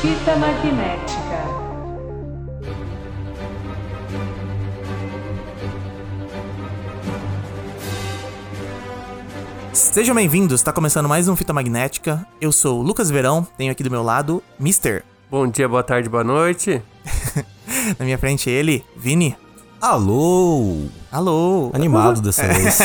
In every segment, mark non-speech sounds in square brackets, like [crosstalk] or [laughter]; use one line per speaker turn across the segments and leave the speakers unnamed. Fita magnética.
Sejam bem-vindos, tá começando mais um Fita Magnética. Eu sou o Lucas Verão, tenho aqui do meu lado Mister.
Bom dia, boa tarde, boa noite.
Na minha frente ele, Vini.
Alô!
Alô!
Animado dessa vez.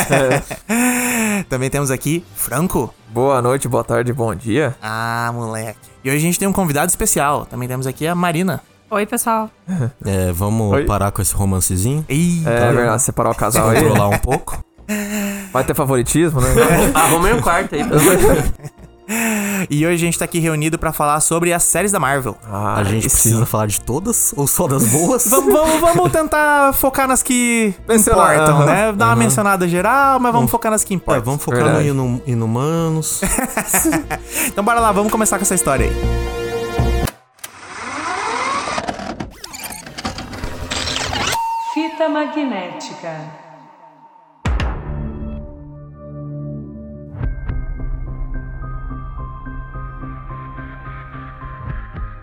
Também temos aqui Franco.
Boa noite, boa tarde, bom dia.
Ah, moleque. E hoje a gente tem um convidado especial. Também temos aqui a Marina.
Oi, pessoal.
É, vamos
Oi.
parar com esse romancezinho?
Ih,
É, verdade, separar o casal aí.
Controlar um pouco?
Vai ter favoritismo, né?
[laughs] Arrumei um quarto aí. pelo amor de Deus.
E hoje a gente tá aqui reunido pra falar sobre as séries da Marvel.
Ah,
A gente
isso.
precisa falar de todas ou só das boas?
Vamos, vamos, vamos tentar focar nas que
Mencionar,
importam,
aham.
né? Dar uma mencionada geral, mas vamos focar nas que
É,
importam.
vamos focar
Verdade.
no inum- Inumanos.
Então bora lá, vamos começar com essa história aí.
Fita magnética.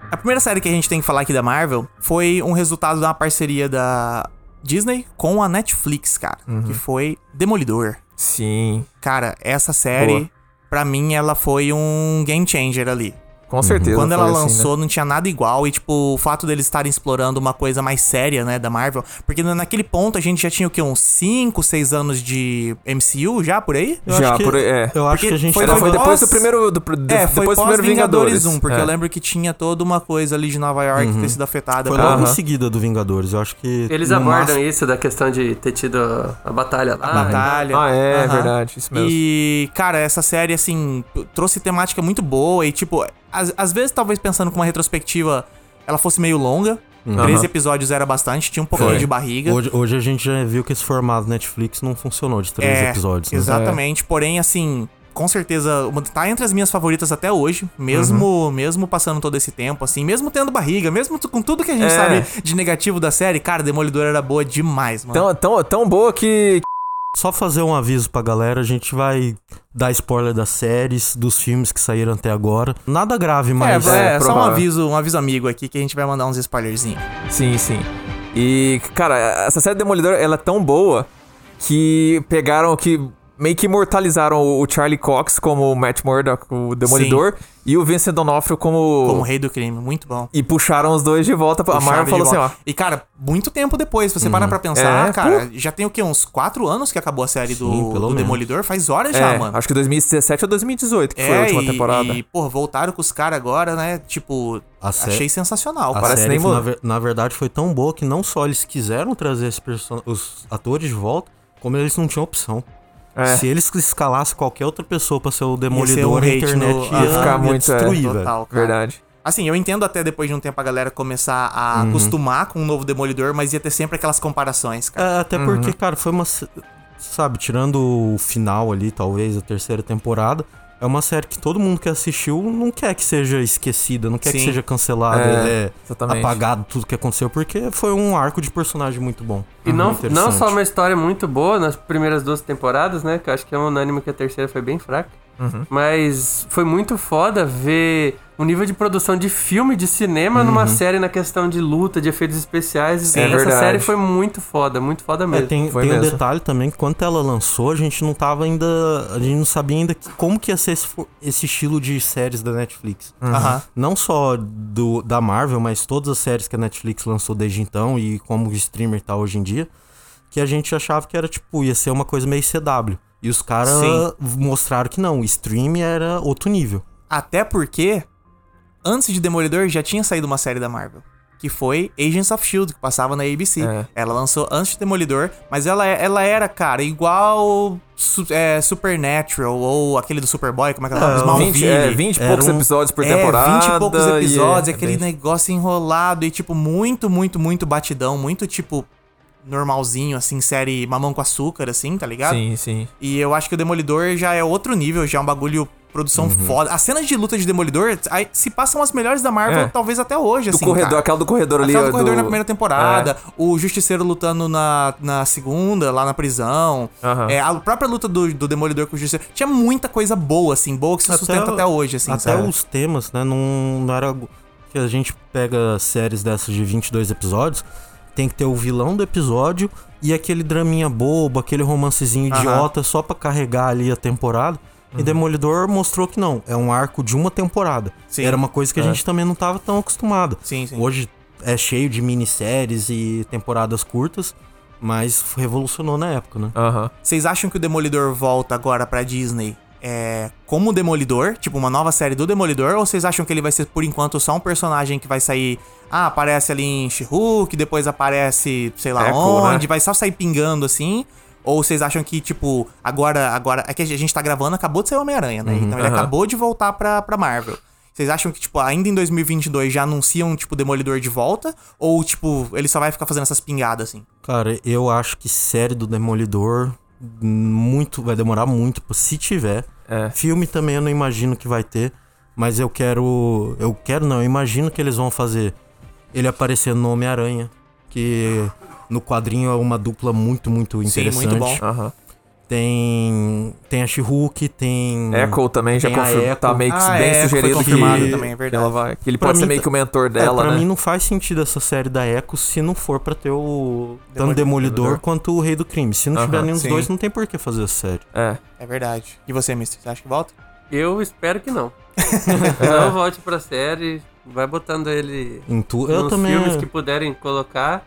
A primeira série que a gente tem que falar aqui da Marvel foi um resultado da parceria da Disney com a Netflix, cara. Que foi Demolidor.
Uhum. Sim,
Cara, essa série,
Boa.
pra mim, ela foi um game changer ali.
com certeza.
Quando ela
foi assim,
lançou, não tinha nada igual. E, tipo, o fato deles estarem explorando uma coisa mais séria, né, da Marvel. Porque na- naquele ponto a gente já tinha o quê? Uns 5, 6 anos de MCU já por aí?
Eu
Já,
acho que-
por- é.
Eu acho
Porque
que a gente
foi-
Né? Ela
tava-
foi depois
pós-
do primeiro. Do, do,
É, foi pós
depois do primeiro
Vingadores
Vingadores
1, porque
É. Uhum.
eu lembro que tinha toda uma coisa ali de Nova York ter sido afetada.
Foi
pela-
logo em
Aham.
seguida do Vingadores. Eu acho que.
Eles
no
abordam
máximo-
isso da questão de ter tido a batalha lá.
A batalha.
Ah, é,
Aham.
verdade, isso mesmo.
E, cara, essa série, assim, p- trouxe temática muito boa e, tipo, às, às vezes, talvez pensando com uma retrospectiva, ela fosse meio longa. Três
Aham.
episódios era bastante, tinha um pouquinho
Uhum. Foi.
de barriga.
Hoje, hoje a gente já viu que esse formato Netflix não funcionou de três
É,
episódios. Né?
Exatamente, porém, assim, com certeza, uma- tá entre as minhas favoritas até hoje, mesmo
Uhum.
mesmo passando todo esse tempo, assim, mesmo tendo barriga, mesmo tu- com tudo que a gente
É.
sabe de negativo da série, cara, Demolidor era boa demais, mano.
Tão, tão, tão boa que.
Só fazer um aviso pra galera, a gente vai dar spoiler das séries, dos filmes que saíram até agora. Nada grave,
é,
mas.
é, só um
Então, provável.
aviso, um aviso amigo aqui que a gente vai mandar uns spoilerzinhos.
Sim, sim. E, cara, essa série Demolidor ela é tão boa que pegaram que. Meio que imortalizaram o o Charlie Cox como o Matt Murdock, o Demolidor, e o Vincent D'Onofrio
Como Rei do Crime, muito bom.
E puxaram os dois de volta. pra- A
Puxaram de
Marvel falou assim,
volta.
ó.
E, cara, muito tempo depois, se você para pra pensar,
É,
cara, já tem o quê? Uns quatro anos que acabou a série do,
pelo
do
menos.
Demolidor? Faz horas já,
É,
mano. É,
acho que 2017 ou 2018 que foi a última
e,
temporada.
E, pô, voltaram com os caras agora, né? Tipo,
A sé-
achei sensacional,
A
cara.
Parece
série,
nem
foi, na,
mo-
ver- na verdade, foi tão boa que não só eles quiseram trazer esse person- os atores de volta, como eles não tinham opção.
É.
Se eles escalassem qualquer outra pessoa pra ser o
ser um
demolidor, a
hate
internet
no-
ia,
Ia ficar
ia
muito, é,
destruir, velho.
Total, cara.
Verdade.
Assim, eu entendo até depois de um tempo a galera começar a
Uhum.
acostumar com um novo Demolidor, mas ia ter sempre aquelas comparações, cara.
É, até porque, cara, foi uma. se- Sabe, tirando o final ali, talvez, a terceira temporada, é uma série que todo mundo que assistiu não quer que seja esquecida, não quer que
Sim.
seja cancelada,
É,
é,
exatamente.
apagado tudo que aconteceu, porque foi um arco de personagem muito bom.
E não,
muito
não
interessante.
só uma história muito boa nas primeiras duas temporadas, né? Que eu acho que é unânime que a terceira foi bem fraca.
Uhum.
Mas foi muito foda ver o nível de produção de filme, de cinema numa
Uhum.
série na questão de luta, de efeitos especiais.
é
Essa
verdade.
série foi muito foda, muito foda
É,
mesmo.
tem
Foi
tem um
mesmo.
detalhe também que quando ela lançou, a gente não tava ainda. A gente não sabia ainda que- como que ia ser esse, fo- esse estilo de séries da Netflix.
Uhum.
Aham.
Não só do, da Marvel, mas todas as séries que a Netflix lançou desde então e como o streamer tá hoje em dia. Que a gente achava que era tipo, ia ser uma coisa meio CW. E os caras
Sim.
mostraram que não, o stream era outro nível.
Até porque, antes de Demolidor, já tinha saído uma série da Marvel. Que foi Agents of Shield, que passava na ABC.
É.
Ela lançou antes de Demolidor, mas ela, é- ela era, cara, igual su- é, Supernatural ou aquele do Superboy, como é que ela chama? Smallville.
20, é, 20 e
Era
poucos
um-
episódios por
É,
temporada.
20 e poucos
e é-
episódios,
é
aquele
bem-
negócio enrolado e, tipo, muito, muito, muito batidão, muito, tipo, normalzinho, assim, série mamão com açúcar, assim, tá ligado?
Sim, sim.
E eu acho que o Demolidor já é outro nível, já é um bagulho Produção
Uhum.
foda. As cenas de luta de Demolidor aí, se passam as melhores da Marvel,
É.
talvez até hoje,
Do
assim.
corredor,
cara.
aquela do É. corredor ali.
Aquela do
ó,
corredor na primeira temporada, o Justiceiro lutando na, na segunda, lá na prisão.
Aham.
É, a própria luta do, do Demolidor com o Justiceiro. Tinha muita coisa boa, assim, boa que se sustenta
o-
até hoje, assim,
Até
sabe?
os temas, né? Não, não era. algo- Que a gente pega séries dessas de 22 episódios, tem que ter o vilão do episódio e aquele draminha bobo, aquele romancezinho
Aham. Uhum.
idiota só pra carregar ali a temporada. E Demolidor mostrou que não, é um arco de uma temporada.
Sim.
Era uma coisa que a
É.
gente também não tava tão acostumado.
Sim, sim.
Hoje é cheio de minisséries e temporadas curtas, mas revolucionou na época, né?
É, Aham.
Vocês acham que o Demolidor volta agora pra Disney é, como Demolidor? Tipo, uma nova série do Demolidor? Ou vocês acham que ele vai ser, por enquanto, só um personagem que vai sair... Ah, aparece ali em She-Hulk, depois aparece sei lá
Echo,
onde,
né?
vai só sair pingando, assim... Ou vocês acham que, tipo, agora, agora. É que a gente tá gravando, acabou de sair o Homem-Aranha, né? então ele
Uhum, aham.
acabou de voltar pra, pra Marvel. Vocês acham que, tipo, ainda em 2022 já anunciam, tipo, Demolidor de volta? Ou, tipo, ele só vai ficar fazendo essas pingadas, assim?
Cara, eu acho que série do Demolidor muito vai demorar muito, pô, se tiver.
É.
Filme também eu não imagino que vai ter, mas eu quero, eu quero não, eu imagino que eles vão fazer ele aparecendo no Homem-Aranha, que no quadrinho é uma dupla muito, muito
Sim, muito
interessante.
bom.
Aham.
Tem tem a She-Hulk, tem
Echo também já
Tem a
confirmou.
Echo.
Tá meio que
Hum. É, Ah,
bem
é, foi
sugerido que,
confirmado também, é
que,
verdade.
ela vai, que ele
Pra
pode ser
mim
meio
tá-
que o mentor
É,
dela,
pra
né?
mim não faz sentido essa série da Echo se não for pra ter o tanto
Demolidor.
Demolidor quanto o Rei do Crime. Se não
Aham,
tiver nenhum dos
sim.
dois, não tem por que fazer a série.
É.
É verdade. E você, Mister? Você acha que volta?
Eu espero
[laughs]
que não. não volte pra série, vai botando ele
Em tu- eu
nos
também é.
filmes que puderem colocar.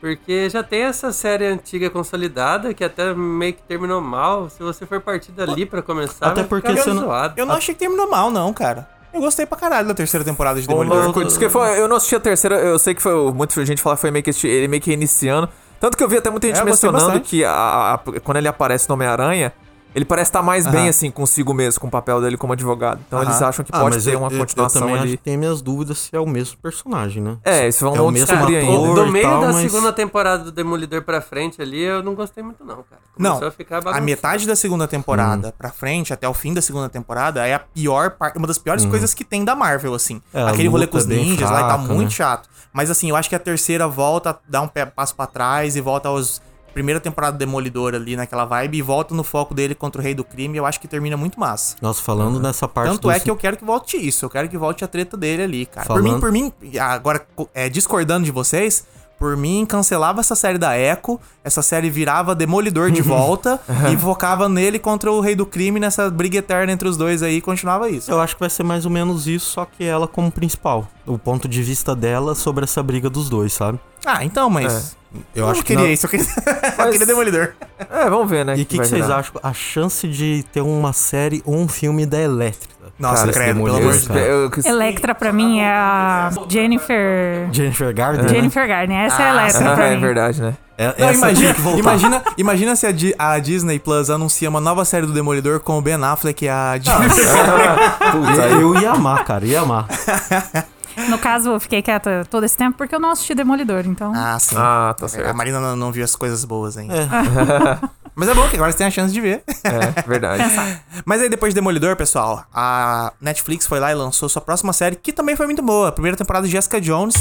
Porque já tem essa série antiga consolidada que até meio que terminou mal. Se você for partir dali pra começar,
Até
vai
porque
ficar
você não-
zoado.
Eu não achei que terminou mal, não, cara. Eu gostei pra caralho da terceira temporada de Demolidor.
Eu, disse que foi- eu não assisti a terceira, eu sei que foi muita gente falar que foi meio que esti- ele meio que reiniciando. Tanto que eu vi até muita gente
É, eu gostei
mencionando
bastante.
que a- a- quando ele aparece no Homem-Aranha, ele parece estar mais bem assim consigo mesmo, com o papel dele como advogado. Então eles acham que
Ah,
pode
mas
ter
eu-
uma
eu-
continuação
Eu também
ali.
acho que tem minhas dúvidas se é o mesmo personagem, né?
É, isso
é o
vão
mesmo
descobrir
ator.
ainda.
Ou-
Do meio
tal,
da
mas-
segunda temporada do Demolidor pra frente ali, eu não gostei muito não, cara.
Não,
Começou a ficar
a
bagunçado.
metade da segunda
Hum.
temporada pra frente, até o fim da segunda temporada, é a pior parte, uma das piores coisas que tem da Marvel, assim.
Uhum. É, a
Aquele rolê
luta
com os
é bem
ninjas lá e tá
fraca,
muito
né?
chato. Mas assim, eu acho que a terceira volta, dá um pé- passo pra trás e volta aos. Primeira temporada do Demolidor ali naquela vibe e volta no foco dele contra o Rei do Crime, eu acho que termina muito massa.
Nós
Uhum.
falando nessa parte
Tanto
do
é que eu quero que volte isso, eu quero que volte a treta dele ali, cara.
Falando-
Por mim, por mim, agora co- é, discordando de vocês, por mim cancelava essa série da Echo, essa série virava Demolidor
[laughs]
de volta e focava nele contra o Rei do Crime nessa briga eterna entre os dois aí e continuava isso.
eu acho que vai ser mais ou menos isso, só que ela como principal. O ponto de vista dela sobre essa briga dos dois, sabe?
Ah, então, mas
É. Eu
não
acho que
queria
não-
isso, eu queria, [laughs] eu
Mas-
queria Demolidor.
É, vamos ver, né?
E o que, que
vai
vocês
virar.
acham? A chance de ter uma série ou um filme da Elétrica.
Nossa,
Cara, esse
credo, pelo
Demolidor,
amor
Eu,
de
cara.
Deus.
espero- eu-
Electra pra mim é a Jennifer.
Jennifer Garner?
Jennifer Garner, essa é a Electra
Ah, [laughs]
pra
é
mim.
verdade, né?
É,
Não,
essa
imagina,
tinha que voltar.
imagina, imagina se a, Di- a Disney Plus anuncia uma nova série do Demolidor com o Ben Affleck e
Ah.
a Jennifer
Puta,
Eu ia amar, cara, ia amar.
No caso, eu fiquei quieta todo esse tempo porque eu não assisti Demolidor, então.
Ah, sim.
Ah, tá
A
certo.
Marina não, não viu as coisas boas ainda. [laughs] Mas é bom que agora você tem a chance de ver.
[laughs]
É, verdade.
Mas aí depois de Demolidor, pessoal, a Netflix foi lá e lançou sua próxima série, que também foi muito boa. A primeira temporada de Jessica Jones.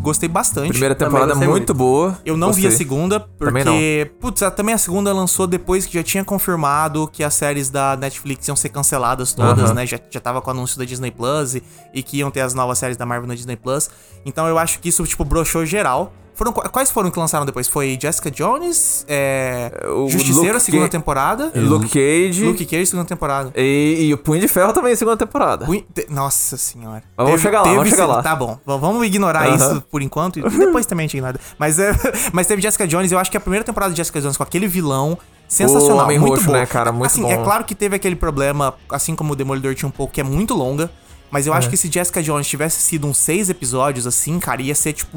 Gostei bastante.
Primeira
Também
temporada é
gostei
muito,
muito.
boa.
Eu não vi a
Gostei.
segunda, porque.
Também não.
Putz, a- também a segunda lançou depois que já tinha confirmado que as séries da Netflix iam ser canceladas todas,
Aham.
né? Já, já tava com o anúncio da Disney Plus e, e que iam ter as novas séries da Marvel na Disney Plus. Então eu acho que isso, tipo, broxou geral. Foram, qu- quais foram que lançaram depois? Foi Jessica Jones, é,
o
Justiceiro,
Luke
a segunda
Ca-
temporada.
Luke Cage.
Luke Cage, segunda temporada.
E, e o Punho de Ferro também, é segunda temporada.
Ui, te- Nossa senhora.
Mas vamos chegar lá, vamos chegar lá.
Tá bom, v- vamos ignorar
Aham.
isso por enquanto. e
[laughs]
Depois também a gente ignora. Mas, é, [laughs] mas teve Jessica Jones, eu acho que a primeira temporada de Jessica Jones com aquele vilão sensacional.
Homem
muito
Roxo,
bom.
né, cara? Muito
assim,
bom.
É claro que teve aquele problema, assim como o Demolidor tinha um pouco, que é muito longa. Mas
É.
eu acho que se Jessica Jones tivesse sido uns seis episódios, assim, cara, ia ser tipo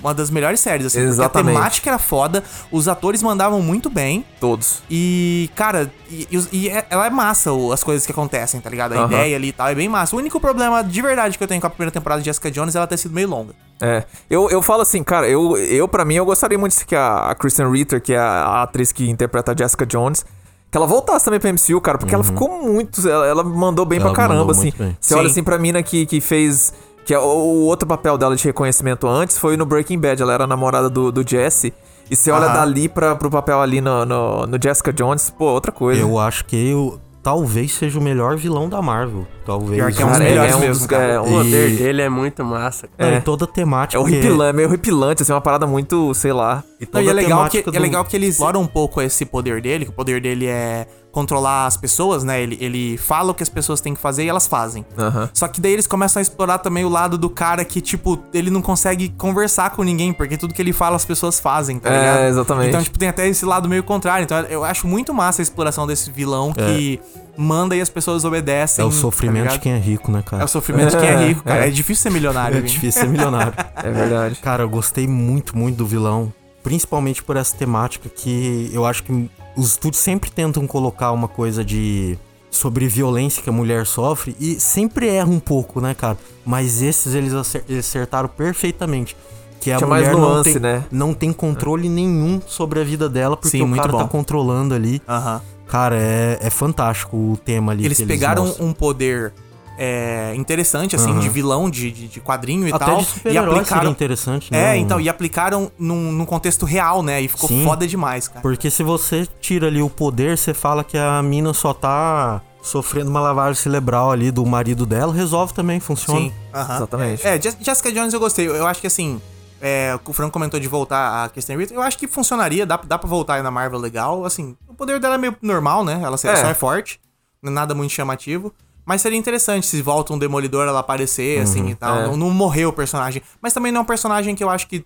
uma das melhores séries, assim. Porque a
Exatamente.
temática era foda, os atores mandavam muito bem.
Todos.
E, cara, e, e os- e é- ela é massa o- as coisas que acontecem, tá ligado? A
Aham.
ideia ali e tal é bem massa. O único problema de verdade que eu tenho com a primeira temporada de Jessica Jones é ela ter sido meio longa.
É. Eu, eu falo assim, cara, eu, eu para mim, eu gostaria muito que a, a Kristen Ritter, que é a, a atriz que interpreta a Jessica Jones, que ela voltasse também pra MCU, cara, porque ela ficou muito. Ela, ela mandou bem
Uhum. Ela
pra caramba,
mandou
assim.
muito bem.
Você olha
Sim.
assim pra mina que, que fez. Que é o, o outro papel dela de reconhecimento antes foi no Breaking Bad. Ela era a namorada do, do Jesse. E você olha
Aham.
dali pra, pro papel ali no, no, no Jessica Jones, pô, outra coisa.
Eu acho que eu, talvez seja o melhor vilão da Marvel. Talvez.
Pior que é um
Cara,
dos
ele
melhores
é um
mesmo,
dos-
cara.
é,
O
um-
poder
E-
dele é muito massa. cara.
Não, e toda a temática.
é
que
horripilante, é meio horripilante, assim, uma parada muito, sei lá.
Não,
toda
e é
a
legal, que,
temática
é
do-
legal que ele explora um pouco esse poder dele, que o poder dele é controlar as pessoas, né? Ele, ele fala o que as pessoas têm que fazer e elas fazem.
Aham.
Só que daí eles começam a explorar também o lado do cara que, tipo, ele não consegue conversar com ninguém, porque tudo que ele fala as pessoas fazem, tá
É,
ligado?
exatamente.
Então, tipo, tem até esse lado meio contrário. Então, eu acho muito massa a exploração desse vilão que manda e as pessoas obedecem.
É o
tá
sofrimento de
ligado?
quem é rico, né, cara?
É o sofrimento
[laughs]
de quem é rico, cara. É,
É.
difícil ser milionário.
É
hein?
difícil
[laughs]
ser milionário.
É verdade.
Cara, eu gostei muito, muito do vilão. Principalmente por essa temática que eu acho que os estúdios sempre tentam colocar uma coisa de. sobre violência que a mulher sofre e sempre erra um pouco, né, cara? Mas esses eles acer- eles acertaram perfeitamente. Que a
Tinha mais
mulher
nuance,
não, tem,
né?
não tem controle nenhum sobre a vida dela, porque
Sim,
o
muito
cara tá
bom.
controlando ali.
Aham.
Cara, é, é fantástico o tema ali.
Eles
que
pegaram
mostram.
um poder é, interessante, assim, de vilão, de, de, de quadrinho um e
Até
tal.
de
e
super-herói seria
aplicaram.
interessante, né?
É,
Um-
então, e aplicaram num, num contexto real, né? E ficou
Sim.
foda demais, cara.
Porque se você tira ali o poder, você fala que a mina só tá sofrendo uma lavagem cerebral ali do marido dela, resolve também, funciona.
Sim. aham.
Exatamente.
É, Jess- Jessica Jones eu gostei. Eu- Eu acho que assim. é, o Franco comentou de voltar a Kristen Ritter. Eu acho que funcionaria, dá, dá pra voltar aí na Marvel legal. Assim, o poder dela é meio normal, né? Ela só
É.
é forte, não é nada muito chamativo. Mas seria interessante se volta um Demolidor ela aparecer, assim, e tal.
é.
Não, não morreu o personagem. Mas também não é um personagem que eu acho que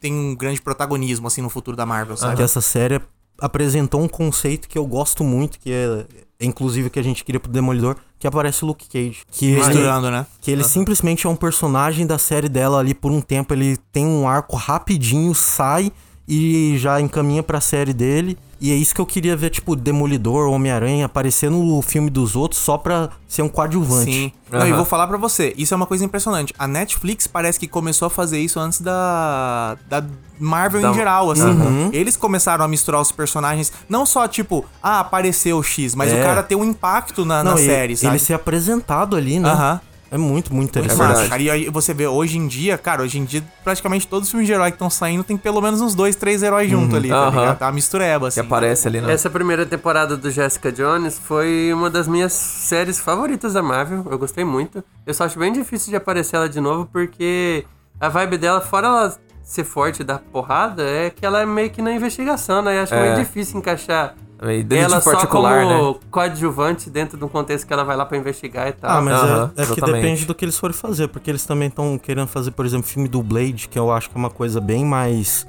tem um grande protagonismo, assim, no futuro da Marvel, sabe?
Que essa série apresentou um conceito que eu gosto muito, que é, é inclusive que a gente queria pro Demolidor, que aparece o Luke Cage.
Ah,
Que ele,
Misturando, né?
que ele simplesmente é um personagem da série dela ali por um tempo, ele tem um arco rapidinho, sai e já encaminha pra série dele. E é isso que eu queria ver, tipo, Demolidor, Homem-Aranha aparecer no filme dos outros só pra ser um coadjuvante.
Sim. Não, e
Aham.
vou falar pra você, isso é uma coisa impressionante. A Netflix parece que começou a fazer isso antes da da Marvel
Da-
em geral, assim. Eles começaram a misturar os personagens, não só tipo, ah, apareceu o X, mas o
É.
cara tem um impacto na, na
e-
série, sabe?
Ele ser apresentado ali, né?
Aham.
É muito, muito
Muito
interessante.
massa, cara. E aí você vê hoje em dia, cara, hoje em dia praticamente todos os filmes de herói que estão saindo tem pelo menos uns dois, três heróis junto ali, tá
Aham.
ligado? Tá uma mistureba,
Que
assim.
aparece ali, né?
Essa primeira temporada do Jessica Jones foi uma das minhas séries favoritas da Marvel. Eu gostei muito. Eu só acho bem difícil de aparecer ela de novo, porque a vibe dela, fora ela ser forte e dar porrada, é que ela é meio que na investigação, né? Eu acho
É.
meio difícil encaixar
Meio detetive
ela só como
particular, né?
coadjuvante dentro de um contexto que ela vai lá pra investigar e tal.
Ah, mas é-
Aham,
é, que
exatamente.
depende do que eles forem fazer, porque eles também estão querendo fazer, por exemplo, filme do Blade, que eu acho que é uma coisa bem mais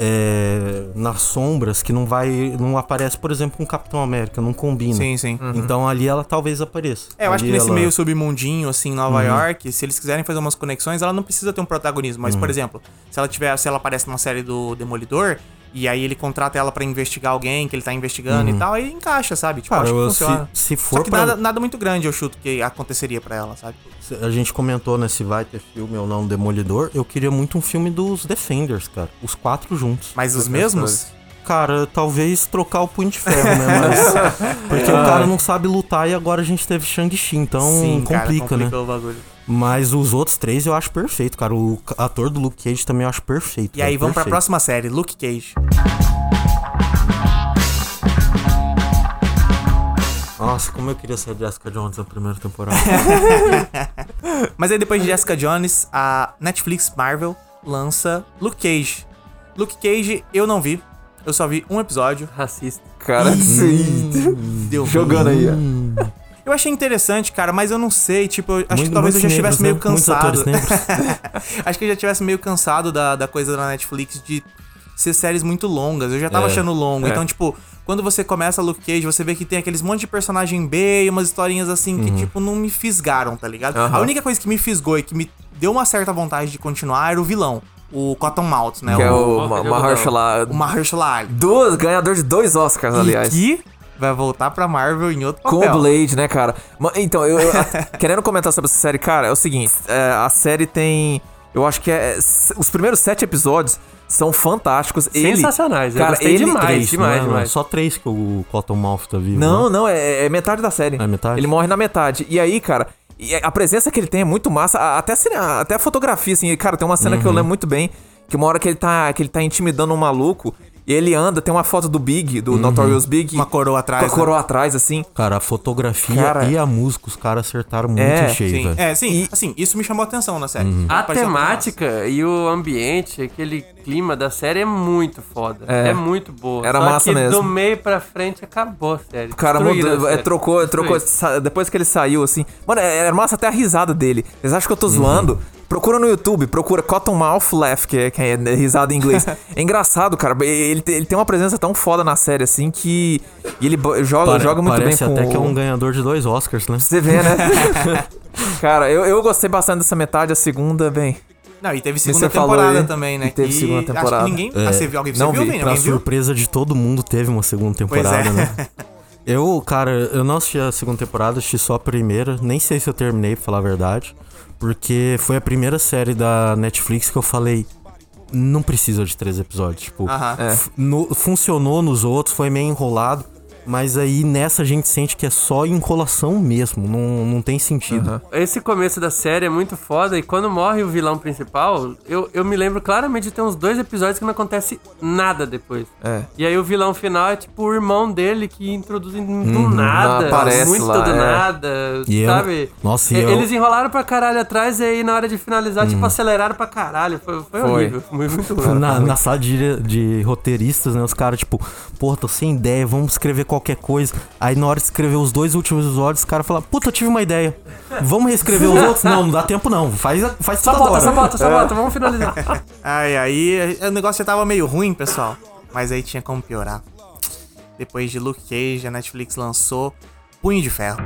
é, nas sombras, que não vai, não aparece, por exemplo, com o Capitão América, não combina.
Sim, sim.
Então ali ela talvez apareça.
É, eu acho
Ali Uhum.
que nesse
ela-
meio submundinho, assim, em Nova York, se eles quiserem fazer umas conexões, ela não precisa ter um protagonismo. Mas,
Uhum.
por exemplo, se ela tiver, se ela aparece numa série do Demolidor, e aí ele contrata ela pra investigar alguém que ele tá investigando e tal, aí encaixa, sabe? Tipo,
Uhum. Cara,
acho que
eu-
funciona.
se, se
Só
for
que
pra-
nada, nada muito grande eu chuto que aconteceria pra ela, sabe?
se- A gente comentou, né, se vai ter filme ou não Demolidor. Eu queria muito um filme dos Defenders, cara. Os quatro juntos.
Mas os mesmos?
Cara, talvez trocar o punho de ferro, né? Mas. Porque o cara não sabe lutar e agora a gente teve Shang-Chi, então
cara,
complica, né?
complicou o bagulho.
Mas os outros três eu acho perfeito, cara. O c- ator do Luke Cage também eu acho perfeito.
E aí,
velho,
vamos pra
É, perfeito.
próxima série, Luke Cage.
Nossa, como eu queria ser a Jessica Jones na primeira [laughs] temporada.
Mas aí depois de Jessica Jones, a Netflix Marvel lança Luke Cage. Luke Cage eu não vi, eu só vi um episódio.
Racista.
Cara, sim.
Deu ruim.
Jogando aí, ó.
Eu achei interessante, cara, mas eu não sei, tipo, eu acho que
Muito-
talvez eu já
muitos
estivesse meio
negros, né? [laughs]
cansado.
Muitos atores negros.
[laughs] acho que eu já estivesse meio cansado da, da coisa da Netflix de ser séries muito longas. Eu já tava
É,
achando longo.
é.
Então, tipo, quando você começa Luke Cage, você vê que tem aqueles monte de personagem B e umas historinhas assim que, tipo, não me fisgaram, tá ligado? A
Uhum. Aham.
única coisa que me fisgou e que me deu uma certa vontade de continuar era o vilão, o Cottonmouth, né?
Que é
o,
o Ma- Mahershala.
o Mahershala Ali.
Duas, ganhador de dois Oscars, aliás.
E que vai voltar pra Marvel em outro
Com
papel.
o Blade, né,
[laughs]
cara? Ma- Então, eu. eu- a- querendo comentar sobre essa série, cara, é o seguinte: é, a série tem. Eu acho que é. s- Os primeiros sete episódios são fantásticos. Ele-
Sensacionais, eu gostei demais. né?
Três.
demais,
não é,
demais.
Só três que o Cottonmouth tá vivo.
Não,
né?
não, é, é metade da série.
É metade?
Ele morre na metade. E aí, cara, e a presença que ele tem é muito massa. a- Até a, cena- até a fotografia, assim. e, Cara, tem uma cena que eu
Uhum.
lembro muito bem. Que uma hora que ele tá, que ele tá intimidando um maluco. E ele anda, tem uma foto do Big,
Uhum.
do Notorious Big.
Uma coroa atrás, né?
Com a coroa atrás, assim.
Cara, a fotografia
Cara-
e a música, os caras acertaram muito
É,
em cheio,
Sim.
velho.
É, sim,
E-
assim, isso me chamou a atenção na série.
Uhum.
A
Apareceu
um
pra nós.
temática e o ambiente, aquele clima da série é muito foda.
É.
É, muito boa.
Era
Só
massa
que
mesmo.
Do meio pra frente acabou a série.
O cara
Destruíram
mudou,
a
é,
série.
trocou, trocou.
Destruíram.
sa- Depois que ele saiu, assim. Mano, é- era massa até a risada dele. Vocês acham que
Uhum.
eu tô zoando? Procura no YouTube, procura Cottonmouth Laugh, que é, que é risada em
[laughs]
inglês. é engraçado, cara. Ele, te- ele tem uma presença tão foda na série, assim, que. E ele bo- joga,
Pare-
joga muito bem
parece
com [laughs]
até que é
o-
um ganhador de dois Oscars, né?
Você vê,
[laughs]
né? cara, eu, eu gostei bastante dessa metade, a segunda, bem.
Não, e teve segunda
Você falou
temporada
aí.
também, né?
E teve
que
segunda
Acho
temporada.
que ninguém.
É.
Ah, você viu alguém? Você
Não
viu,
vi,
Vini?
Pra
Alguém viu?
surpresa de todo mundo, teve uma segunda
Pois
temporada,
é.
né?
[laughs]
Eu, cara, eu não assisti a segunda temporada, assisti só a primeira. Nem sei se eu terminei, pra falar a verdade. Porque foi a primeira série da Netflix que eu falei. Não precisa de três episódios. Tipo,
Aham.
f- no- funcionou nos outros, foi meio enrolado. Mas aí nessa a gente sente que é só enrolação mesmo. Não, não tem sentido.
Esse começo da série é muito foda e quando morre o vilão principal, eu, eu me lembro claramente de ter uns dois episódios que não acontece nada depois.
É.
E aí o vilão final é tipo o irmão dele que introduzem do nada,
Uhum. aparece
muito
lá,
do
é.
nada,
E eu-
sabe?
nossa, e
E-
eu-
Eles enrolaram pra caralho atrás e aí na hora de finalizar, tipo, aceleraram pra caralho. Foi,
Foi.
foi, horrível, foi muito ruim.
tá
Na, na sala de, de roteiristas, né? Os caras, tipo, porra, tô sem ideia, vamos escrever qualquer coisa. Aí na hora de escrever os dois últimos episódios, os caras falam, puta, eu tive uma ideia. Vamos reescrever os outros? Não, não dá tempo não. Faz, faz toda
Sabota,
hora.
sabota, sabota, vamos finalizar. [laughs]
Ai, aí o negócio já tava meio ruim, pessoal. Mas aí tinha como piorar. Depois de Luke Cage, a Netflix lançou Punho de Ferro.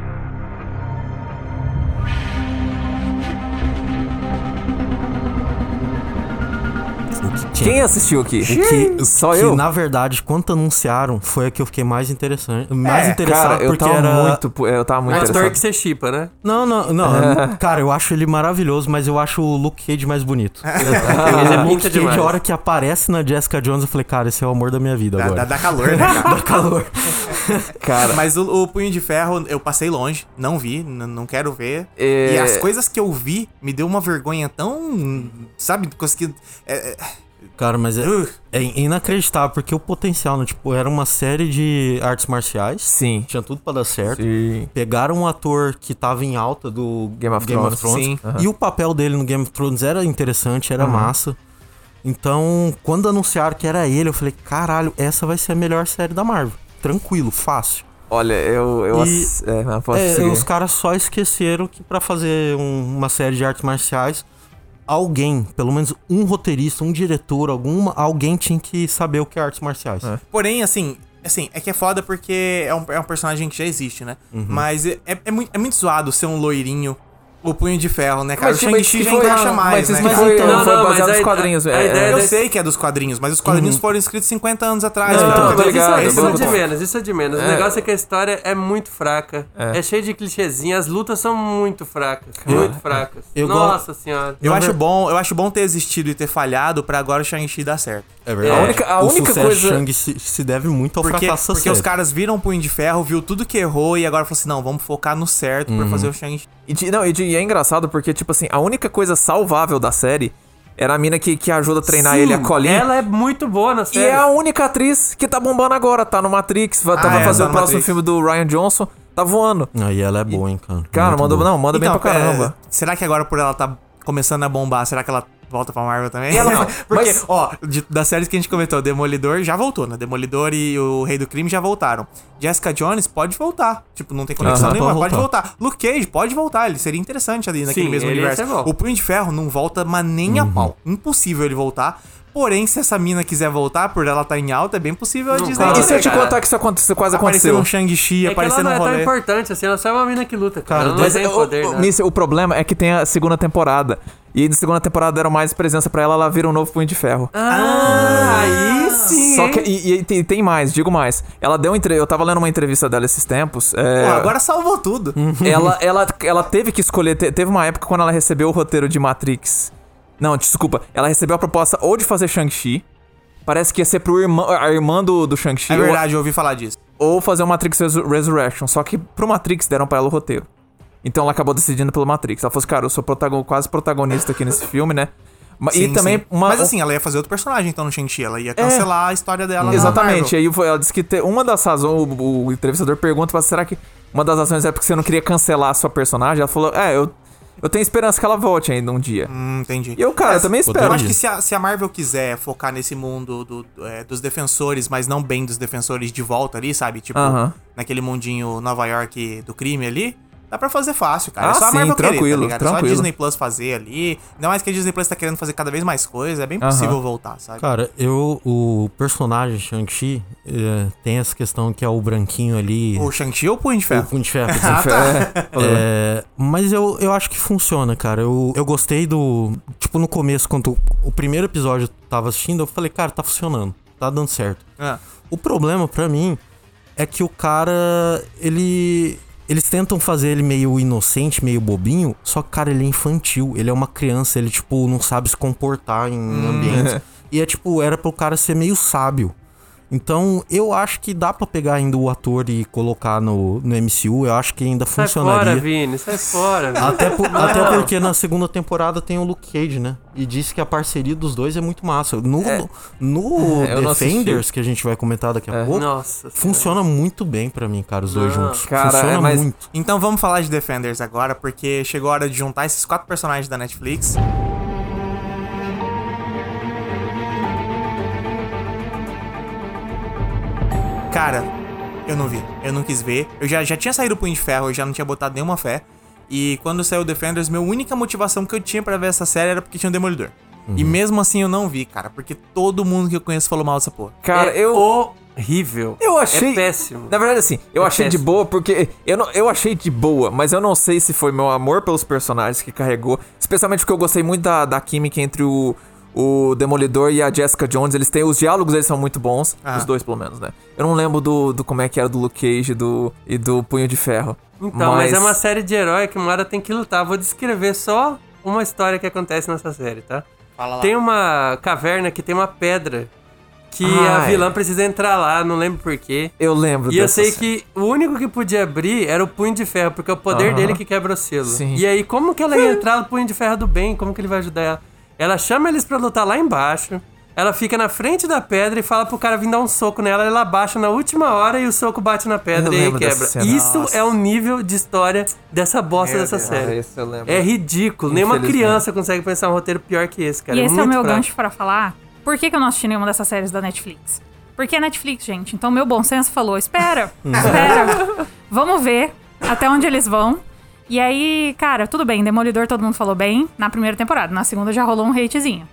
O que tinha-
Quem assistiu aqui?
o que,
Só
que,
eu?
na verdade, quando anunciaram, foi a que eu fiquei mais interessante. Mais
É,
interessado
Cara, eu
porque
tava
era.
muito. Eu tava muito
Mas pior que
interessado.
você chipa, né?
Não, não,
É.
não. cara, eu acho ele maravilhoso, mas eu acho o Luke Cage mais
[laughs]
bonito.
é
Ele
o Luke
pinta
Cage,
demais.
a hora que aparece na Jessica Jones, eu falei, cara, esse é o amor da minha vida
Dá,
agora.
dá- dá
[laughs]
calor, né, cara?
Dá calor.
Cara,
Mas o, o Punho de Ferro eu passei longe, não vi, n- não quero ver.
É.
E as coisas que eu vi me deu uma vergonha tão. Sabe? Consegui. é, é,
Cara, mas é,
Uh.
é inacreditável, porque o potencial, né? Tipo, era uma série de artes marciais.
sim.
Tinha tudo pra dar certo.
Sim.
Pegaram um ator que tava em alta do
Game of Thrones, sim.
E o papel dele no Game of Thrones era interessante, era massa. Então, quando anunciaram que era ele, eu falei, caralho, essa vai ser a melhor série da Marvel. Tranquilo, fácil.
Olha, eu. eu
E-
ass- É, mas posso
É,
seguir.
os caras só esqueceram que pra fazer um- uma série de artes marciais, alguém, pelo menos um roteirista, um diretor, alguma, alguém tinha que saber o que é artes marciais.
Porém, assim, assim, é que é foda porque é um, é um personagem que já existe, né?
Uhum.
Mas é, é, é muito, é muito zoado ser um loirinho, o punho de ferro, né, cara?
Mas,
o
mas
Shang-Chi
que
já
foi-
encaixa
não,
mais,
mas
né?
isso
cara?
foi-
Não,
não, foi
não,
baseado
mas
nos
a-
quadrinhos,
a
é,
ideia
é.
Eu
desse-
sei que é dos quadrinhos, mas os quadrinhos foram escritos 50 anos atrás.
Não,
né?
então,
não,
Uhum. tô
mas
ligado,
isso,
Esse
isso é
tô-
de
tô-
menos, isso é de menos. O negócio é que a história é muito fraca. É, cheio de clichêzinha, as lutas são muito fracas. Muito fracas.
eu go-
Nossa senhora.
Eu
Uhum.
Na
acho,
ver-
bom, eu acho bom ter existido e ter falhado pra agora o Shang-Chi dar certo.
É
A única- a
o
única
sucesso
coisa-
de Shang se, se deve muito ao
Porque,
fracasso da
porque os
série.
caras viram o punho de ferro, viu tudo que errou e agora falou assim: não, vamos focar no certo
Uhum.
pra fazer o Shang-Chi.
E, ti- não, e, ti- e é engraçado porque, tipo assim, a única coisa salvável da série era a mina que, que ajuda a treinar ele, a colinha.
Ela é muito boa na
E
série.
é a única atriz que tá bombando agora, tá no Matrix, vai, tá-
Ah,
vai
é,
fazer
tá
o
no
próximo
Matrix.
filme do Ryan Johnson, tá voando.
Ah, e ela é boa, hein, cara.
Cara,
Muito
manda,
boa.
não, manda bem Tá pra caramba.
é, será que agora por ela tá começando a bombar, será que ela volta pra Marvel também?
Ela não,
[laughs] Porque,
mas-
ó, de- das séries que a gente comentou, Demolidor já voltou, né? Demolidor e o Rei do Crime já voltaram. Jessica Jones pode voltar. Tipo, não tem conexão
Aham,
nenhuma,
pode
pode voltar. Luke Cage pode voltar, ele seria interessante ali naquele
Sim,
mesmo
ele ia
universo.
ser bom.
O Punho de Ferro não volta, mas nem a pau. Impossível ele voltar. Porém, se essa mina quiser voltar, por ela tá em alta, é bem possível a Disney.
cara,
E se eu te
cara.
contar que isso aconteceu, quase
aparecer
aconteceu?
um Shang-Chi,
É que ela
aparecer
não
num
é tão
rolê.
importante assim, ela só é uma mina que luta, cara. ela não
Mas
tem
o-
poder,
o,
né?
Miss, o problema é que tem a segunda temporada. E na segunda temporada deram mais presença pra ela, ela vira um novo punho de ferro.
Ah, aí sim.
Só
hein?
que. E, e tem, tem mais, digo mais. Ela deu uma entre- Eu tava lendo uma entrevista dela esses tempos. é,
Pô, agora salvou tudo.
ela, ela, ela teve que escolher. te- Teve uma época quando ela recebeu o roteiro de Matrix. Não, desculpa. Ela recebeu a proposta ou de fazer Shang-Chi. Parece que ia ser pro irmão, a irmã do, do Shang-Chi.
É
ou-
verdade, eu ouvi falar disso.
ou fazer o Matrix Resu- Resurrection. Só que pro Matrix deram pra ela o roteiro. Então ela acabou decidindo pelo Matrix. Ela falou assim, cara, eu sou protagon- quase protagonista aqui nesse filme, né? Ma-
Sim,
e também
sim.
uma. um É.
Mas assim, ela ia fazer outro personagem então no Shang-Chi. Ela ia cancelar a história dela.
Ah,
na
Exatamente.
Marvel.
Aí foi- ela disse que te- uma das razões. O, o entrevistador pergunta, mas será que uma das razões é porque você não queria cancelar a sua personagem? Ela falou, é, eu, eu tenho esperança que ela volte ainda um dia.
Hum, entendi.
E eu, cara, eu também espero.
Eu acho que se a, se a Marvel quiser focar nesse mundo do- do, é, dos defensores, mas não bem dos defensores de volta ali, sabe? Tipo,
Aham.
naquele mundinho Nova York do crime ali. Dá pra fazer fácil, cara.
Ah,
é só
sim,
a Marvel querer,
tranquilo,
tá ligado? Só a
tranquilo.
Disney Plus fazer ali. Ainda mais que a Disney Plus tá querendo fazer cada vez mais coisa. É bem possível voltar, sabe?
Cara, eu, o personagem Shang-Chi é, tem essa questão que é o branquinho ali.
O Shang-Chi ou o Punho de
o
Ferro?
Punho de Ferro. [laughs]
[laughs]
É,
É, mas eu, eu acho que funciona, cara. Eu, eu gostei do. Tipo, no começo, quando o primeiro episódio eu tava assistindo, eu falei, cara, tá funcionando. Tá dando certo.
Ah,
O problema pra mim é que o cara, ele. Eles tentam fazer ele meio inocente, meio bobinho, só que, cara, ele é infantil. Ele é uma criança, ele, tipo, não sabe se comportar em
Hum.
ambientes.
[laughs]
E é tipo, era pro cara ser meio sábio. Então, eu acho que dá pra pegar ainda o ator e colocar no, no MCU. Eu acho que ainda
Sai fora,
funcionaria.
Vini, sai [laughs] fora. Vini.
Até, por-
Não.
até porque na segunda temporada tem o Luke Cage, né? E disse que a parceria dos dois é muito massa. No, no
É, eu não assisti.
Defenders, que a gente vai comentar daqui a pouco,
Nossa.
funciona muito bem pra mim, cara, os dois
Não,
juntos.
cara,
funciona
é, mas-
muito.
Então vamos falar de Defenders agora, porque chegou a hora de juntar esses quatro personagens da Netflix. Cara, eu não vi, eu não quis ver. Eu já, já tinha saído Punho de Ferro, eu já não tinha botado nenhuma fé. E quando saiu Defenders, minha única motivação que eu tinha pra ver essa série era porque tinha o Demolidor. E mesmo assim eu não vi, cara, porque todo mundo que eu conheço falou mal dessa porra.
cara,
É
eu.
horrível.
Eu achei.
É péssimo.
Na verdade, assim, eu
É
achei de
péssimo.
boa porque. Eu, não, eu achei de boa, mas eu não sei se foi meu amor pelos personagens que carregou. Especialmente porque eu gostei muito da, da química entre o, o Demolidor e a Jessica Jones. Eles têm. Os diálogos eles são muito bons.
Ah.
Os dois, pelo menos, né? Eu não lembro do, do como é que era do Luke Cage e do, e do Punho de Ferro.
Então, mas... é uma série de herói que uma hora tem que lutar. Vou descrever só uma história que acontece nessa série, tá?
Fala lá.
Tem uma caverna que tem uma pedra que a
Ah,
vilã
é.
precisa entrar lá, não lembro porquê.
Eu lembro
E eu
dessa
sei
cena.
que o único que podia abrir era o punho de ferro, porque é o poder
Aham.
dele que quebra o selo.
Sim.
E aí, como que ela ia entrar no punho de ferro do bem? Como que ele vai ajudar ela? Ela chama eles pra lutar lá embaixo. Ela fica na frente da pedra e fala pro cara vir dar um soco nela. Ela abaixa na última hora e o soco bate na pedra
Eu
e aí
lembro dessa
quebra.
cena.
Isso
Nossa.
é o nível de história dessa bosta
Meu
dessa
Deus.
Ah,
série.
esse eu lembro.
É ridículo. Nenhuma
Infelizmente.
criança consegue pensar um roteiro pior que esse, cara.
e esse é o
muito
meu
fraco.
gancho pra falar por que, que eu não assisti nenhuma dessas séries da Netflix. Porque é Netflix, gente. Então meu bom senso falou: espera, espera. Vamos ver até onde eles vão. E aí, cara, tudo bem. Demolidor todo mundo falou bem na primeira temporada. Na segunda já rolou um hatezinho.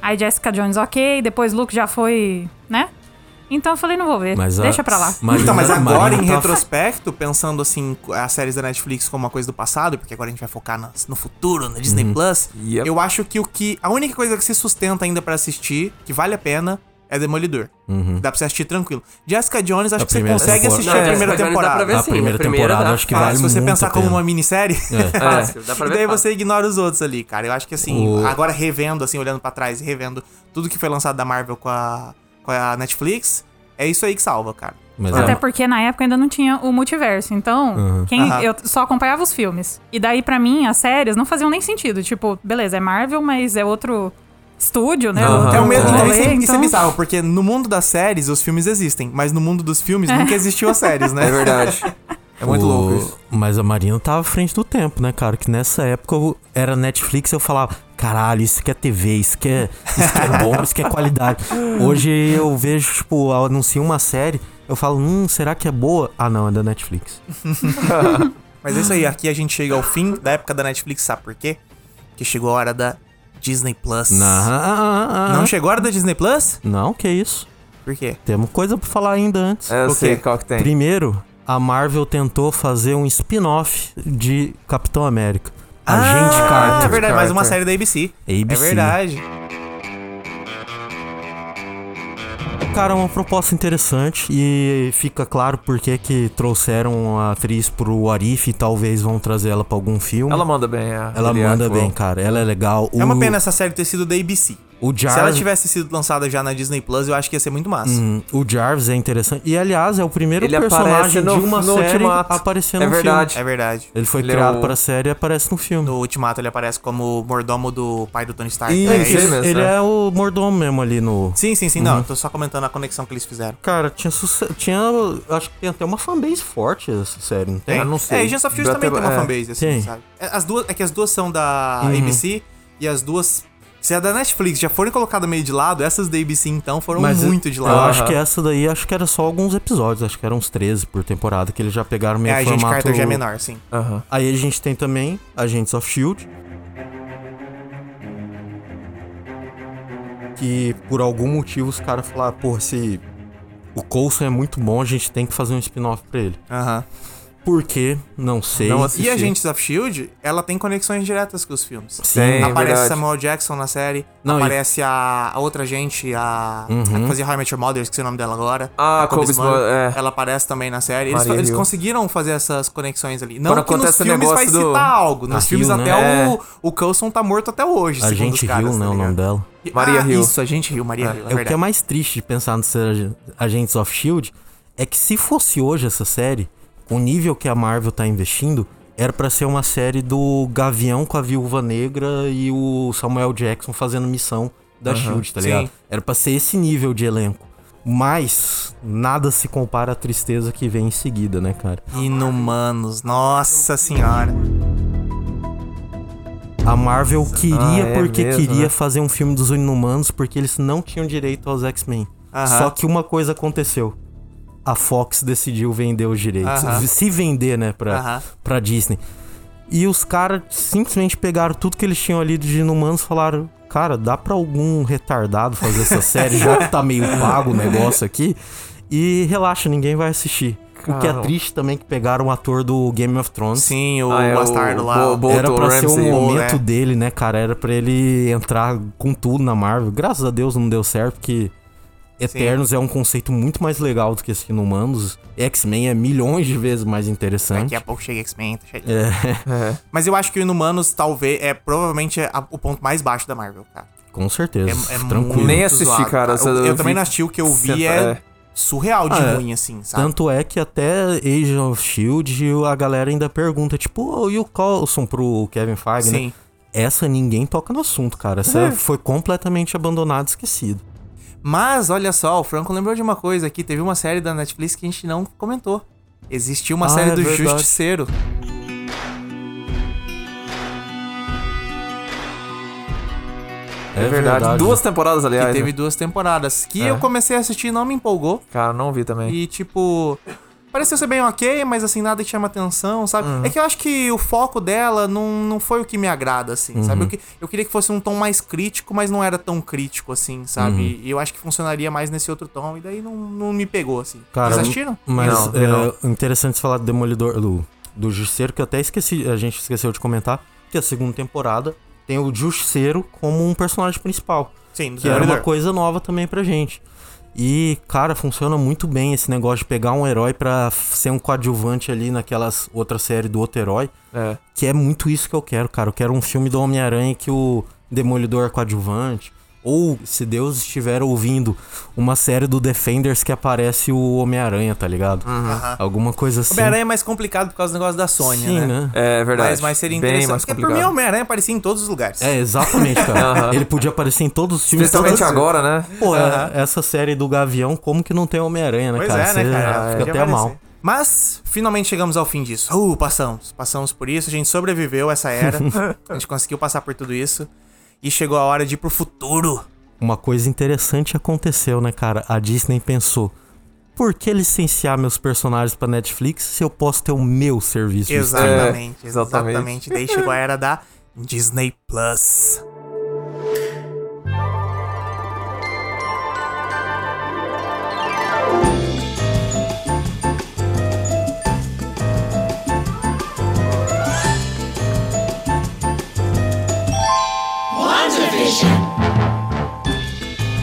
Aí Jessica Jones, ok. Depois Luke já foi, né? Então eu falei: não vou ver.
Mas a-
Deixa pra lá.
Marina-
Então, mas agora
Marina
em
tá-
retrospecto, pensando assim, as séries da Netflix como uma coisa do passado, porque agora a gente vai focar nas- no futuro, no
Uhum.
Disney Plus,
Yep.
eu acho que o que. A única coisa que se sustenta ainda pra assistir, que vale a pena, é Demolidor. Dá pra você assistir tranquilo. Jessica Jones, acho que você
Uhum. primeira
consegue
temporada.
assistir
Não,
assim, a
é,
primeira
Jessica Jones dá pra
temporada.
ver
A
sim,
primeira
a primeira
temporada
dá
acho que
Ah,
vale
se você
muito
pensar
a
como
pena. É.
uma minissérie, [laughs]
É, Fácil, dá pra
e
ver
daí
fácil.
você ignora os outros ali, cara. Eu acho que assim,
O-
agora revendo, assim, olhando pra trás, revendo tudo que foi lançado da Marvel com a, com a Netflix, é isso aí que salva, cara.
Mas
Até
é,
porque na época ainda não tinha o multiverso. Então, quem
Aham.
eu só acompanhava os filmes. E daí, pra mim, as séries não faziam nem sentido. Tipo, beleza, é Marvel, mas é outro estúdio, né?
Aham.
Outro
É o mesmo. Então,
rolê,
isso, é, isso é
então-
bizarro, porque no mundo das séries, os filmes existem, mas no mundo dos filmes nunca existiu as séries, né?
[laughs] É
[laughs]
verdade. É muito
o-
louco isso.
Mas a Marina tava à frente do tempo, né, cara? Que nessa época eu- era Netflix eu falava, caralho, isso que é TV, isso que é, isso que é bom, isso que é
[laughs]
qualidade. Hoje eu vejo, tipo, anuncio uma série, eu falo, hum, será que é boa? Ah, não, é da Netflix.
Mas é isso aí, aqui a gente chega ao fim da época da Netflix, sabe por quê? Porque chegou a hora da Disney Plus. Não
Não,
chegou a hora da Disney Plus?
não, que isso.
Por quê?
Temos coisa pra falar ainda antes.
É, eu
O
sei
quê?
qual que tem.
Primeiro, a Marvel tentou fazer um spin-off de Capitão América. Agente
Ah,
Carter.
É verdade, mais uma
Carter.
série É da ABC.
ABC.
É verdade.
cara, é uma proposta interessante e fica claro porque que trouxeram a atriz pro Arif e talvez vão trazer ela pra algum filme.
Ela manda bem. é. A
Ela
Lily
manda
Atwell.
bem, cara. Ela é legal.
É
Uh.
uma
O-
pena essa série ter sido da ABC.
O Jarvis,
Se ela tivesse sido lançada já na Disney Plus, eu acho que ia ser muito massa.
Hum, o Jarvis é interessante. E, aliás, é o primeiro
Ele aparece
personagem
no-
de uma
no
série
Ultimato.
aparecendo
É
no
verdade.
É verdade.
filme. Ele foi
Ele é
criado
o-
pra série e aparece no filme.
No Ultimato ele aparece como mordomo do pai do Tony Stark.
Isso,
né?
ele mesmo. Uhum.
Ele é o mordomo mesmo ali no...
Sim, sim, sim. Não, eu tô só comentando a conexão que eles fizeram.
Cara, tinha sucesso. Tinha. Acho que tem até uma fanbase forte essa série, não tem?
Tem?
Eu não
É,
sei.
Agents of Shield
Dá
também
até-
tem uma
é,
fanbase, assim,
tem. Uhum.
sabe? É, As duas, é que as duas são da ABC e as duas. Se a da Netflix já forem colocadas meio de lado, essas da ABC então foram muito de
Eu
lado. É,
acho que essa daí, acho que era só alguns episódios, acho que eram uns 13 por temporada, que eles já pegaram
É,
meio
a gente
formato...
Carter já é menor, sim.
Aham.
Aí a gente tem também Agents of Shield. Que por algum motivo os caras falaram, pô, se o Coulson é muito bom, a gente tem que fazer um spin-off pra ele.
Aham.
Por quê? Não sei.
Não assisti.
E Agents of Shield, ela tem conexões diretas com os filmes. aparece
Tem, É verdade.
Samuel Jackson na série,
Não, e-
aparece a, a outra gente, a, a que fazia How I Met Your Mother, esqueci o nome dela agora.
Uhum. Ah, Cobie
Smulders,
Smulders, é.
Ela aparece também na série. Eles,
Maria
eles
Hill.
conseguiram fazer essas conexões ali. Não
Quando
que nos
acontece o
filmes vai
negócio do-
citar algo. Nos
Da
filmes
Hill, né?
até
É.
o, o Coulson tá morto até hoje,
a
segundo
gente
os caras.
riu, né?
tá
o nome
ligado?
dela.
E-
Maria
ah,
Hill.
Isso, a gente riu, Maria Hill, é
É o que é
verdade.
mais triste de pensar no ser Agents of Shield é que se fosse hoje essa série, o nível que a Marvel tá investindo era pra ser uma série do Gavião com a Viúva Negra e o Samuel Jackson fazendo missão da Shield, tá
sim.
ligado? Era pra ser esse nível de elenco. Mas nada se compara à tristeza que vem em seguida, né, cara?
Inumanos, nossa senhora.
Ah,
A Marvel queria
Ah, é
porque
mesmo,
queria
né?
fazer um filme dos Inumanos porque eles não tinham direito aos X-Men.
Aham.
Só que uma coisa aconteceu. A Fox decidiu vender os direitos.
Aham.
Se vender, né, pra,
Aham.
pra Disney. E os caras simplesmente pegaram tudo que eles tinham ali de Inumanos e falaram: Cara, dá pra algum retardado fazer essa série, já que tá meio pago o negócio aqui. E relaxa, ninguém vai assistir. O que é
Cara.
triste também que pegaram o ator do Game of Thrones.
Sim, o
Ah, é, o
bastardo lá.
Bo- Bo-
Era
Bolton,
pra ser o
Ramsey,
momento
né?
dele, né, cara? Era pra ele entrar com tudo na Marvel. Graças a Deus não deu certo, porque Eternos é um conceito muito mais legal do que esse Inumanos. X-Men é milhões de vezes mais
Daqui
interessante.
a pouco chega X-Men, tá chegando.
É.
Mas eu acho que o Inumanos talvez é provavelmente é a- o ponto mais baixo da Marvel, cara.
Com certeza.
É, é
tranquilo.
muito
Nem assisti,
zoado,
cara,
Eu,
eu
eu
vi-
também não assisti, o que eu vi
Senta-
é,
é.
surreal de
Ah, é.
ruim, assim, sabe?
Tanto é que até Age of Shield a galera ainda pergunta, tipo, "Ô, e o Coulson pro Kevin Feige, né?
Sim. É.
Essa ninguém toca no assunto, cara. Essa foi completamente abandonada, esquecida.
Mas, olha só, o Franco lembrou de uma coisa aqui. Teve uma série da Netflix que a gente não comentou. Existiu uma
Ah,
série
é
do
verdade.
Justiceiro.
É, verdade. Duas temporadas,
Que
aliás.
teve
né?
duas temporadas. Que
É.
eu comecei a assistir e não me empolgou.
Cara, não vi também.
E, tipo... Pareceu ser bem ok, mas assim, nada que chama atenção, sabe?
Uhum.
É que eu acho que o foco dela não, não foi o que me agrada, assim, sabe?
Uhum.
Eu, que- eu queria que fosse um tom mais crítico, mas não era tão crítico, assim, sabe?
Uhum.
E eu acho que funcionaria mais nesse outro tom, e daí não, não me pegou, assim.
Cara, um-
Vocês assistiram?
Mas
Não,
é,
vi não.
interessante você falar do Demolidor do, do Justiceiro, que eu até esqueci, a gente esqueceu de comentar, que a segunda temporada tem o Justiceiro como um personagem principal.
Sim, do
Que era uma
Demolidor.
coisa nova também pra gente. E, cara, funciona muito bem esse negócio de pegar um herói pra ser um coadjuvante ali naquelas outra série do outro herói.
É.
Que é muito isso que eu quero, cara. Eu quero um filme do Homem-Aranha que o Demolidor é coadjuvante. Ou, se Deus estiver ouvindo, uma série do Defenders que aparece o Homem-Aranha, tá ligado? Alguma coisa assim.
Homem-Aranha é mais complicado por causa do negócio da Sony,
Sim,
né?
né?
É verdade.
Mas, mas seria
Bem
interessante.
mais
porque
complicado.
por mim, Homem-Aranha aparecia em todos os lugares.
É, exatamente, cara.
[laughs] Aham.
Ele podia aparecer em todos os filmes.
Especialmente
todas-
agora, né?
Pô, é, essa série do Gavião, como que não tem Homem-Aranha, né,
Pois
cara?
é, né,
Você
cara?
Fica
Podia
até
aparecer.
mal.
Mas, finalmente chegamos ao fim disso. Uh, passamos. Passamos por isso, a gente sobreviveu essa
[laughs]
era. a gente conseguiu passar por tudo isso. E chegou a hora de ir pro futuro.
Uma coisa interessante aconteceu, né, cara? A Disney pensou: por que licenciar meus personagens pra Netflix se eu posso ter o meu serviço? de streaming?"
Exatamente,
É,
exatamente.
exatamente.
Daí chegou a era da Disney Plus.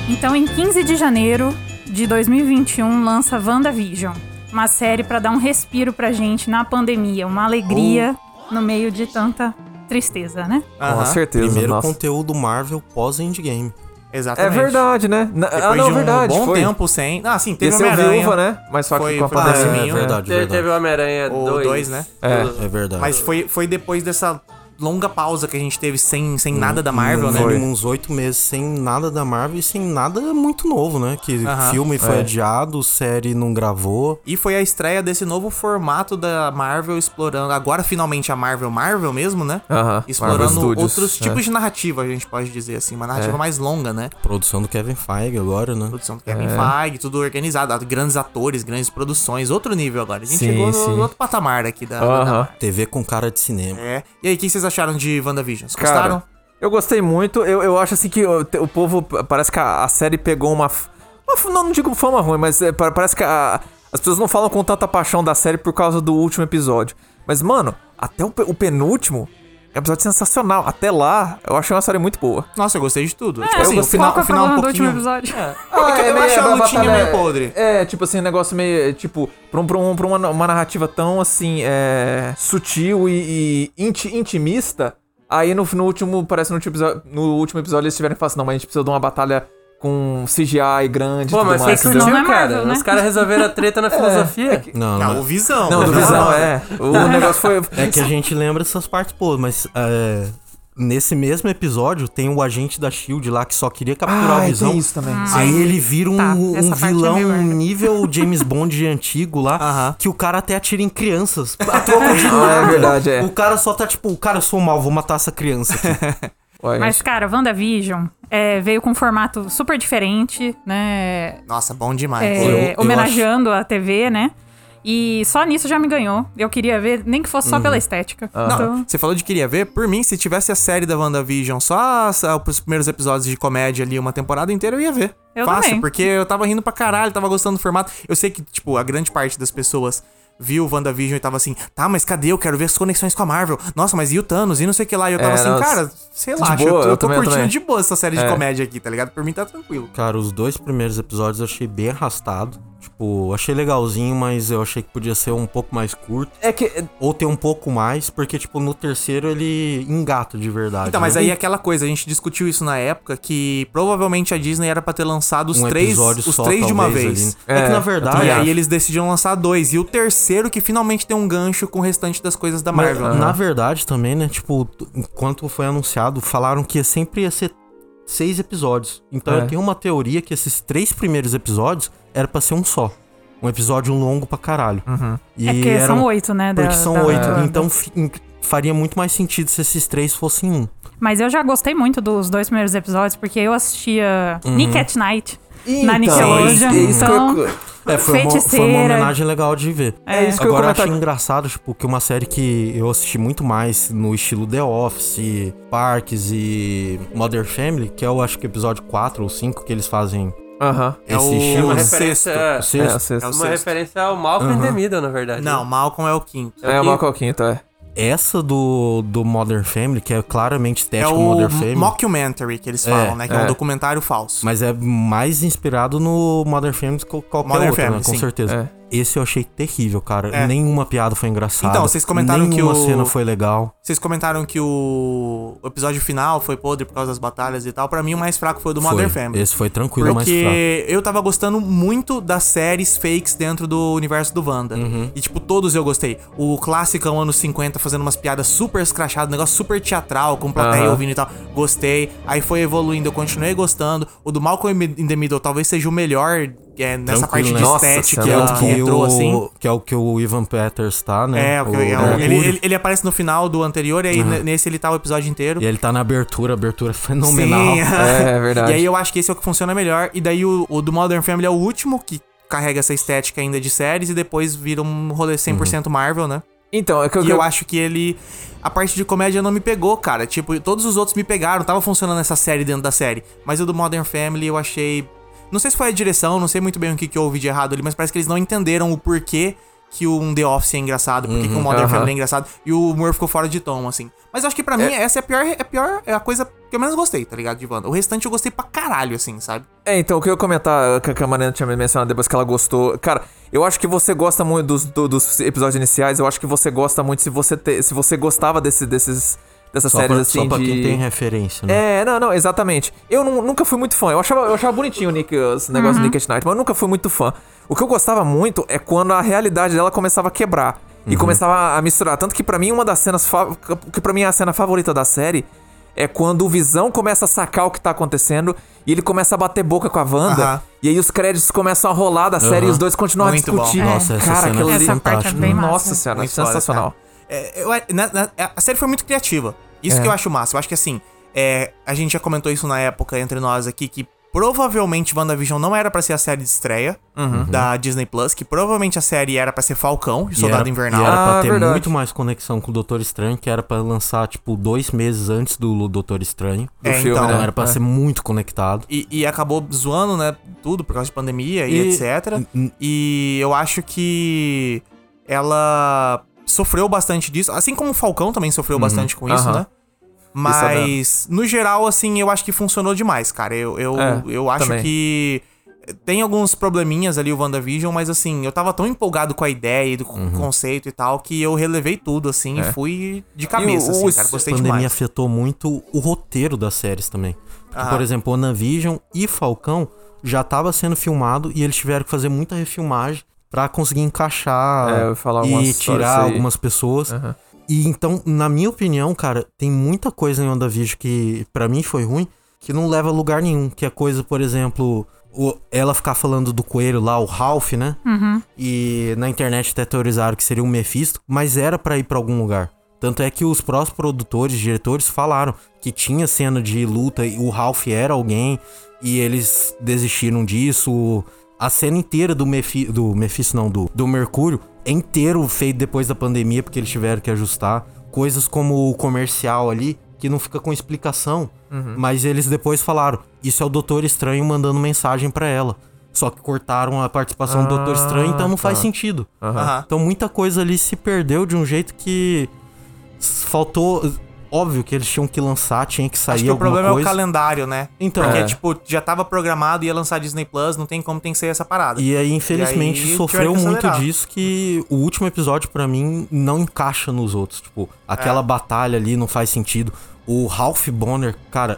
Então, em 15 de janeiro de 2021 lança WandaVision. Uma série pra dar um respiro pra gente na pandemia, uma alegria no meio de tanta tristeza, né?
Com
Aham.
certeza.
Primeiro
nossa.
conteúdo Marvel pós-endgame.
É
Exatamente.
verdade, né? Na-
Depois
ah, não,
de um
verdade.
bom
foi.
tempo sem. Ah, sim,
Ia
teve
ser o
Homem-Aranha.
Viúva, né? Mas só
Foi-
que com a
foi-
É,
pandemia.
Sim, né?
verdade,
Teve,
verdade.
teve o Homem-Aranha
O
2.
dois, né?
É.
Do-
É verdade.
Mas foi, foi depois dessa longa pausa que a gente teve sem, sem nada da Marvel, né?
Foi.
Foi.
uns oito meses sem nada da Marvel e sem nada muito novo, né? Que
Aham.
filme foi
É.
adiado, série não gravou.
E foi a estreia desse novo formato da Marvel explorando. Agora, finalmente, a Marvel Marvel mesmo, né?
Aham,
Explorando
Marvel Studios,
outros
é.
tipos de narrativa, a gente pode dizer assim. Uma narrativa
É.
mais longa, né?
Produção do Kevin Feige agora, né?
Produção do
É.
Kevin Feige, tudo organizado. ah, Grandes atores, grandes produções. Outro nível agora. A gente
Sim,
chegou no-
sim.
no outro patamar aqui da... da-
Aham.
TV com cara de cinema.
É. E aí, o que vocês acharam de WandaVision? Vocês
Cara,
Gostaram?
Eu gostei muito. Eu, eu acho assim que o, te- o povo. p- Parece que a, a série pegou uma. f- uma f- não, não digo fama ruim, mas é, pa- parece que a- as pessoas não falam com tanta paixão da série por causa do último episódio. Mas, mano, até o, pe- o penúltimo é um episódio sensacional. Até lá, eu achei uma série muito boa.
Nossa, eu gostei de tudo. tipo
É,
assim, o
qual
final,
que é
o final um
problema do
pouquinho...
último episódio.
Ah, eu achei a lutinha meio podre.
É, tipo assim, um negócio meio. é, Tipo, pra, um- pra um- pra uma, uma narrativa tão, assim, é, sutil e, e inti- intimista. Aí no, no último, parece no último, episódio, no último episódio eles tiveram e falaram assim: não, mas a gente precisa de uma batalha com CGI grande. e
Pô,
tudo
mas foi
mais, entendeu? É.
sutil,
Não é
cara.
Marvel, né?
Os caras resolveram a
[laughs]
treta na filosofia.
Não,
Não, não.
Ah, o Visão.
Não,
o
do visão, é. O negócio foi.
É que a gente lembra essas partes, pô, mas é, nesse mesmo episódio tem o agente da SHIELD lá que só queria capturar a
Ai,
visão.
Ah, tem é isso também.
Aí ele vira um,
Tá, essa
um
parte é
vilão
meio merda.
nível James Bond de antigo lá,
Aham.
que o cara até atira em crianças. A troco de nada.
é verdade, é.
O cara só tá tipo, cara, eu sou mal, vou matar essa criança aqui. [laughs]
Olha,
Mas, cara, WandaVision é, veio com um formato super diferente, né?
Nossa, bom demais.
É,
um
eu- eu
homenageando a TV, né? E só nisso já me ganhou. Eu queria ver, nem que
Uhum.
fosse só pela estética.
Ah.
Não,
Então,
você falou de queria ver. Por mim, se tivesse a série da WandaVision, só as- os primeiros episódios de comédia ali, uma temporada inteira, eu ia ver.
Eu
Fácil,
também.
porque eu tava rindo pra caralho, tava gostando do formato. Eu sei que, tipo, a grande parte das pessoas viu o WandaVision e tava assim, tá, mas cadê? Eu quero ver as conexões com a Marvel. Nossa, mas e o Thanos? E não sei o que lá. E eu tava
É,
assim,
nossa.
cara, sei lá,
De
acho,
boa,
eu tô,
eu
eu tô
também, eu
curtindo
também.
de boa essa série de
É.
comédia aqui, tá ligado? Por mim tá tranquilo.
Cara, os dois primeiros episódios eu achei bem arrastado. Tipo, achei legalzinho, mas eu achei que podia ser um pouco mais curto.
É que.
Ou ter um pouco mais, porque, tipo, no terceiro ele engata de verdade.
Então, mas
né?
aí é aquela coisa, a gente discutiu isso na época, que provavelmente a Disney era pra ter lançado os
Um
três,
episódio
os
só,
três de uma
talvez,
vez.
ali, né? É que, na verdade,
e aí
acho.
eles decidiram lançar dois. E o terceiro que finalmente tem um gancho com o restante das coisas da
Mas,
Marvel. né?
na verdade também, né? Tipo, t- enquanto foi anunciado, falaram que sempre ia ser seis episódios. Então
É.
eu tenho uma teoria que esses três primeiros episódios era pra ser um só. Um episódio longo pra caralho.
Uhum.
E
é porque
era
são
um-
oito, né? da-
Porque são
da-
oito.
da-
Então fi- em- faria muito mais sentido se esses três fossem um.
Mas eu já gostei muito dos dois primeiros episódios, porque eu assistia
Uhum.
Nick at Night na Nickelodeon.
é isso que eu-
então,
É, foi uma, foi uma
Feiticeira.
homenagem legal de ver.
É isso que eu ia
Agora eu
comentar.
achei engraçado, tipo, que uma série que eu assisti muito mais no estilo The Office, Parks e Modern Family, que é o acho que episódio 4 ou 5 que eles fazem
Aham.
É
esse
o-
estilo.
Uma
O
né?
referência, é,
Sexto.
É, o um sexto.
É o
uma
sexto.
referência ao Malcolm uhum. na verdade.
Não, Malcolm é o quinto.
É, o Malcolm Quinto, é.
Essa do, do Modern Family, que é claramente
É
estética
o
Modern Family,
mockumentary que eles falam,
É,
né? Que é, um
é.
documentário falso.
mas é mais inspirado no Modern Family do que qualquer
Modern
outro,
Family,
né? Com
sim.
certeza. Esse eu achei terrível, cara.
É.
Nenhuma piada foi engraçada.
Então, vocês comentaram que
Nenhuma
o-
cena foi legal.
Vocês comentaram que o o episódio final foi podre por causa das batalhas e tal. Pra mim, o mais fraco foi o do Modern
Foi.
Family.
Esse foi tranquilo, mas fraco.
Porque eu tava gostando muito das séries fakes dentro do universo do Wanda.
Uhum.
E, tipo, todos eu gostei. O clássicão anos 50 fazendo umas piadas super escrachadas, um negócio super teatral, com plateia
Aham.
ouvindo e tal. Gostei. Aí foi evoluindo, eu continuei gostando. O do Malcolm in the Middle talvez seja o melhor é, nessa
Tranquilo,
parte
né?
de
Nossa,
estética
que
que é
ela
o
que,
que,
entrou,
o,
assim.
que é o que o Ivan Peters tá, né?
É, porque
O-
é um-
o
ele,
Mercúrio.
ele- ele aparece no final do anterior e aí ne- nesse ele tá o episódio inteiro.
E ele tá na abertura, a abertura é
Sim.
fenomenal.
[laughs]
É, é verdade.
E aí eu acho que esse é o que funciona melhor. E daí o, o do Modern Family é o último que carrega essa estética ainda de séries e depois vira um rolê
Uhum.
100% Marvel, né?
Então, é que eu,
E eu acho que ele. A parte de comédia não me pegou, cara. Tipo, todos os outros me pegaram. Tava funcionando essa série dentro da série. Mas o do Modern Family eu achei. Não sei se foi a direção, não sei muito bem o que, que houve de errado ali, mas parece que eles não entenderam o porquê que um The Office é engraçado, por que, que um Modern
aham.
Family é engraçado. E o humor ficou fora de tom, assim. Mas eu acho que pra mim essa é a pior, é a pior, é a coisa que eu menos gostei, tá ligado, de Wanda? O restante eu gostei pra caralho, assim, sabe?
É, então, o que eu ia comentar, que a Mariana tinha mencionado depois que ela gostou. Cara, eu acho que você gosta muito dos, do- dos episódios iniciais, eu acho que você gosta muito se você, te- se você gostava desse, desses, dessas
Só,
séries
pra,
assim.
só pra
de...
quem tem referência, né?
É, não, não, exatamente. Eu nu- nunca fui muito fã. Eu achava, eu achava bonitinho o Nick, esse negócio do Nick at Night, mas eu nunca fui muito fã. O que eu gostava muito é quando a realidade dela começava a quebrar e começava a misturar. Tanto que pra mim, uma das cenas. fa- que pra mim é a cena favorita da série é quando o Visão começa a sacar o que tá acontecendo e ele começa a bater boca com a Wanda.
Aham.
E aí os créditos começam a rolar da série e os dois continuam
Muito
a
bom.
discutir.
Nossa, essa
cara,
cena
aquilo
é
ali.
Essa parte é bem massa.
Nossa senhora,
Muito foda,
sensacional.
cara. É, eu- na- na- a série foi muito criativa. Isso
É.
que eu acho massa. Eu acho que assim, é, a gente já comentou isso na época entre nós aqui, que provavelmente WandaVision não era pra ser a série de estreia da Disney Plus, que provavelmente a série era pra ser Falcão, e
E
Soldado
era-
Invernal.
E era pra
Ah,
ter
verdade.
muito mais conexão com o Doutor Estranho, que era pra lançar, tipo, dois meses antes do Doutor Estranho.
É,
filme,
então.
Então era pra
É.
ser muito conectado.
E, e acabou zoando, né? Tudo por causa de pandemia e,
E-
etc. E eu acho que ela sofreu bastante disso. Assim como o Falcão também sofreu bastante com isso,
aham.
né? Mas, no geral, assim, eu acho que funcionou demais, cara. Eu, eu,
É,
eu acho
também.
que tem alguns probleminhas ali o WandaVision, mas assim, eu tava tão empolgado com a ideia e do conceito e tal que eu relevei tudo, assim, e fui de cabeça,
o-
assim,
o-
cara. Gostei
pandemia
demais.
afetou muito o roteiro das séries também. Porque,
Ah.
por exemplo, WandaVision e Falcão já tava sendo filmado e eles tiveram que fazer muita refilmagem pra conseguir encaixar
É, eu ia falar
e
algumas histórias
tirar
aí.
algumas pessoas. E então, na minha opinião, cara, tem muita coisa em WandaVision que pra mim foi ruim, que não leva a lugar nenhum. Que é coisa, por exemplo, o- ela ficar falando do coelho lá, o Ralph, né? E na internet até teorizaram que seria um Mephisto, mas era pra ir pra algum lugar. Tanto é que os próprios produtores, diretores falaram que tinha cena de luta e o Ralph era alguém e eles desistiram disso. A cena inteira do Mephi, do Mephisto não, do, do Mercúrio é inteiro feito depois da pandemia porque eles tiveram que ajustar. Coisas como o comercial ali, que não fica com explicação, mas eles depois falaram: Isso é o Doutor Estranho mandando mensagem pra ela. Só que cortaram a participação do Doutor Estranho, então não faz sentido.
Aham.
Então muita coisa ali se perdeu de um jeito que s- faltou. Óbvio que eles tinham que lançar, tinha que sair
Acho que o
alguma
problema é o
coisa.
calendário, né?
Então,
Porque,
É.
tipo, já tava programado, ia lançar Disney Plus, não tem como, tem que ser essa parada.
E aí, infelizmente,
E aí, tiveram
sofreu
que
muito
acelerar.
disso que o último episódio, pra mim, não encaixa nos outros. Tipo,
É.
aquela batalha ali não faz sentido. O Ralph Bonner, cara,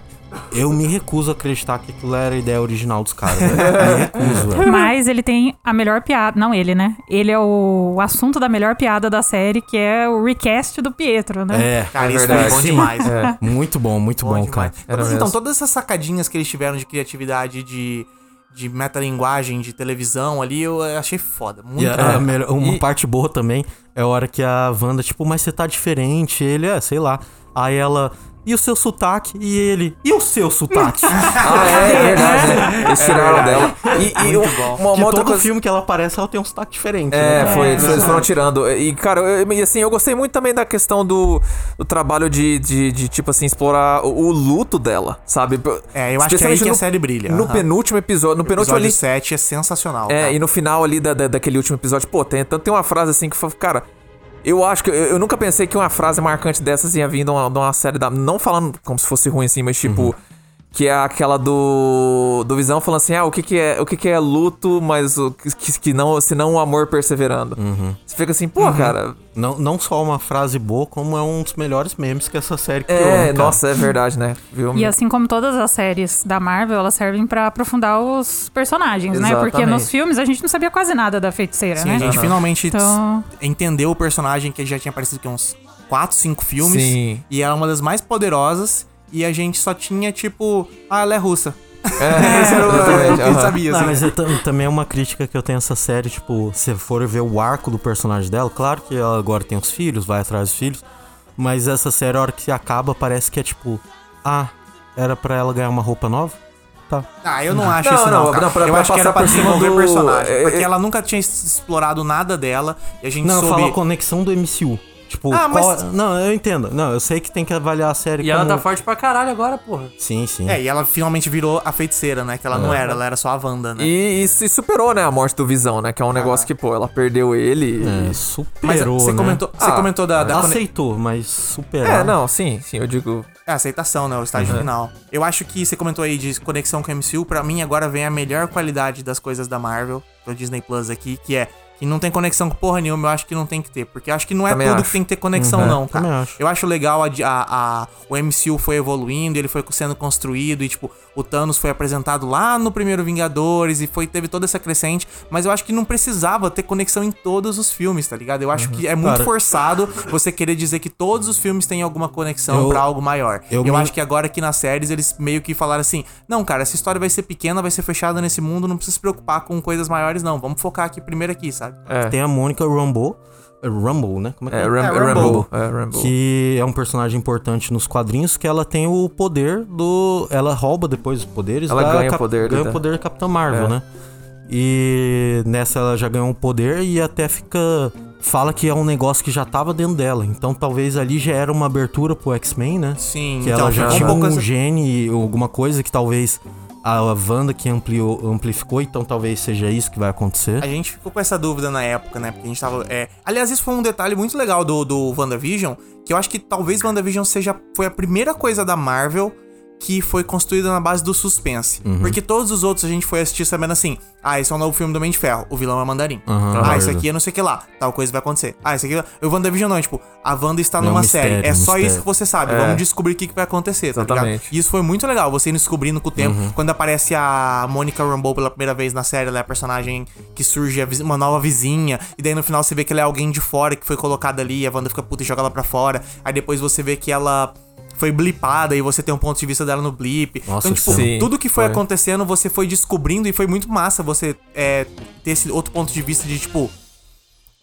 eu me recuso a acreditar que aquilo era a ideia original dos caras. velho.
[laughs]
me recuso, velho.
Mas ele tem a melhor piada. Não ele, né? Ele é o assunto da melhor piada da série, que é o recast do Pietro, né?
É,
Cara,
É
isso foi
verdade.
bom
Sim.
demais. né?
É.
muito bom, muito
Bom
bom,
demais.
cara.
Era
Todas- então,
mesmo.
todas essas sacadinhas que eles tiveram de criatividade, de, de metalinguagem, de televisão ali, eu achei foda. Muito
E a- a
bom.
melhor- uma
E-
parte boa também é a hora que a Wanda, tipo, mas você tá diferente. Ele, é, sei lá. Aí ela, e o seu sotaque? E ele, e o
[laughs]
seu sotaque?
Ah, é, é verdade. né? Eles tiraram dela. E, e
Muito
um-
bom.
uma,
[laughs] De
uma outra
todo
coisa.
filme que ela aparece, ela tem um sotaque diferente.
É,
né?
foi, eles foram tirando. E, cara, eu, e assim, eu gostei muito também da questão do, do trabalho de, de, de, tipo assim, explorar o, o luto dela, sabe?
É, eu acho que é aí
Especialmente
que a série brilha,
No
aham.
penúltimo episódio, no penúltimo
episódio
ali,
7 é sensacional. cara.
é, e no final ali da, da- daquele último episódio, pô, tem, tanto tem uma frase assim que foi, cara. Eu acho que. Eu, eu nunca pensei que uma frase marcante dessas ia vir de uma, de uma série da. Não falando como se fosse ruim assim, mas tipo. Que é aquela do. Do Visão falando assim, ah, o que, que é o que, que é luto, mas o que, que- que não. Se não o amor perseverando. Você fica assim, pô, cara.
Não, não só uma frase boa, como é um dos melhores memes que essa série criou.
É,
né, cara?
nossa, é verdade, né? Viu?
E assim como todas as séries da Marvel, elas servem pra aprofundar os personagens, né? Porque
Exatamente.
nos filmes a gente não sabia quase nada da feiticeira,
Sim,
né?
assim, a gente finalmente
Então-
s- entendeu o personagem que já tinha aparecido aqui uns 4, 5 filmes.
Sim.
E ela é uma das mais poderosas. E a gente só tinha, tipo, ah, ela é russa.
É,
Esse era o-
[laughs] exatamente,
eu
aham.
sabia,
Não,
assim.
mas eu tam- também é uma crítica que eu tenho a essa série, tipo, se for ver o arco do personagem dela, claro que ela agora tem os filhos, vai atrás dos filhos, mas essa série, a hora que acaba, parece que é tipo, ah, era pra ela ganhar uma roupa nova? Tá.
Ah, eu não acho
Não,
isso não,
não,
cara.
não, pra-
eu
pra
acho que era
passar
pra
por cima
desenvolver
do-
personagem.
é,
Porque
é-
ela nunca tinha es- explorado nada dela. E a gente
Não,
soube...
fala a conexão do MCU. Tipo,
Ah, mas-
qual- não, eu entendo. Não, eu sei que tem que avaliar a série
E ela
como-
tá forte pra caralho agora, porra.
Sim, sim.
É, e ela finalmente virou a feiticeira, né? Que ela não era, ela era só a Wanda, né?
É. E, e se superou, né, a morte do Visão, né? Que é um negócio que, pô, ela perdeu ele.
É,
e-
superou,
Mas você
né?
comentou, você
Ah,
comentou da, da
Ela
cone-
aceitou, mas superou.
É, não, sim, sim, eu digo.
É, aceitação, né? O estágio
Uhum.
final. Eu acho que você comentou aí de conexão com o MCU. Pra mim, agora vem a melhor qualidade das coisas da Marvel, do Disney Plus aqui, que é que não tem conexão com porra nenhuma. Eu acho que não tem que ter. Porque eu acho que não é
Também
tudo
acho.
que
Uhum.
tem que ter conexão, não, cara.
também acho.
Eu acho legal a, di- a- a- o MCU foi evoluindo, ele foi sendo construído e, tipo, o Thanos foi apresentado lá no primeiro Vingadores e foi teve toda essa crescente. Mas eu acho que não precisava ter conexão em todos os filmes, tá ligado? Eu acho que é muito
Uhum. Cara.
forçado você querer dizer que todos os filmes têm alguma conexão
Eu-
pra algo maior.
Eu
Eu,
me-
acho que agora aqui nas séries eles meio que falaram assim: não, cara, essa história vai ser pequena, vai ser fechada nesse mundo, não precisa se preocupar com coisas maiores, não. Vamos focar aqui primeiro aqui, sabe?
É,
Tem a Mônica Rambeau. Rumble, né? Como é que
é, Ram
É,
é,
Rambo.
Rambo. É, Rambo.
que é um personagem importante nos quadrinhos, que ela tem o poder do. Ela rouba depois os poderes.
Ela
da
ganha o poder
Ganha
da-
o poder da Capitã Marvel, né? E nessa ela já ganhou um poder e até fica. Fala que é um negócio que já tava dentro dela. Então talvez ali já era uma abertura pro X-Men, né?
Sim,
Que
então,
ela já
ficou um
tinha
pouco
um
essa-
gene ou alguma coisa que talvez a Wanda que ampliou, amplificou, então talvez seja isso que vai acontecer.
A gente ficou com essa dúvida na época, né? Porque a gente tava. é, Aliás, isso foi um detalhe muito legal do, do WandaVision, que eu acho que talvez WandaVision seja. Foi a primeira coisa da Marvel que foi construída na base do suspense.
Uhum.
Porque todos os outros a gente foi assistir sabendo assim: ah, esse é um novo filme do Homem de Ferro, o vilão é Mandarim. ah,
Tá
isso aqui é não sei o que lá, tal coisa vai acontecer. Ah, isso aqui. O WandaVision não, é tipo, a Wanda está
Não, um
numa
mistério,
série. É só
mistério.
isso que você sabe. Vamos descobrir o que, que vai acontecer, tá ligado?
Exatamente.
E isso foi muito legal, você indo descobrindo com o tempo. Quando aparece a Monica Rambeau pela primeira vez na série, ela é a personagem que surge, a viz- uma nova vizinha. E daí no final você vê que ela é alguém de fora que foi colocada ali, a Wanda fica puta e joga ela pra fora. Aí depois você vê que ela foi blipada e você tem um ponto de vista dela no blip.
Nossa,
então, tipo,
sim,
tudo que foi,
foi.
acontecendo você foi descobrindo e foi muito massa você é, ter esse outro ponto de vista de, tipo,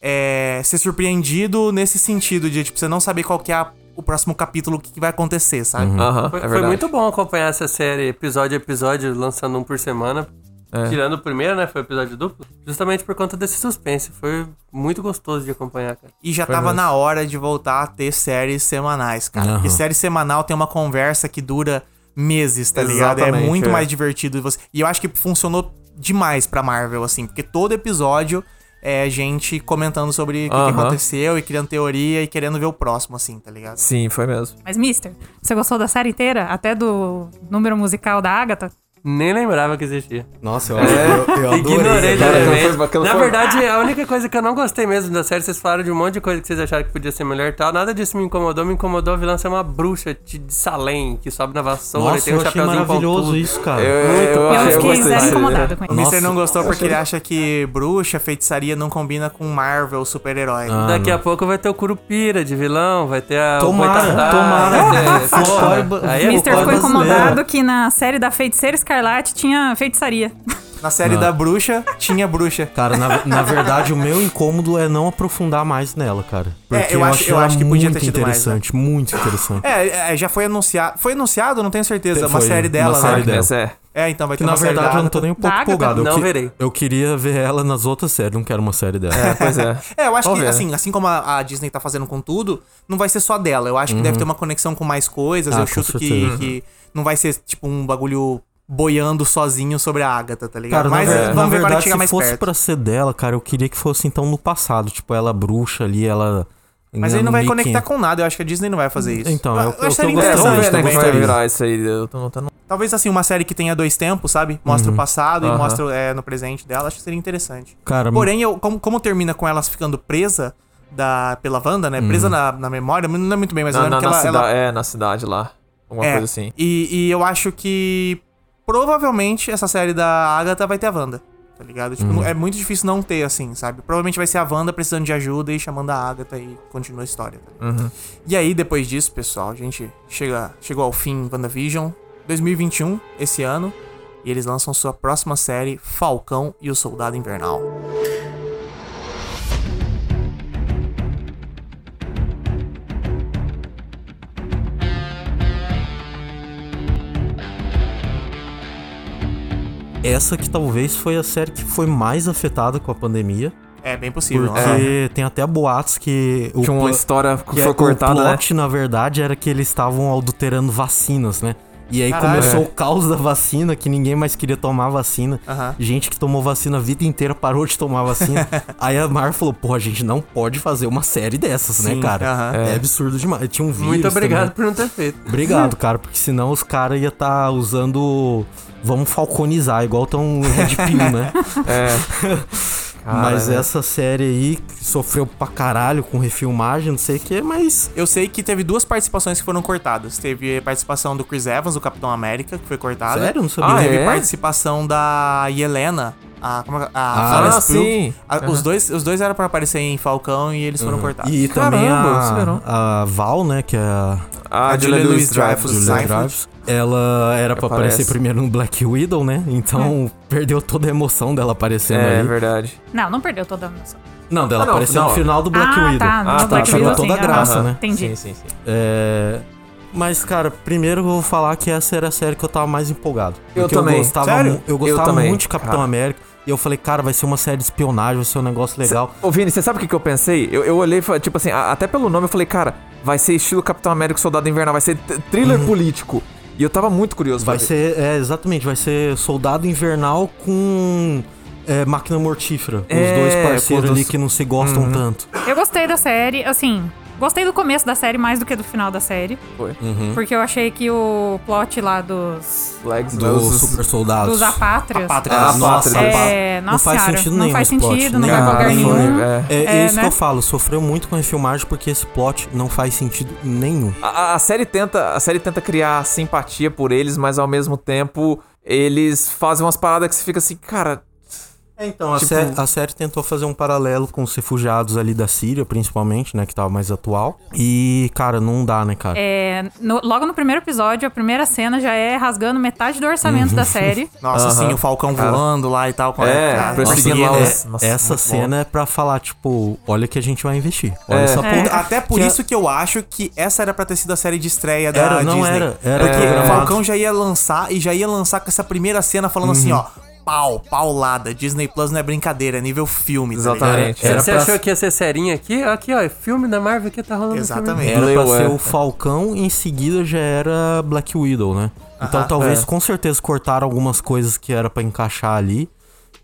é, ser surpreendido nesse sentido de, tipo, você não saber qual que é a- o próximo capítulo, o que, que vai acontecer, sabe?
Aham,
Foi,
é
foi
verdade.
muito bom acompanhar essa série episódio a episódio, lançando um por semana.
É.
Tirando o primeiro, né? Foi o episódio duplo. Justamente por conta desse suspense. Foi muito gostoso de acompanhar, cara.
E já
é.
tava na hora de voltar a ter séries semanais, cara. Porque
Uhum.
série semanal tem uma conversa que dura meses, tá ligado? É
Exatamente,
muito
é.
mais divertido. você- E eu acho que funcionou demais pra Marvel, assim. Porque todo episódio é gente comentando sobre o que, que
Aham.
aconteceu e criando teoria e querendo ver o próximo, assim, tá ligado?
Sim, foi mesmo.
Mas, mister, você gostou da série inteira? Até do número musical da Agatha?
Nem lembrava que existia.
Nossa, eu, eu, eu
Ignorei
cara.
totalmente.
Aquela foi- aquela
Na
foi-
verdade, é a única coisa que eu não gostei mesmo da série, vocês falaram de um monte de coisa que vocês acharam que podia ser melhor e tal. Nada disso me incomodou. Me incomodou a vilã ser uma bruxa de, de Salem, que sobe na vassoura e
Nossa,
tem
eu
um
achei
chapéuzinho
maravilhoso
pontudo.
isso, cara.
Eu, fiquei
gostei
zero
disso aí.
incomodada com
O
isso.
Mister
Nossa,
não gostou porque ele acha que bruxa, feitiçaria não combina com Marvel, super-herói. né?
Daqui a pouco vai ter o Curupira de vilão, vai ter a. o
Tomara,
Boitatá,
tomara.
vai ter-
Folclore
Porra,
ba-
aí
O
é
Mister
folclore
ficou
brasileiro.
incomodado que na série da Feiticeira Escarlate tinha feitiçaria.
Na série da bruxa, tinha bruxa.
Cara, na, na verdade, o meu incômodo é não aprofundar mais nela, cara. Porque
É, eu
eu,
acho-
acho,
eu
ela
acho que
muito
podia ter tido mais, né?
interessante, muito interessante.
É, é, já foi anunciado. Foi anunciado, não tenho certeza. Uma
Foi,
série dela,
uma
né?
série dela.
Essa é.
É, então vai
Que
ter
na
uma série
verdade
da
eu não tô nem um
Da
pouco
Agatha?
empolgado. Eu,
Não
que-
verei.
eu queria ver ela nas outras séries, não quero uma série dela.
Pois é.
É, eu acho
Vamos
que
ver,
assim, assim como a, a Disney tá fazendo com tudo, não vai ser só dela. Eu acho que deve ter uma conexão com mais coisas.
Uhum. Ah,
eu
com
chuto que,
certeza.
que não vai ser tipo um bagulho boiando sozinho sobre a Agatha, tá ligado?
Cara,
Mas
na, ver-
eh,
na
vamos ver quando
verdade,
chegar
se
mais
fosse
perto.
pra ser dela, cara, eu queria que fosse então no passado. Tipo, ela bruxa ali, ela.
Mas ele não vai
meio que-
conectar com nada. Eu acho que a Disney não vai fazer isso.
Então,
eu,
é o
eu
que eu tô
acharia
gostando.
interessante
É, vamos ver, né,
também.
como vai virar isso aí. Eu tô notando.
Talvez assim, uma série que tenha dois tempos, sabe? Mostra o passado e
Uhum. Aham. É
mostra eh, no presente dela. Acho que seria interessante.
Cara,
Porém, eu, como, como termina com elas ficando presa da, pela Wanda, né? Presa na, na memória, não é muito bem, mas eu
Uhum. Na,
lembro
na,
que
na
ela-
cida-
ela,
É, na cidade lá. Alguma
É,
coisa assim.
E, e eu acho que provavelmente essa série da Agatha vai ter a Wanda. Tá ligado? Tipo, não- é muito difícil não ter, assim, sabe? Provavelmente vai ser a Wanda precisando de ajuda e chamando a Agatha e continua a história. tá ligado? E aí, depois disso, pessoal, a gente chega, chegou ao fim WandaVision 2021, esse ano, e eles lançam sua próxima série, Falcão e o Soldado Invernal.
essa que talvez foi a série que foi mais afetada com a pandemia.
É bem possível. né?
Porque tem até boatos que. O
Que
um
uma
pla-
história Tipo, que
que é-
foi cortada,
O
né?
plot, na verdade, era que eles estavam adulterando vacinas, né? E aí
Caralho.
começou
É.
o caos da vacina, que ninguém mais queria tomar vacina.
Aham.
Gente que tomou vacina a vida inteira parou de tomar vacina. aí a Mar falou, pô, a gente não pode fazer uma série dessas,
Sim,
né, cara?
aham.
É. absurdo demais. Tinha um vírus
Muito obrigado
também.
por não ter feito.
Obrigado, cara, porque senão os caras iam estar usando... Vamos falconizar, igual tão Red Pill, né?
É. [laughs]
mas essa série aí que sofreu pra caralho com refilmagem, não sei o que, mas...
Eu sei que teve duas participações que foram cortadas. Teve a participação do Chris Evans, do Capitão América, que foi cortada.
Sério? Não sabia.
E
Ah,
teve
é?
participação da Yelena, a, como é- a
Ah,
Florence Pugh.
sim.
A- os, dois, os dois eram pra aparecer em Falcão e eles foram
Tá.
cortados.
E também
Caramba, você não.
a, a Val, né, que é a
A,
a Julia
Julia Louis
Louis-Dreyfus.
Dreyfus.
Julia
Seinfeld.
Dreyfus, ela era pra
Aparece.
aparecer primeiro no Black Widow, né? Então perdeu toda a emoção dela aparecendo
É,
ali.
verdade.
Não, não perdeu toda a emoção.
Não, dela
Ah, não,
apareceu
não.
no final do Black
ah,
Widow.
tá. no
Ah, tá,
Black
pegou
Widow,
toda
sim,
a graça,
aham.
né?
Entendi.
Sim, sim, sim.
É, Mas, cara, primeiro eu vou falar que essa era a série que eu tava mais empolgado.
Eu
Porque
também.
Eu gostava,
Sério?
mu- eu
Eu
gostava
também,
muito de Capitão
cara.
América. E eu falei, cara, vai ser uma série de espionagem, vai ser um negócio legal.
Ô, Vini, você sabe o que, que eu pensei? Eu, eu olhei, e falei, tipo assim, a- até pelo nome eu falei, cara, vai ser estilo Capitão América e Soldado Invernal, vai ser t- thriller político. E eu tava muito curioso
Uhum. Vai
pra ver.
ser, é, exatamente, vai ser Soldado Invernal com é, Máquina Mortífera.
É, Uhum.
os dois parceiros
com os-
ali que não se gostam tanto.
Eu gostei da série, assim. Gostei do começo da série mais do que do final da série.
Foi.
Uhum.
Porque eu achei que o plot lá dos.
Flags, né,
Dos
os-
super soldados.
dos apátrios.
Ah,
nossa,
apátridas.
É,
não
nossa
faz
senhora,
sentido
não
nenhum
faz
esse plot,
sentido, não
né?
vai pra
Cara,
lugar
foi-
nenhum.
é.
É,
É,
é isso
né?
que eu falo, sofreu muito com a refilmagem porque esse plot não faz sentido nenhum.
A, a- a série tenta, a série tenta criar simpatia por eles, mas ao mesmo tempo eles fazem umas paradas que você fica assim, cara,
Então, a,
Tipo-
série, a série tentou fazer um paralelo com os refugiados ali da Síria, principalmente, né? Que tava mais atual. E, cara, não dá, né, cara?
É, no- logo no primeiro episódio, a primeira cena já é rasgando metade do orçamento da série.
Nossa,
Aham.
sim, o Falcão
Cara.
voando lá e tal. com a-
É,
cara,
perseguindo
nossa,
lá
e é-
os- nossa,
Essa
muito
cena é pra falar, tipo, olha que a gente vai investir. Olha
É.
essa
É.
porra.
Até por
Que-
isso que eu acho que essa era pra ter sido a série de estreia da
Era, não
Disney.
era, era
Porque o
programado.
Falcão já ia lançar e já ia lançar com essa primeira cena falando assim, ó, pau, paulada, Disney Plus não é brincadeira, é nível filme. tá ligado?
exatamente.
Era
você
pra-
achou que ia ser serinha aqui? Aqui, ó, é filme da Marvel que tá rolando.
Exatamente.
Era pra
Leu,
ser
é.
o Falcão e em seguida já era Black Widow, né? Então talvez,
É.
com certeza, cortaram algumas coisas que era pra encaixar ali.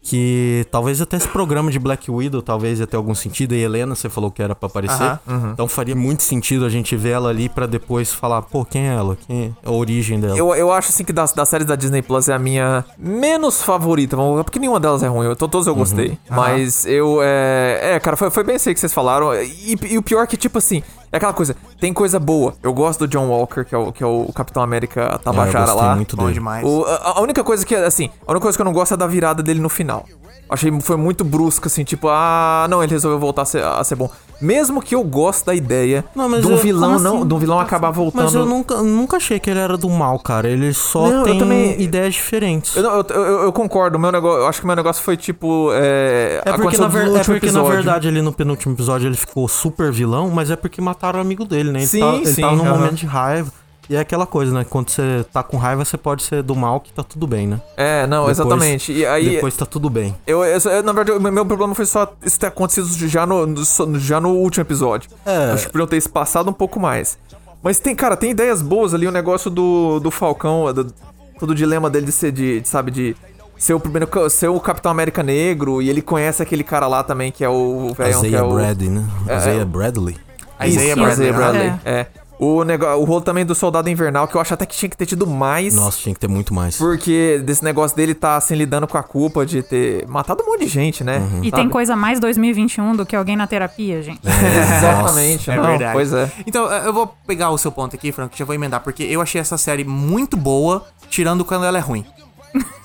Que talvez até esse programa de Black Widow talvez ia ter algum sentido. E Helena, você falou que era pra aparecer.
Aham,
uhum.
Então faria muito sentido a gente ver ela ali pra depois falar, pô, quem é ela? Quem é a origem dela?
Eu, eu acho assim que das, das séries da Disney Plus é a minha menos favorita, vamos ver, porque nenhuma delas é ruim, eu, to- todas
Uhum.
eu gostei. Mas eu. É, é, cara, foi, foi bem isso aí que vocês falaram. E, e o pior é que, tipo assim, é aquela coisa, tem coisa boa. Eu gosto do John Walker, que é o, que é o Capitão América
Ah, eu
Tabajara
gostei
lá.
muito
Bom
dele.
demais.
O- a, a única coisa que, assim, a única coisa que eu não gosto é da virada dele no final. Achei foi muito brusca, assim, tipo, ah, não, ele resolveu voltar a ser, a ser bom. Mesmo que eu gosto da ideia
Não, mas
do
eu-
um vilão,
como
não,
assim?
do vilão acabar voltando.
Mas eu nunca, nunca achei que ele era do mal, cara. Ele só
Não, eu
tem
também-
ideias diferentes.
Eu, não- eu- eu- eu concordo, o meu negócio, eu acho que o meu negócio foi tipo. É,
É porque,
aconteceu
na, ver-
no
é
último
porque, na
episódio.
verdade, ali no penúltimo episódio ele ficou super vilão, mas é porque mataram o amigo dele, né? Ele,
Sim,
tá, ele
sim,
tava num
aham.
momento de raiva. E é aquela coisa, né? Quando você tá com raiva, você pode ser do mal que tá tudo bem, né?
É, não,
Depois-
exatamente. E aí.
Depois tá tudo bem.
Eu, eu- eu- na verdade, o meu problema foi só isso ter acontecido já no, no- só- já no último episódio.
É.
Acho que podiam ter espaçado um pouco mais. Mas tem, cara, tem ideias boas ali, o negócio do, do Falcão, do, todo o dilema dele de ser de, de, sabe, de ser o primeiro, ca- ser o Capitão América Negro, e ele conhece aquele cara lá também, que é o velho, que é
Isaiah
o...
Bradley, né?
É,
Isaiah
é.
Bradley.
Isaiah
Isso,
Bradley,
Isaiah Bradley.
né?
É. O, negócio, o rolo também do Soldado Invernal, que eu acho até que tinha que ter tido mais.
Nossa, tinha que ter muito mais.
Porque desse negócio dele tá assim lidando com a culpa de ter matado um monte de gente, né?
E tem coisa mais 2021 do que alguém na terapia, gente.
É,
Exatamente,
É
não,
verdade.
Pois é.
Então, eh, eu vou pegar o seu ponto aqui, Frank, já vou emendar, porque eu achei essa série muito boa, tirando quando ela é
[laughs]
ruim.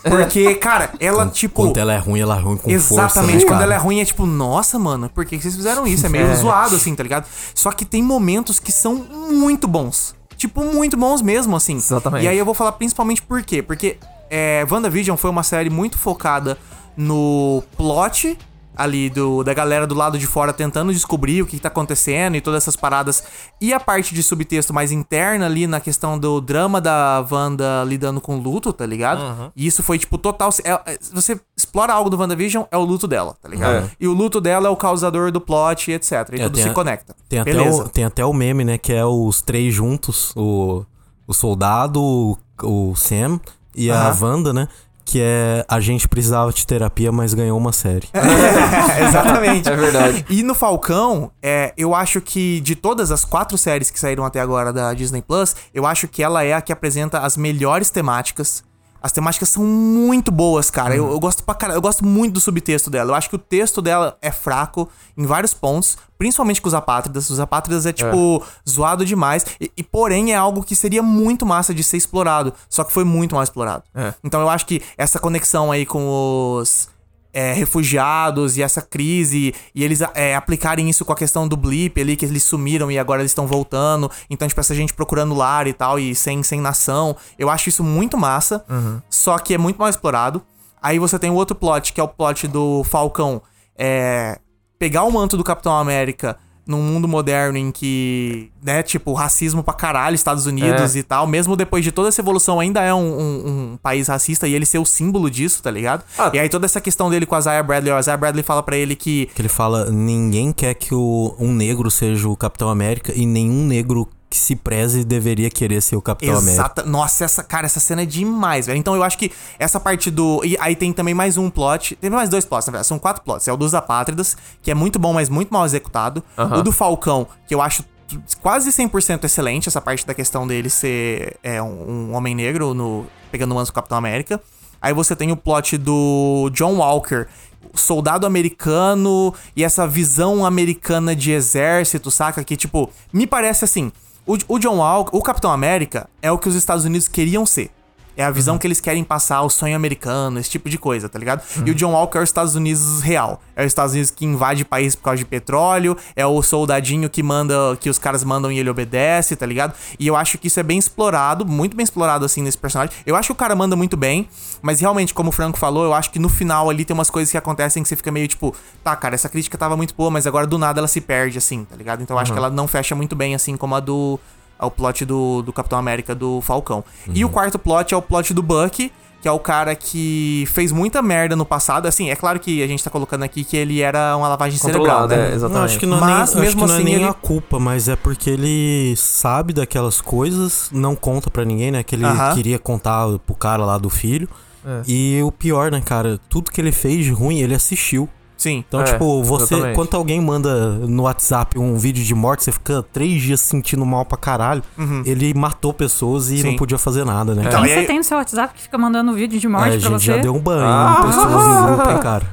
Porque, cara, ela, tipo.
Quando ela é ruim, ela é ruim com força.
Exatamente,
né,
quando
cara?
ela é ruim é tipo, nossa, mano, por que que vocês fizeram isso? É meio zoado, assim, tá ligado? Só que tem momentos que são muito bons. Tipo, muito bons mesmo, assim.
Exatamente.
E aí eu vou falar principalmente por quê. Porque é, WandaVision foi uma série muito focada no plot ali do, da galera do lado de fora tentando descobrir o que, que tá acontecendo e todas essas paradas. E a parte de subtexto mais interna ali na questão do drama da Wanda lidando com o luto, tá ligado? E isso foi, tipo, total. é- é- você explora algo do WandaVision, é o luto dela, tá ligado?
É.
E o luto dela é o causador do plot, etc. E
É,
tudo
tem
se
a-
conecta.
Tem até,
Beleza.
o, tem até o meme, né? Que é os três juntos: o, o soldado, o, o Sam e a
Aham.
Wanda, né? Que é a gente precisava de terapia, mas ganhou uma série.
É. [laughs] Exatamente.
É verdade.
E no Falcão, é, eu acho que de todas as quatro séries que saíram até agora da Disney Plus, eu acho que ela é a que apresenta as melhores temáticas. As temáticas são muito boas, cara. Eu, eu gosto pra caralho, eu gosto muito do subtexto dela. Eu acho que o texto dela é fraco em vários pontos, principalmente com os apátridas. Os apátridas é tipo zoado demais. E, e, porém é algo que seria muito massa de ser explorado, só que foi muito mal explorado.
É.
Então eu acho que essa conexão aí com os é, refugiados e essa crise, e eles é, aplicarem isso com a questão do blip ali, que eles sumiram e agora eles estão voltando. Então, tipo, essa gente procurando lar e tal, e sem, sem nação. Eu acho isso muito massa, só que é muito mal explorado. Aí você tem o outro plot, que é o plot do Falcão é, pegar o manto do Capitão América num mundo moderno em que, né, tipo, racismo pra caralho, Estados Unidos e tal, mesmo depois de toda essa evolução, ainda é um, um- um país racista e ele ser o símbolo disso, tá ligado?
Ah.
E aí toda essa questão dele com a Zaya Bradley, ó, a Zaya Bradley fala pra ele que.
Que ele fala: ninguém quer que o, um negro seja o Capitão América e nenhum negro que se preze deveria querer ser o Capitão América.
Exata. Nossa, essa cara, essa cena é demais, velho. Então eu acho que essa parte do. E aí tem também mais um plot. Tem mais dois plots, na verdade. São quatro plots. É o dos Apátridas, que é muito bom, mas muito mal executado. O do Falcão, que eu acho t- quase 100% excelente, essa parte da questão dele ser é, um, um homem negro no pegando o manto do Capitão América. Aí você tem o plot do John Walker, soldado americano e essa visão americana de exército, saca? Que, tipo, me parece assim: o, o John Walker, o Capitão América, é o que os Estados Unidos queriam ser. É a visão que eles querem passar, o sonho americano, esse tipo de coisa, tá ligado? E o John Walker é os Estados Unidos real. É os Estados Unidos que invade país por causa de petróleo, é o soldadinho que manda, que os caras mandam e ele obedece, tá ligado? E eu acho que isso é bem explorado, muito bem explorado assim nesse personagem. Eu acho que o cara manda muito bem, mas realmente, como o Franco falou, eu acho que no final ali tem umas coisas que acontecem que você fica meio tipo, tá, cara, essa crítica tava muito boa, mas agora do nada ela se perde, assim, tá ligado? Então eu acho que
Uhum.
ela não fecha muito bem, assim como a do é o plot do, do Capitão América do Falcão.
Uhum.
E o quarto plot é o plot do Bucky, que é o cara que fez muita merda no passado. Assim, é claro que a gente tá colocando aqui que ele era uma lavagem cerebral,
Controlado,
né?
é,
Não, acho
exatamente.
que não é
Mas,
nem, acho que
mesmo
não é
assim,
nem
ele-
a culpa, mas é porque ele sabe daquelas coisas, não conta pra ninguém, né? Que ele
Aham.
queria contar pro cara lá do filho.
É.
E o pior, né, cara? Tudo que ele fez de ruim, ele assistiu.
Sim.
Então,
É,
tipo, você.
exatamente.
Quando alguém manda no WhatsApp um vídeo de morte, você fica três dias se sentindo mal pra caralho.
Uhum.
Ele matou pessoas e
Sim.
não podia fazer nada,
É.
né?
Então,
cara?
Quem
e
você
aí-
tem no seu WhatsApp que fica mandando vídeo de
a
morte pra
gente
você?
já deu um banho
Ah.
em pessoas no grupo, hein, cara.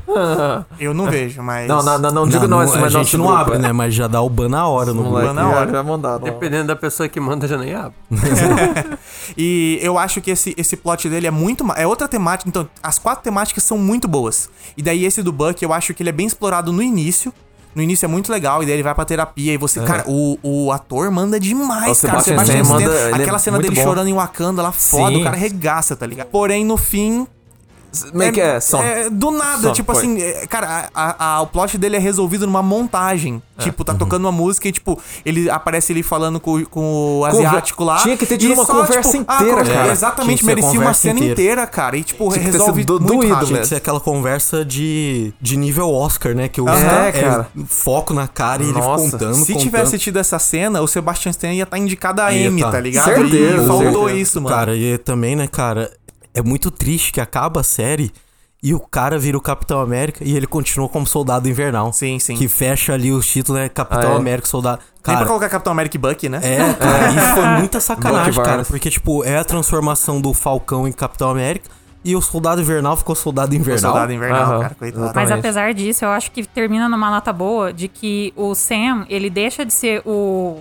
Eu não vejo, mas.
É. Não, não, não, não digo
não,
não, esse,
a
mas
gente não
grupo,
abre,
é.
né? Mas já dá o ban na hora no grupo.
Moleque,
na
já-
hora.
Já mandaram.
Dependendo da pessoa que manda, já nem abre.
E eu acho que esse, esse plot dele é muito. ma- É outra temática. Então, as quatro temáticas são muito boas. E daí esse do Buck, eu acho que ele é bem explorado no início. No início é muito legal, e daí ele vai pra terapia. E você, cara, o, o ator manda demais,
O
cara.
É. Sebastian
Sebastian
Stan
Stan,
manda- ele é
aquela cena
muito
dele
bom.
chorando em Wakanda lá foda, o
Sim.
cara regaça, tá ligado? Porém, no fim,
Meio que é, som.
é, do nada,
Some,
tipo
foi.
assim, é, cara, a- a- o plot dele é resolvido numa montagem.
É.
Tipo,
Uhum.
tá tocando uma música e, tipo, ele aparece ele falando com, com o asiático lá.
Tinha que ter tido
e tipo, ah,
uma conversa inteira, cara.
Tinha que
Exatamente,
ser
merecia uma
conversa
cena inteira.
inteira.
cara. E, tipo,
Tinha que ter
resolve
sido do-
muito
doído,
rápido.
né?
Tinha que ser É aquela conversa de, de nível Oscar, né? Que o
Aham,
é,
cara.
foco na cara e ele
Nossa,
contando,
Se
contando.
tivesse tido essa cena, o Sebastian Stan ia estar indicado a
Ia
M,
tá.
tá ligado?
Certeza,
e faltou
certeza.
isso, mano.
Cara, e também, né, cara, é muito triste que acaba a série e o cara vira o Capitão América e ele continua como Soldado Invernal.
Sim, sim.
Que fecha ali os títulos, né? Capitão
Ah, é?
América, Soldado...
Nem pra
Cara,
colocar Capitão América e Bucky, né? [laughs]
é, cara, isso foi muita
Bucky
sacanagem,
Barnes.
cara. Porque, tipo, é a transformação do Falcão em Capitão América e o Soldado Invernal ficou Soldado
O
Invernal.
Soldado Invernal,
Aham.
cara, coitado.
Mas é
Exatamente.
apesar disso, eu acho que termina numa nota boa de que o Sam, ele deixa de ser o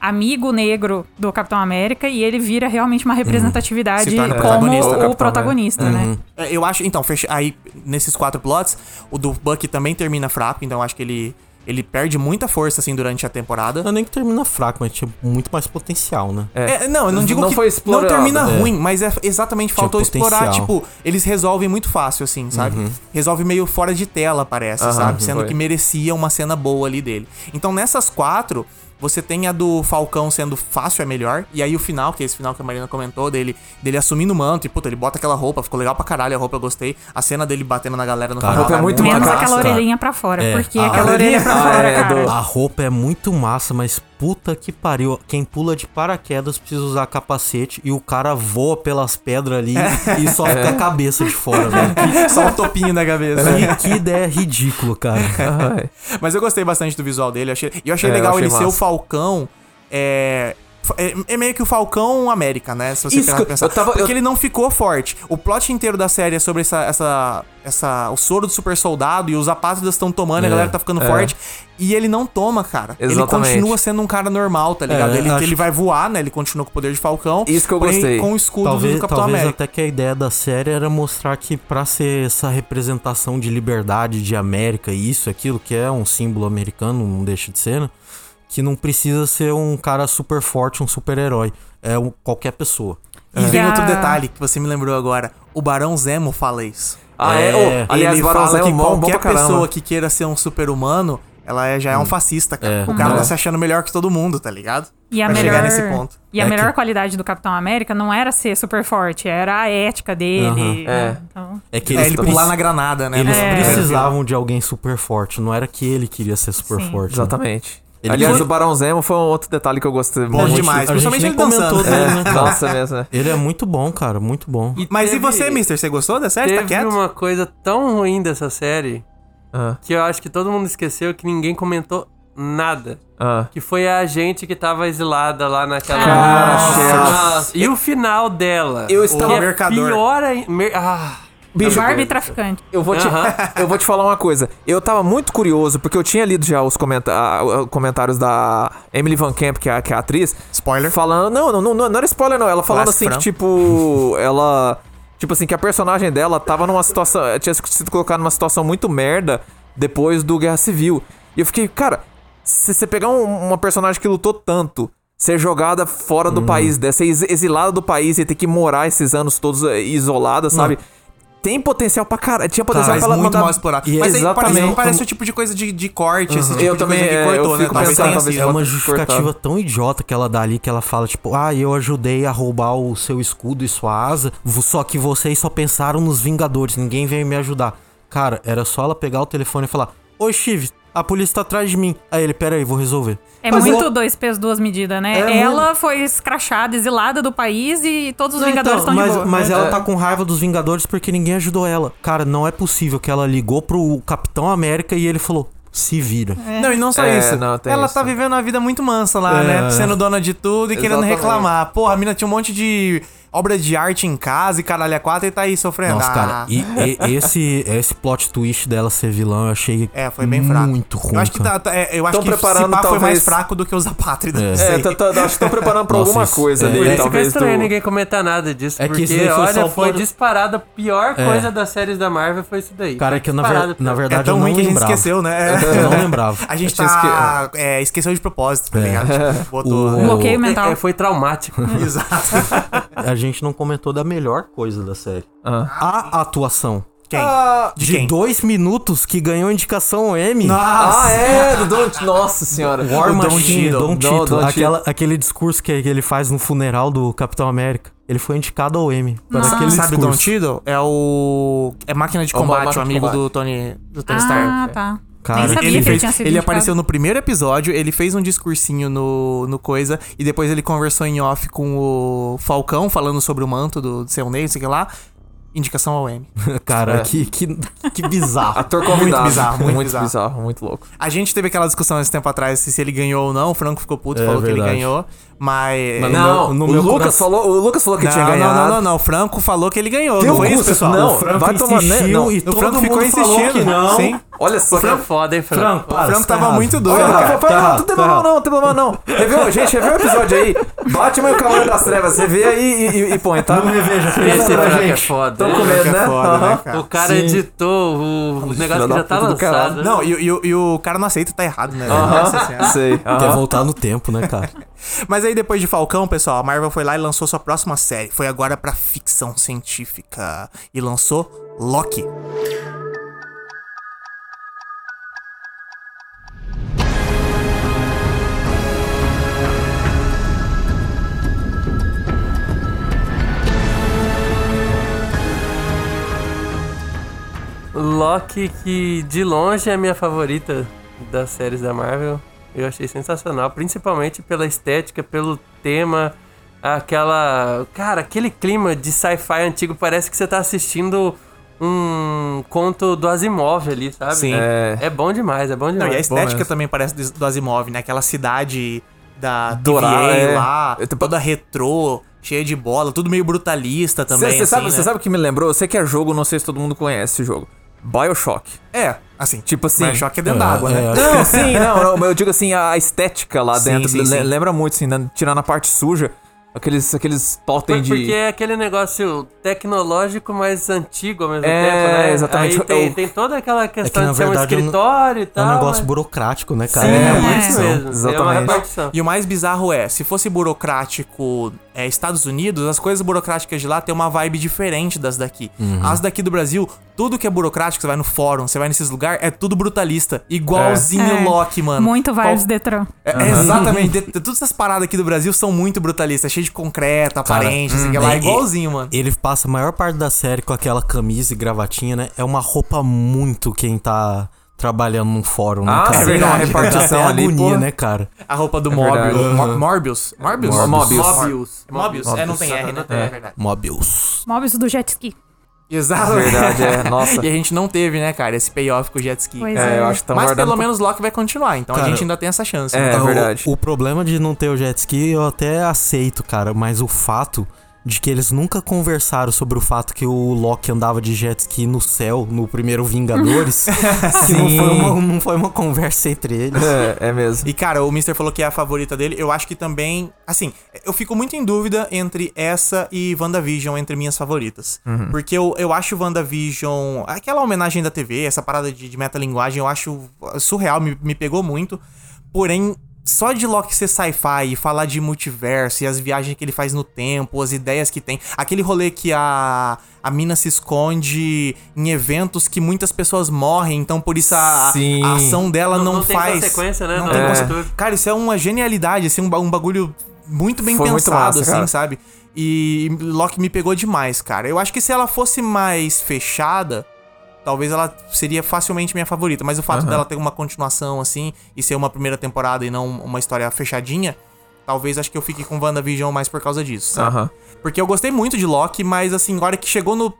amigo negro do Capitão América e ele vira realmente uma representatividade
Se torna
como
protagonista,
o
Capitão
protagonista, né?
É, Eu acho, então, fecha, aí nesses quatro plots, o do Buck também termina fraco, então eu acho que ele, ele perde muita força assim durante a temporada.
Não é nem que termina fraco, mas tinha muito mais potencial, né?
É,
[laughs]
não, eu não digo
Não
que
foi
não
explorado,
termina
é.
ruim, mas é exatamente faltou explorar,
potencial.
tipo, eles resolvem muito fácil assim, sabe? Resolve meio fora de tela, parece, sabe? Sendo
foi.
que merecia uma cena boa ali dele. Então, nessas quatro, Você tem a do Falcão sendo fácil é melhor. E aí o final, que é esse final que a Marina comentou, dele, dele assumindo o manto. E, puta, ele bota aquela roupa. Ficou legal pra caralho a roupa, eu gostei. A cena dele batendo na galera no
Cara,
final.
a roupa é
[laughs]
muito
Menos
Massa.
aquela orelhinha pra fora.
É,
Porque
a
aquela orelha
orelhinha
pra
pra
fora,
fora é
cara.
do-
A roupa é muito massa, mas puta que pariu. Quem pula de paraquedas precisa usar capacete e o cara voa pelas pedras ali
É.
e só fica a cabeça de fora, velho.
[laughs] Só o topinho na cabeça.
Que, que ideia ridícula, cara.
Ai.
Mas eu gostei bastante do visual dele. Achei, e eu achei
É, eu
legal
achei
ele ser
massa.
o Falcão. É, fa- é, é meio que o Falcão América, né? Se você
Isso
pegar pra
que eu-
pensar.
eu tava-
Porque
eu-
ele não ficou forte. O plot inteiro da série é sobre essa, essa, essa, o soro do super soldado e os apátridas estão tomando,
É,
a galera tá ficando forte. E ele não toma, cara.
Exatamente.
Ele continua sendo um cara normal, tá ligado?
É,
ele,
acho
ele
que-
vai voar, né? Ele continua com o poder de Falcão.
Isso que eu
porém
gostei.
Com o escudo do
Talvez,
Capitão
talvez
América.
até que a ideia da série era mostrar que pra ser essa representação de liberdade de América e isso, aquilo, que é um símbolo americano, não deixa de ser, né? que não precisa ser um cara super forte, um super-herói. É um- qualquer pessoa.
É.
E vem
E a-
outro detalhe que você me lembrou agora. O Barão Zemo fala isso.
Ah, é? Ô,
É,
aliás,
ele
Barão
fala
Zemo
que
é um bom, bom
qualquer
pra caramba. Hum.
pessoa que queira ser um super-humano, ela é- já é um fascista, cara.
É.
o cara
É.
tá se achando melhor que todo mundo, tá ligado?
E a
pra
melhor,
chegar nesse ponto.
E a
É
melhor
que-
qualidade do Capitão América não era ser super forte, era a ética dele.
Aham.
né?
É.
Então,
É que
É ele pular
preci-
na granada, né?
Eles
É.
No primeiro
precisavam de alguém super forte, não era que ele queria ser super
Sim.
forte. né?
Exatamente.
Ele
aliás,
foi-
o Barão Zemo foi um outro detalhe que eu gostei
Bom
muito.
demais,
a gente
principalmente
nem
ele dançando.
comentou dele, né,
É,
cara?
nossa mesmo, né?
Ele é muito bom, cara, muito bom.
filme. Mas e
Teve-
você, Mister? Você gostou da série? Tá
Teve
quieto?
uma coisa tão ruim dessa série
Ah,
que eu acho que todo mundo esqueceu que ninguém comentou nada.
ah.
Que foi a gente que tava exilada lá naquela.
Cara, Cheryl.
Nossa. E o final dela.
Eu estava-
que é
Mercador.
Pior ainda. Mer- Ah.
Bicho,
Barbie traficante.
eu vou, te, [laughs]
Aham.
eu vou te falar uma coisa. Eu tava muito curioso, porque eu tinha lido já os comenta ah, ah, comentários da Emily Van Camp, que é, a- que é a atriz.
Spoiler.
Falando. Não, não, não, não era spoiler, não. Ela falando
Classe
assim, que,
Fran.
tipo. [laughs] Ela. Tipo assim, que a personagem dela tava numa situação. Tinha sido colocada numa situação muito merda depois do Guerra Civil. E eu fiquei, cara, se você pegar um- uma personagem que lutou tanto, ser jogada fora do país, né, ser ex- exilada do país e ter que morar esses anos todos eh, isolada, sabe? Tem potencial pra caralho. Tinha potencial
Mas
pra ela
Tá muito
mandar-
mal explorado.
E-
Mas aí, por exemplo,
Exatamente.
parece o tipo de coisa de, de corte, esse tipo
Eu
de coisa
também, é,
que cortou,
eu
né?
fico
Talvez
pensando,
tenha
talvez
sido.
É uma
bota-
justificativa
cortado.
tão idiota que ela dá ali, que ela fala, tipo, ah, eu ajudei a roubar o seu escudo e sua asa, vo- só que vocês só pensaram nos Vingadores, ninguém veio me ajudar. Cara, era só ela pegar o telefone e falar, Oi, Steve, a polícia tá atrás de mim. Aí ele, pera aí, vou resolver.
É
Mas
muito
eu-
dois pesos, duas medidas, né?
É
ela foi escrachada, exilada do país e todos os
Não,
Vingadores
então,
estão
mas,
de boa.
mas
É,
né?
ela tá com raiva dos Vingadores porque ninguém ajudou ela. Cara, não é possível que ela ligou pro Capitão América e ele falou, se vira.
Não, e não só
É,
isso.
não, tem
ela
isso.
tá vivendo uma vida muito mansa lá,
É.
né? Sendo dona de tudo e querendo
Exatamente.
reclamar. Porra, a mina tinha um monte de obra de arte em casa e caralho a quatro e tá aí sofrendo.
Nossa,
Ah,
cara, e, e- esse, esse plot twist dela ser vilã eu achei
É, foi bem fraco.
muito ruim.
Eu acho que,
cara.
tá, tá- é, eu acho
Tão
que esse pá
preparando,
foi mais
talvez.
fraco do que os apátridas. não sei.
É, tá- tá- acho que estão preparando pra
Nossa,
alguma
isso-
coisa
é.
ali,
Por
Por isso que é
talvez.
estranho
do-
ninguém comentar nada disso.
É que
porque,
isso daí foi
olha,
só
foi
por- É.
disparada. A pior coisa das séries da Marvel foi isso daí.
Cara,
Foi
é que na, ver-
disparada a
na
pior.
É
verdade eu
tão
não
ruim que a gente
lembrava. É,
esqueceu, né?
Eu não
[laughs]
lembrava.
A gente
Eu tinha
tá, é, esqueceu de propósito, tá
É.
ligado? Tipo, botou.
O-
Bloqueio mental.
É, é, foi traumático.
Exato.
A gente não comentou da melhor coisa da série.
Ah.
A atuação.
Quem? de,
De
quem?
dois minutos que ganhou indicação ao M.
Nossa!
Ah, é, do Don... Nossa senhora.
War
O Don
Machine,
Cheadle.
Don
Não,
Tito.
Don Cheadle.
Aquela- aquele discurso que ele faz no funeral do Capitão América. Ele foi indicado ao M. Para aquele
Sabe o Don
discurso.
Tiddle? É o. É máquina de
É uma
combate, o
máquina de
amigo
combate.
do Tony, do Tony Stark.
Ah, tá.
Cara,
Nem sabia
Ele,
que ele
fez-
tinha sido
ele
indicado.
apareceu no primeiro episódio, ele fez um discursinho no, no coisa, e depois ele conversou em off com o Falcão, falando sobre o manto do, do seu Ney, não sei o que lá. Indicação ao M.
Cara,
É.
que, que, que bizarro.
Ator convidado.
bizarro, muito bizarro.
muito louco.
A gente teve aquela discussão esse tempo atrás se, se ele ganhou ou não, o Franco ficou puto,
É,
falou que
verdade.
ele ganhou, mas.
Mas
Não,
No meu- no
o,
meu
Lucas
coração-
falou, o Lucas falou que
não,
tinha
não,
ganhado.
não, não, não, o Franco falou que ele ganhou,
Teu
não foi isso,
Gusta,
pessoal?
não,
o Franco,
vai tomar-
insistiu
não,
e
o
todo
Franco ficou
mundo falou
insistindo,
que não.
sim.
Olha só.
Você é foda, hein, Fran?
para,
o Franco
você tá
tava
errado.
muito doido,
Olha,
cara.
foi- foi-
tá
não, não tem problema
errado, tá
não, não tem problema não. Reveu, gente, reveu o episódio aí. Batman e o Cavaleiro das Trevas. Você vê aí e, e- e
[laughs]
põe, tá?
Não reveja, pelo
Esse
Não,
amor de
não,
Franco
Deus.
é
gente.
foda.
Tô
hein?
com
Franco
medo,
é
né?
foda, né,
Aham.
cara?
O cara
Sim.
editou o, o negócio
filho
que
da
já tá
puta do caralho.
lançado.
Não, e, e o- e o cara não aceita, tá errado, né? Nossa senhora.
Aham, Sei.
Quer
aham.
voltar no tempo, né, cara?
Mas aí depois de Falcão, pessoal, a Marvel foi lá e lançou sua próxima série. Foi agora pra ficção científica e lançou Loki.
Loki, que de longe é a minha favorita das séries da Marvel. Eu achei sensacional, principalmente pela estética, pelo tema, aquela. Cara, aquele clima de sci-fi antigo. Parece que você tá assistindo um conto do Asimov ali, sabe?
Sim.
É, é bom demais, é bom
Não,
demais.
e a estética
mesmo.
também parece do- do Asimov, né? Aquela cidade da
Dourada,
TVA
é.
lá,
Eu tô-
toda retrô, cheia de bola, tudo meio brutalista também.
Você
assim,
sabe,
né?
cê sabe o que me lembrou? Eu sei que é jogo, não sei se todo mundo conhece esse jogo. Bioshock.
É, assim, tipo
Tipo assim.
assim. Mas choque é dentro d'água, né?
Não,
[laughs]
sim, não, não, mas eu digo assim, a estética lá
Sim,
dentro
sim,
le-
sim.
lembra muito, assim, né? tirando a parte suja, aqueles, aqueles totem
Por-
de...
Porque é aquele negócio tecnológico, mas antigo ao mesmo
É,
tempo, né?
exatamente.
Aí tem,
Eu-
tem toda aquela questão
na
de ser um
verdade é um-
escritório e
É
tal.
um negócio
mas...
burocrático, né, cara?
Sim,
É.
é,
né?
por isso mesmo.
É.
É uma
Exatamente.
repartição.
E o mais bizarro é, se fosse burocrático é, Estados Unidos, as coisas burocráticas de lá têm uma vibe diferente das daqui.
Uhum.
As daqui do Brasil, tudo que é burocrático, você vai no fórum, você vai nesses lugares, é tudo brutalista. Igualzinho
É.
Loki, mano.
Muito
Qual-
vibes Detran.
É, é
[laughs]
Exatamente. De- de- todas essas paradas aqui do Brasil são muito brutalistas, cheio de concreto, aparente, assim, que lá é
e-
igualzinho, mano.
Ele passa a maior parte da série com aquela camisa e gravatinha, né? É uma roupa muito quem tá trabalhando num fórum, né,
Ah,
cara?
é verdade. A repartição
Dá até
ali,
agonia,
pô.
né, cara?
A roupa do
É verdade.
Morbius. Mor- Morbius. Morbius?
Morbius.
Morbius. É Morbius. É, não tem R, né? É, verdade.
Mobius.
Móveis do jet ski.
Exato.
Verdade, é, nossa.
[laughs] E a gente não teve, né, cara, esse payoff com o jet ski.
Pois
cara.
É, eu acho que tá
Mas
guardando
pelo
pro-
menos Loki vai continuar, então a
Cara,
gente ainda tem essa chance. né?
É,
Então,
verdade.
O, o problema de não ter o jet ski eu até aceito, cara, mas o fato de que eles nunca conversaram sobre o fato que o Loki andava de jet ski no céu no
[laughs]
primeiro Vingadores, que não foi, uma, não foi uma conversa entre eles.
É, é mesmo.
E, cara, o Mister falou que é a favorita dele. Eu acho que também. Assim, eu fico muito em dúvida entre essa e WandaVision, entre minhas favoritas. Porque eu, eu acho WandaVision. Aquela homenagem da TV, essa parada de, de metalinguagem, eu acho surreal, me, me pegou muito. Porém. Só de Loki ser sci-fi e falar de multiverso e as viagens que ele faz no tempo, as ideias que tem. Aquele rolê que a, a mina se esconde em eventos que muitas pessoas morrem, então por isso a,
Sim.
a ação dela
Não-
não,
não tem
faz.
consequência, né?
Não,
Não
tem
é.
consequência. Cara, isso é uma genialidade, assim, um, ba- um bagulho muito bem
Foi muito
pensado,
massa,
assim,
cara.
sabe? E Loki me pegou demais, cara. Eu acho que se ela fosse mais fechada, talvez ela seria facilmente minha favorita. Mas o fato dela ter uma continuação, assim, e ser uma primeira temporada e não uma história fechadinha, talvez acho que eu fique com WandaVision mais por causa disso, sabe?
Aham.
Porque eu gostei muito de Loki, mas assim, na hora que chegou no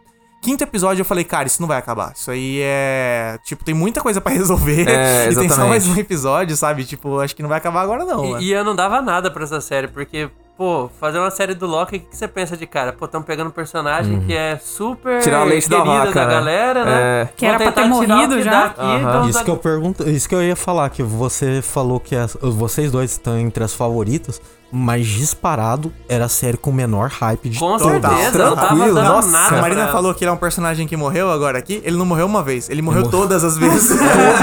quinto episódio, eu falei, cara, isso não vai acabar. Isso aí é. Tipo, tem muita coisa pra [laughs] resolver. e
É,
tem só
exatamente.
mais um episódio, sabe? Tipo, acho que não vai acabar agora, não.
E-
mano.
E, eu não dava nada pra essa série, porque, pô, fazer uma série do Loki, o que, que você pensa de cara? Pô, tão pegando um personagem que é super
Uhum. Tirar o leite da
querido
vaca, né?
galera, né?
É.
Que
Vão
era pra ter
tentar tirar o
morrido
que
já.
dá aqui,
Aham.
então
Isso
tá-
que eu pergunto, isso que eu ia falar, que você falou que as- vocês dois estão entre as favoritas, mas disparado era a série com o menor hype de
Com
todas.
certeza, não tava
Tranquilo,
dando
nossa,
nada.
A
cara.
Marina
pra-
falou que ele é um personagem que morreu agora aqui. Ele não morreu uma vez, ele morreu todas as vezes.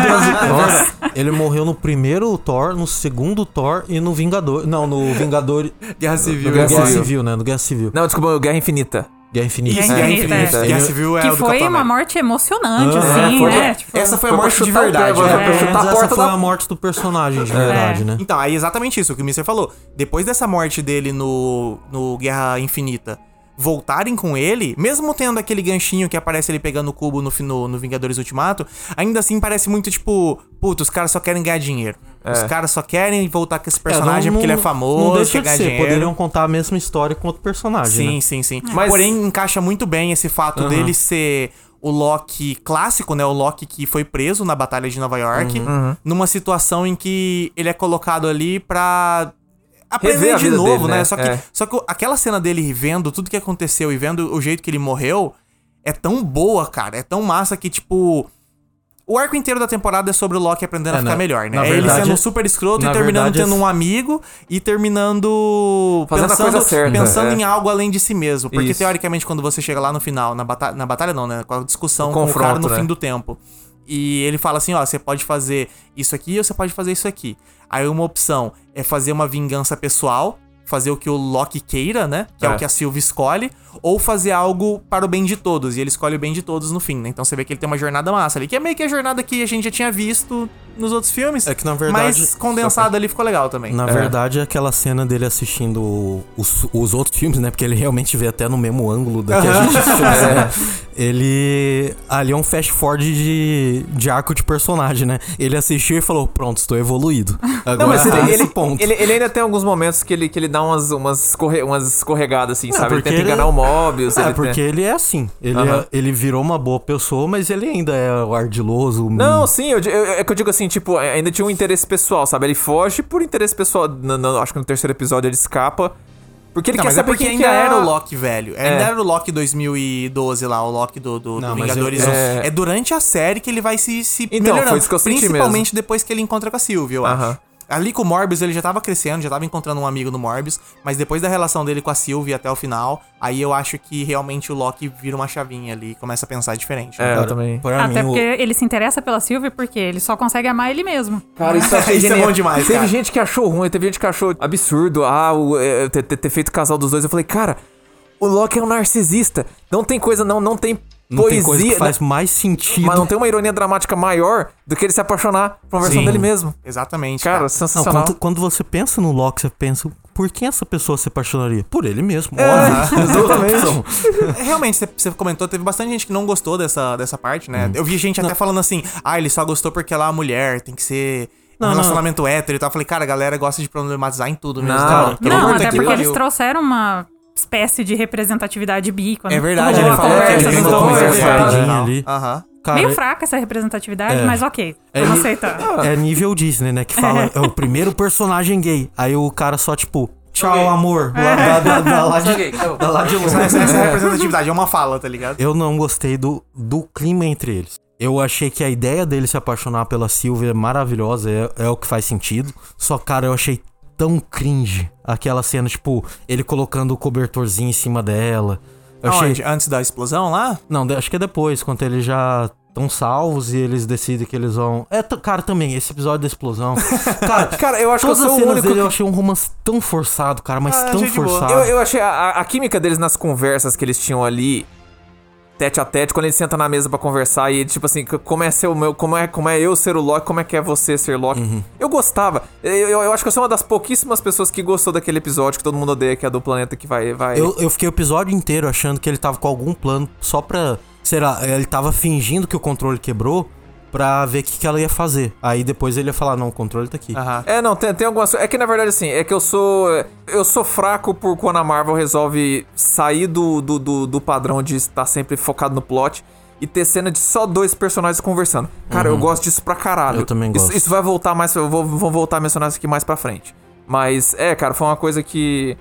Nossa, ele morreu no primeiro Thor, no segundo Thor e no Vingador. Não, no Vingador.
Guerra
No
Civil.
Guerra
Guerra
Civil,
Civil.
né? No Guerra Civil.
Não, desculpa, Guerra Infinita.
Guerra Infinita.
Guerra
Guerra
Infinita,
Infinita.
é.
Guerra Civil é o
que
do
foi
Capitão
uma
América.
morte emocionante,
Ah,
assim,
foi-
né?
é,
Tipo,
Essa foi a
Foi pra
morte de
chutar o pé,
verdade.
mano.
né?
Foi pra chutar a
É, Mas essa
porta
foi
da
a morte do personagem, de verdade, né?
Então, aí é exatamente isso que o Mister falou. Depois dessa morte dele no, no Guerra Infinita, voltarem com ele, mesmo tendo aquele ganchinho que aparece ele pegando o cubo no, fi- no, no Vingadores Ultimato, ainda assim parece muito tipo, puta, os caras só querem ganhar dinheiro. Os caras só querem voltar com esse personagem
É, não-
porque ele é
não-
famoso,
Não
quer
deixa de
ganhar
ser.
dinheiro.
Poderiam contar a mesma história com outro personagem.
Sim,
né?
sim, sim.
Mas-
Porém, encaixa muito bem esse fato dele ser o Loki clássico, né? O Loki que foi preso na Batalha de Nova York,
Uhum.
numa situação em que ele é colocado ali pra
Rever
aprender
a
de
vida
novo,
dele,
né?
né?
Só, que,
É.
só que aquela cena dele vendo tudo que aconteceu e vendo o jeito que ele morreu é tão boa, cara. É tão massa que, tipo. O arco inteiro da temporada é sobre o Loki aprendendo a
É,
ficar
na-
melhor, né?
na
É ele
verdade-
sendo um super escroto e
na
terminando
verdade,
tendo um amigo e terminando
Fazendo a
pensando,
coisa certa,
pensando
é.
em algo além de si mesmo. Porque,
Isso.
teoricamente, quando você chega lá no final, na batalha, na batalha não, né? Com a discussão
O
com o cara
confronto,
no
né?
fim do tempo. E ele fala assim, ó, você pode fazer isso aqui ou você pode fazer isso aqui. Aí uma opção é fazer uma vingança pessoal, fazer o que o Loki queira, né? Que é,
É.
o que a Sylvie escolhe, ou fazer algo para o bem de todos. E ele escolhe o bem de todos no fim, né? Então você vê que ele tem uma jornada massa ali, que é meio que a jornada que a gente já tinha visto nos outros filmes.
É que, na verdade,
Mas condensado ali ficou legal também.
Na verdade, é aquela cena dele assistindo o- os, os outros filmes, né? Porque ele realmente vê até no mesmo ângulo da que a gente assistiu. né?
É.
Ele. Ali é um fast forward de, de arco de personagem, né? Ele assistiu e falou: Pronto, estou evoluído. Agora
Não, mas ele,
tá nesse
ele-
ponto.
ele- ele ainda tem alguns momentos que ele, que ele dá umas, umas, escorre- umas escorregadas, assim, sabe? Ele
porque
tenta
ele-
enganar o Mobius.
É,
ele
porque ele é assim. Ele, é-
Aham.
ele virou uma boa pessoa, mas ele ainda é o ardiloso.
Não, sim, eu di- eu- é que eu digo assim, tipo, ainda tinha um interesse pessoal, sabe? Ele foge por interesse pessoal. no- no- acho que no terceiro episódio ele escapa. Porque ele
Não,
quer
mas é
saber
porque
quem
ainda
que é
era
a- É.
o Loki, velho. Ainda era o Loki 2012 lá, o Loki do, do,
Não,
do
mas
Vingadores.
eu-
um.
é-
É... durante a série que ele vai se, se
Então,
melhorando.
foi isso que eu senti
principalmente depois que ele encontra com a Sylvie, eu
Aham.
acho. Ali com o Morbius ele já tava crescendo, já tava encontrando um amigo no Morbius, mas depois da relação dele com a Sylvie até o final, aí eu acho que realmente o Loki vira uma chavinha ali e começa a pensar diferente.
É,
né?
eu também.
Pra
Até
mim, o-
porque ele se interessa pela Sylvie porque ele só consegue amar ele mesmo.
Cara, [laughs] isso, eu achei
Isso é
genial.
bom demais,
Teve
cara.
gente que achou ruim, teve gente que achou absurdo ah, o, é, ter, ter- ter feito o casal dos dois. Eu falei, cara, o Loki é um narcisista. Não tem coisa, não, não tem
não
poesia.
tem coisa que faz
não-
mais sentido.
mas não tem uma ironia dramática maior do que ele se apaixonar por uma versão
Sim.
dele mesmo.
Exatamente.
Cara,
Não,
sensacional.
quando, quando você pensa no Loki, você pensa, por quem essa pessoa se apaixonaria? Por ele mesmo, óbvio. É, [laughs] Então, Exatamente.
Realmente, você- você comentou, teve bastante gente que não gostou dessa, dessa parte, né? Eu vi gente até falando assim, ah, ele só gostou porque ela é uma mulher, tem que ser um
Não, não.
relacionamento hétero e tal. Eu falei, cara, a galera gosta de problematizar em tudo mesmo.
Não,
cara. Pelo
Não,
amor
até
de
porque
Deus.
eles trouxeram uma espécie de representatividade bi. quando
É verdade,
todo
ele
mundo
falou que
conversa,
ele um né?
todo
tentou
mundo
conversar.
conversa.
conversar.
Rapidinho ali.
Aham.
Cara,
Meio fraca essa representatividade,
É.
mas ok.
É,
Vamos
e-
aceitar.
É nível Disney, né? Que fala, é o primeiro personagem gay. Aí o cara só, tipo, tchau, amor. Lá, da, da- da lá de, da lá de longe.
Essa, essa é a representatividade, é uma fala, tá ligado?
Eu não gostei do, do clima entre eles. Eu achei que a ideia dele se apaixonar pela Sylvia é maravilhosa, é, é o que faz sentido. Só, cara, eu achei tão cringe aquela cena, tipo, ele colocando o cobertorzinho em cima dela. Eu achei.
Aonde? Antes da explosão lá?
Não, de- acho que é depois, quando eles já estão salvos e eles decidem que eles vão. É, t- cara, também, esse episódio da explosão. Cara,
Cara, eu acho que eu
todas as
sou o
cenas
único
dele eu
que...
achei um romance tão forçado, cara, mas
Ah,
tão
achei de boa.
forçado.
Eu, eu achei a- a, a química deles nas conversas que eles tinham ali, tete a tete, quando eles sentam na mesa pra conversar e, tipo assim, c- como é, ser o meu, como, é, como é eu ser o Loki, como é que é você ser Loki. Eu gostava. Eu, eu, eu acho que eu sou uma das pouquíssimas pessoas que gostou daquele episódio que todo mundo odeia, que é do planeta que vai... vai...
Eu, eu fiquei o episódio inteiro achando que ele tava com algum plano só pra. Será? Ele tava fingindo que o controle quebrou pra ver o que, que ela ia fazer. Aí depois ele ia falar: não, o controle tá aqui.
Aham.
É, não, tem, tem algumas. É que na verdade, assim, é que eu sou. Eu sou fraco por quando a Marvel resolve sair do, do, do, do padrão de estar sempre focado no plot e ter cena de só dois personagens conversando. Cara, eu gosto disso pra caralho.
Uhum. Eu também gosto.
Isso, isso vai voltar mais. Eu vou, vou voltar a mencionar isso aqui mais pra frente. Mas, é, cara, foi uma coisa que.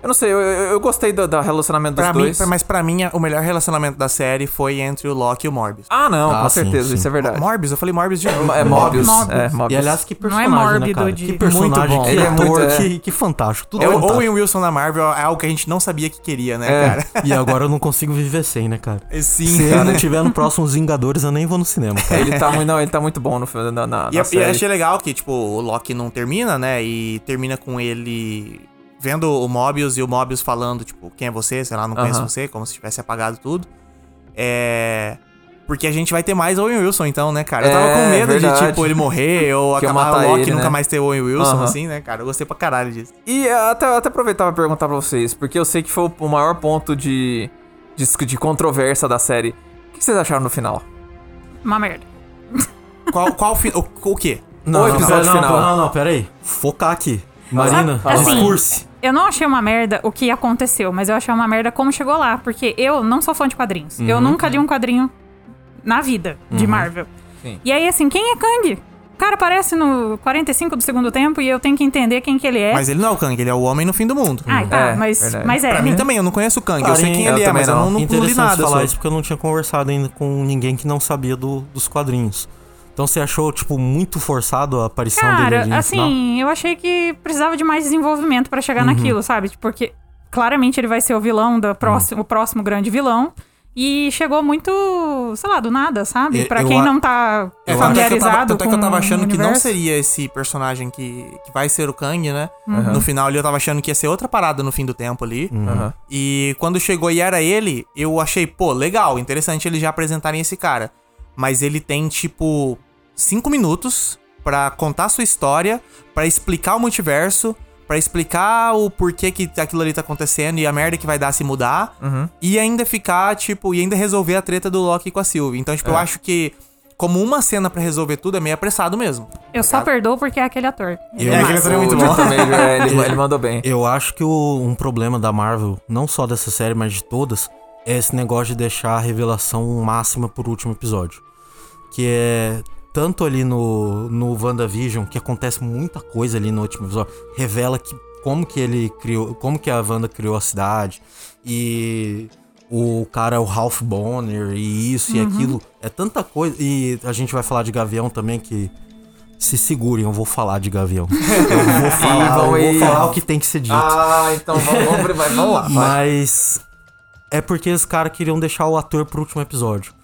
Eu não sei, eu, eu, eu gostei do, do relacionamento dos
Pra mim,
dois.
mas pra mim, o melhor relacionamento da série foi entre o Loki e o Morbius.
Ah, não,
Ah,
com
sim,
certeza,
sim.
isso é verdade.
Morbius? Eu falei Morbius de novo.
É Mobius.
Mobius.
É, Mobius.
E aliás, que
Não é
personagem. né,
mórbido
cara?
de-
Que personagem,
Muito bom.
que
Ele é
ator,
muito- é.
que, que fantástico. Tudo Tá.
É, o
fantástico.
Owen Wilson da Marvel é algo que a gente não sabia que queria, né,
É.
cara?
E agora eu não consigo viver sem, né, cara? Se
Sim,
ele
cara.
não tiver no próximo Os Vingadores, eu nem vou no cinema, cara.
Ele tá, muito- não, ele tá muito bom no filme, na, na,
E, é
na
eu- e
série.
eu achei legal que, tipo, o Loki não termina, né? E termina com ele vendo o Mobius e o Mobius falando, tipo, quem é você? Sei lá, não conheço
Aham.
você, como se tivesse apagado tudo. É. Porque a gente vai ter mais Owen Wilson, então, né, cara? Eu tava
É,
com medo
verdade.
de, tipo, ele
[laughs]
morrer ou
Que eu
acabar
matar
o Loki
ele,
e nunca
né?
mais ter o Owen Wilson,
Aham.
assim, né, cara? Eu gostei pra caralho disso.
E é, até, até aproveitar pra perguntar pra vocês, porque eu sei que foi o- o maior ponto de, de, de controvérsia da série. O que vocês acharam no final?
Uma merda.
Qual, qual fi- o, o quê?
Não,
O
não,
episódio
não,
final.
Não, não, pera aí. Focar aqui. Marina,
Assim,
discurse.
Eu não achei uma merda o que aconteceu, mas eu achei uma merda como chegou lá, porque eu não sou fã de quadrinhos.
Uhum.
Eu nunca li um quadrinho na vida de Marvel.
Sim.
E aí, assim, quem é Kang? O cara aparece no 45 do segundo tempo e eu tenho que entender quem que ele é.
Mas ele não é o Kang, ele é o homem no fim do mundo.
Ai, tá,
É,
mas,
verdade.
mas é.
Pra
né?
mim também, eu não conheço o Kang. eu sei
Porém,
quem
eu
ele é,
também
mas eu tipo,
não.
não, não li
Interessante
nada.
falar
sobre.
isso porque eu não tinha conversado ainda com ninguém que não sabia do- dos quadrinhos. Então você achou, tipo, muito forçado a aparição dele ali
Cara,
no final?
assim, eu achei que precisava de mais desenvolvimento
Uhum.
Tipo, pra chegar naquilo, sabe? Porque claramente ele vai ser o vilão da próximo, o próximo grande vilão. E chegou muito, sei lá, do nada, sabe?
Eu-
Pra
eu
quem
a-
não tá
É, tanto é que É, eu tava,
familiarizado
tanto é que eu
com
tava
o
achando que não
universo.
seria esse personagem que, que vai ser o Kang, né?
Uhum.
No final ali eu tava achando que ia ser outra parada no fim do tempo ali.
Aham.
E quando chegou e era ele, eu achei, pô, legal, interessante eles já apresentarem esse cara. Mas ele tem, tipo, cinco minutos pra contar sua história, pra explicar o multiverso, pra explicar o porquê que aquilo ali tá acontecendo e a merda que vai dar se mudar. E ainda ficar, tipo, e ainda resolver a treta do Loki com a Sylvie. Então, tipo, eu acho que, como uma cena pra resolver tudo, é meio apressado mesmo.
Eu só perdoo porque é aquele ator.
Eu,
É, aquele ator é muito
O
bom.
Jonathan Major, é,
[laughs]
ele, ele mandou bem.
eu acho que o- um problema da Marvel, não só dessa série, mas de todas, é esse negócio de deixar a revelação máxima por último episódio. Que é tanto ali no, no WandaVision, que acontece muita coisa ali no último episódio, revela que como que ele criou, como que a Wanda criou a cidade e o cara é o Ralph Bonner e isso
Uhum.
e aquilo, é tanta coisa e a gente vai falar de Gavião também que se segurem, eu vou falar
[laughs]
de Gavião. Eu vou falar,
vão
eu
aí.
vou falar o que tem que ser dito.
Ah, então vamos, vamos, vai, vamos lá.
Mas é porque os caras queriam deixar o ator pro último episódio.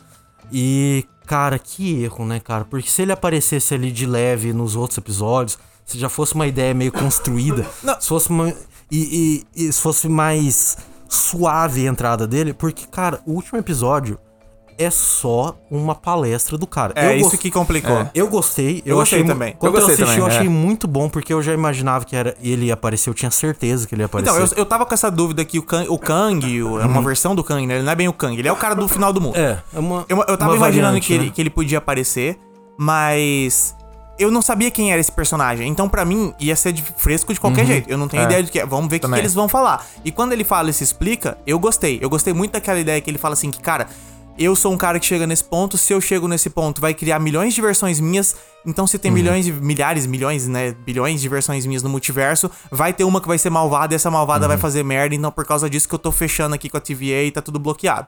E, cara, que erro, né, cara? Porque se ele aparecesse ali de leve nos outros episódios, se já fosse uma ideia
[laughs]
meio construída, se fosse uma. E, e- e se fosse mais suave a entrada dele, porque, cara, o último episódio é só uma palestra do cara.
É
Eu
isso
gost-
que complicou.
É. eu gostei, eu,
Eu gostei
achei mu-
também.
Quando
Eu
eu,
gostei
assisti,
também,
eu
é.
achei muito bom, porque eu já imaginava que era ele ia aparecer, eu tinha certeza que ele ia aparecer.
Então, eu, eu tava com essa dúvida que o Kang, o Kang o- é uma versão do Kang, né? Ele não é bem o Kang, ele é o cara do final do mundo.
Uhum. É, é uma.
Eu, eu tava
uma
imaginando
variante,
que, ele,
né?
que ele podia aparecer, mas eu não sabia quem era esse personagem. Então, pra mim, ia ser de- fresco de qualquer jeito. Eu não tenho ideia do que é. Vamos ver o que, que
Também.
eles vão falar. E quando ele fala e se explica, eu gostei. Eu gostei muito daquela ideia que ele fala assim: que, cara, eu sou um cara que chega nesse ponto, se eu chego nesse ponto, vai criar milhões de versões minhas. Então, se tem milhões de. milhares, milhões, né? Bilhões de versões minhas no multiverso, vai ter uma que vai ser malvada e essa malvada vai fazer merda. Então, por causa disso que eu tô fechando aqui com a TVA e tá tudo bloqueado.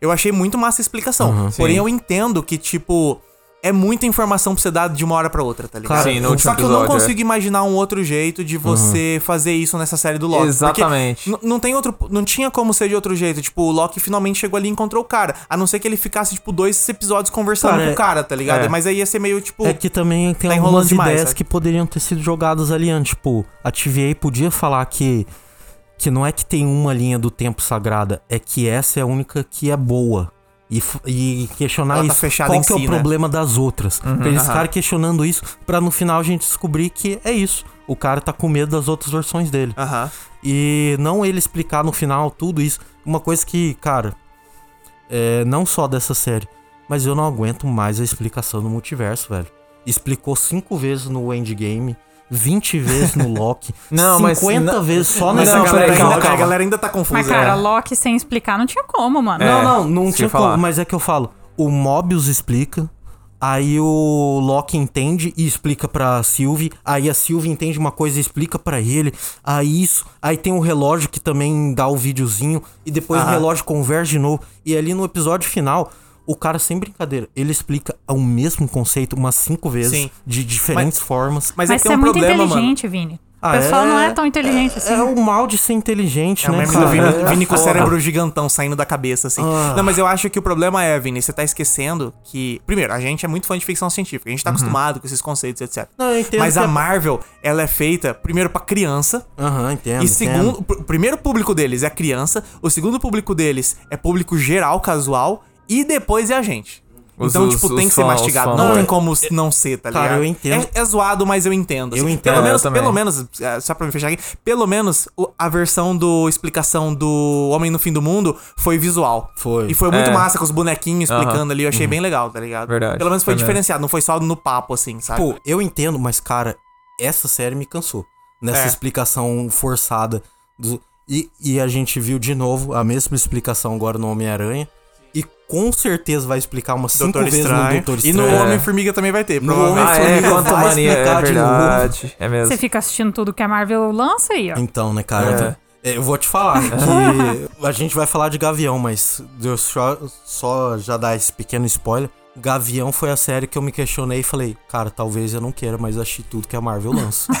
Eu achei muito massa a explicação. Porém, eu entendo que, tipo, é muita informação pra você dar de uma hora pra outra, tá ligado?
Claro.
Sim, no último
Só que eu não
episódio, é. Uhum.
consigo imaginar um outro jeito de você fazer isso nessa série do Loki. porque
Exatamente.
n- Não tem outro. Não tinha como ser de outro jeito. Tipo, o Loki finalmente chegou ali e encontrou o cara. A não ser que ele ficasse, tipo, dois episódios conversando
Cara,
com o
é-
cara, tá ligado?
é.
Mas aí ia ser meio, tipo.
É que também tem
Tá enrolando
algumas
demais,
ideias
sabe?
que poderiam ter sido jogadas ali antes. Tipo, a TVA podia falar que. Que não é que tem uma linha do tempo sagrada, é que essa é a única que é boa. E, f- e questionar
Ela tá
isso.
fechada em
qual que é
si,
o
né? Uhum,
problema das outras? pra eles
aham.
ficarem questionando isso, pra no final a gente descobrir que é isso. O cara tá com medo das outras versões dele.
Aham.
E não ele explicar no final tudo isso. Uma coisa que, cara, é, não só dessa série, mas eu não aguento mais a explicação do multiverso, velho. Explicou cinco vezes no Endgame, 20 vezes
[laughs]
no Loki,
Não, mas
50
não-
vezes só
Mas
nessa
a,
não,
galera
peraí,
ainda,
calma,
a
calma.
galera ainda tá confusa.
Mas, cara,
é.
Loki sem explicar não tinha como, mano.
É.
Não, não, não
se
tinha
falar.
como, mas é que eu falo. O Mobius explica, aí o Loki entende e explica pra Sylvie, aí a Sylvie entende uma coisa e explica pra ele, aí isso, aí tem o relógio que também dá o videozinho, e depois o relógio converge de novo, e ali no episódio final... O cara, sem brincadeira, ele explica o mesmo conceito umas cinco vezes,
Sim.
de diferentes formas.
Mas, é
Mas
que
você
é
é,
um
muito
problema, mano.
inteligente, Vini.
Ah,
o pessoal não é tão inteligente
é-
assim.
um
É o mal de ser inteligente,
É o
né,
meme
cara? Ah.
do Vini,
É
Vini com o
foda.
cérebro gigantão saindo da cabeça, assim. Não, mas eu acho que o problema é, Vini, você tá esquecendo que. Primeiro, a gente é muito fã de ficção científica, a gente tá acostumado com esses conceitos, etc.
Uhum. Não, eu entendo
mas
que
a
é-
Marvel, ela é feita, primeiro, pra criança.
Aham, entendo.
E
entendo.
segundo, o primeiro público deles é criança, o segundo público deles é público geral, casual, e depois é a gente.
Os-
então,
os-
tipo,
os
tem que ser
fã- os
mastigado.
fã-
Não tem
é.
como não ser, tá ligado?
Cara, eu entendo.
É, é zoado, mas eu entendo. assim.
Eu entendo,
Pelo
eu
menos,
também.
pelo menos, é, só pra me fechar aqui, pelo menos o- a versão do explicação do Homem no Fim do Mundo foi visual.
Foi.
E foi muito
É.
massa com os bonequinhos explicando
Aham. Uhum.
ali. Eu achei bem legal, tá ligado?
Verdade.
Pelo menos foi
Foi mesmo.
diferenciado, não foi só no papo, assim, sabe?
Pô, eu entendo, mas, cara, essa série me cansou. Nessa
É.
explicação forçada. do- E, e a gente viu de novo a mesma explicação agora no Homem-Aranha. E com certeza vai explicar umas cinco
Doutor
vezes no
Estranho.
Doutor
E
Estranho.
no
É.
Homem-Formiga também vai ter,
No
provavelmente.
Ah, é,
Formiga
quanto
vai
mania, é
explicar de novo.
verdade. É mesmo.
Você fica assistindo tudo que a Marvel lança aí, ó.
Então, né, cara? é, Eu vou
[laughs]
te falar que a gente vai falar de Gavião, mas eu só, só já dar esse pequeno spoiler. Gavião foi a série que eu me questionei e falei, cara, talvez eu não queira mais
[laughs]
assistir tudo que a Marvel lança.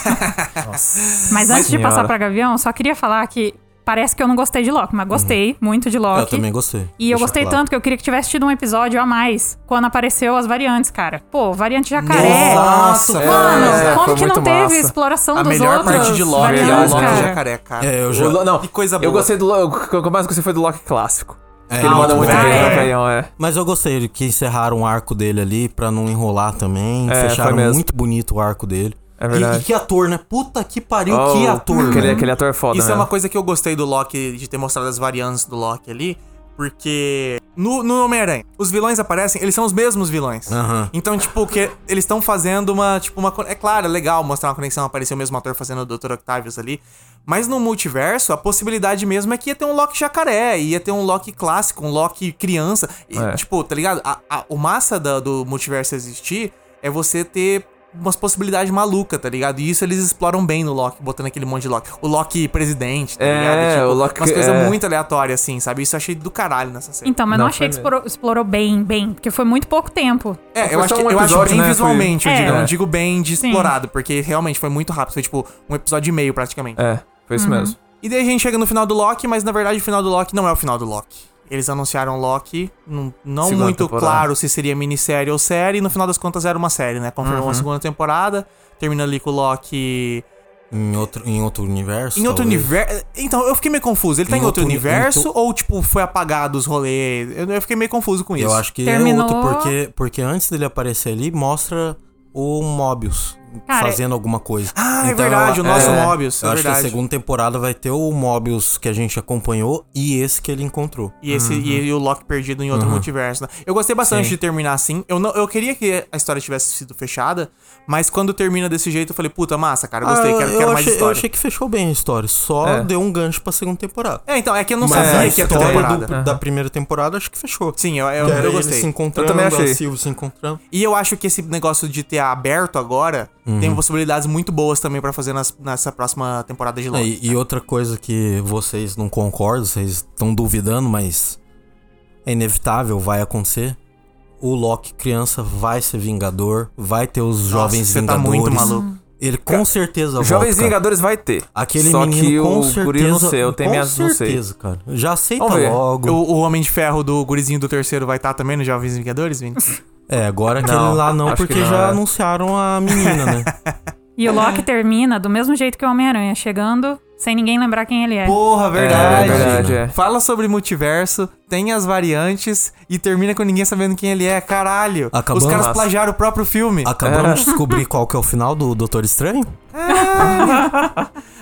Mas antes de
Senhora.
passar pra Gavião, só queria falar que Parece que eu não gostei de Loki, mas gostei muito de Loki.
Eu também gostei.
E eu
Deixa
gostei
claro.
tanto que eu queria que tivesse tido um episódio a mais quando apareceu as variantes, cara. Pô, variante jacaré.
Nossa,
Mano,
mano.
É, foi
como que não
muito
teve
massa.
exploração
A
dos
melhor
outros?
parte de Loki é o
variantes,
Loki
cara?
jacaré, cara.
É, eu já.
O, não,
Que coisa
Eu
boa.
gostei do Loki. O que eu mais gostei foi do Loki clássico.
é,
Que ele manda muito
bom.
bem
é.
no canhão, é.
Mas eu gostei que encerraram o arco dele ali pra não enrolar também.
É, foi
Fecharam
mesmo.
muito bonito o arco dele.
É verdade.
E, e que ator, né? Puta que pariu,
Oh,
que ator.
Aquele,
mano.
aquele ator é foda,
Isso
né?
é uma coisa que eu gostei do Loki, de ter mostrado as variantes do Loki ali, porque no, no Homem-Aranha, os vilões aparecem, eles são os mesmos vilões.
Aham.
Então, tipo, que eles estão fazendo uma, tipo, uma... con- É claro, é legal mostrar uma conexão, aparecer o mesmo ator fazendo o Dr. Octavius ali, mas no multiverso, a possibilidade mesmo é que ia ter um Loki jacaré, ia ter um Loki clássico, um Loki criança, E,
É.
tipo, tá ligado? A, a- o massa da- do multiverso existir é você ter umas possibilidades malucas, tá ligado? E isso eles exploram bem no Loki, botando aquele monte de Loki. O Loki presidente, tá
É,
ligado?
o Loki-
umas coisas
é.
muito aleatórias, assim, sabe? Isso eu achei do caralho nessa série.
Então, mas
Não,
não achei
foi
que explorou, explorou bem, bem, porque foi muito pouco tempo.
É, eu
Foi
acho,
só
que,
um
eu acho
episódio,
bem
né? Foi-
visualmente, eu
É.
digo. Eu não
É.
digo bem de explorado, porque realmente foi muito rápido. Foi tipo um episódio e meio praticamente.
É, foi isso mesmo.
E daí a gente chega no final do Loki, mas na verdade o final do Loki não é o final do Loki. Eles anunciaram Loki, não, não
Segunda
muito
temporada.
claro se seria minissérie ou série, e no final das contas era uma série, né? Confirmou
Uhum.
a segunda temporada, termina ali com o Loki
Em, outro, em outro universo.
em outro
talvez.
universo. Então, eu fiquei meio confuso. Ele tá em,
Em
outro,
outro uni-
universo
em to-
ou, tipo, foi apagado os rolês? Eu, eu fiquei meio confuso com isso.
Eu acho que
Terminou.
é outro, porque, porque antes dele aparecer ali, mostra o Mobius
Cara,
fazendo alguma coisa.
Ah, é verdade,
eu-
o nosso
então, é,
Mobius.
Eu
é
acho que a
verdade.
segunda temporada vai ter o Mobius que a gente acompanhou e esse que ele encontrou.
E, esse, e, e
Uhum.
o Loki perdido em outro multiverso. Né? Eu gostei bastante de terminar assim. Eu, não, eu queria que a história tivesse sido fechada, mas quando termina desse jeito, eu falei, puta, massa, cara, eu gostei,
Ah,
quero,
eu
quero
achei,
mais
Eu
história.
achei que fechou bem a história, só
É.
deu um gancho pra segunda temporada.
É, então, é que eu não
Mas
sabia
a
que ia ter
história
temporada.
do- da primeira temporada acho que fechou.
Sim, eu, eu,
Que
eu
era eles
gostei.
se encontrando,
Eu também achei.
a Silvia se encontrando.
E eu acho que esse negócio de ter aberto agora
Uhum.
tem possibilidades muito boas também pra fazer nas- nessa próxima temporada de
É,
Loki.
e, e outra coisa que vocês não concordam, vocês estão duvidando, mas é inevitável, vai acontecer. O Loki criança vai ser vingador, vai ter os jovens
você tá
vingadores.
muito maluco.
Ele com certeza
Jovens
volta, cara.
Vingadores vai ter.
Aquele
Só
menino
que
com
o
certeza,
guri eu não sei, eu tenho
com
minhas, não sei.
certeza, cara. Já aceita
Vamos ver.
logo.
O, o Homem de Ferro do gurizinho do terceiro vai estar também nos Jovens Vingadores, Vini?
É, agora aquele
Não,
lá não,
acho que
porque
não,
já
é.
anunciaram a menina, né?
E o Loki termina do mesmo jeito que o Homem-Aranha, chegando sem ninguém lembrar quem ele é.
Porra,
É,
verdade.
é verdade, é.
Fala sobre multiverso, tem as variantes e termina com ninguém sabendo quem ele é. Caralho.
Acabamos-
Os caras plagiaram o próprio filme.
Acabamos de descobrir qual que é o final do Doutor Estranho?
[laughs]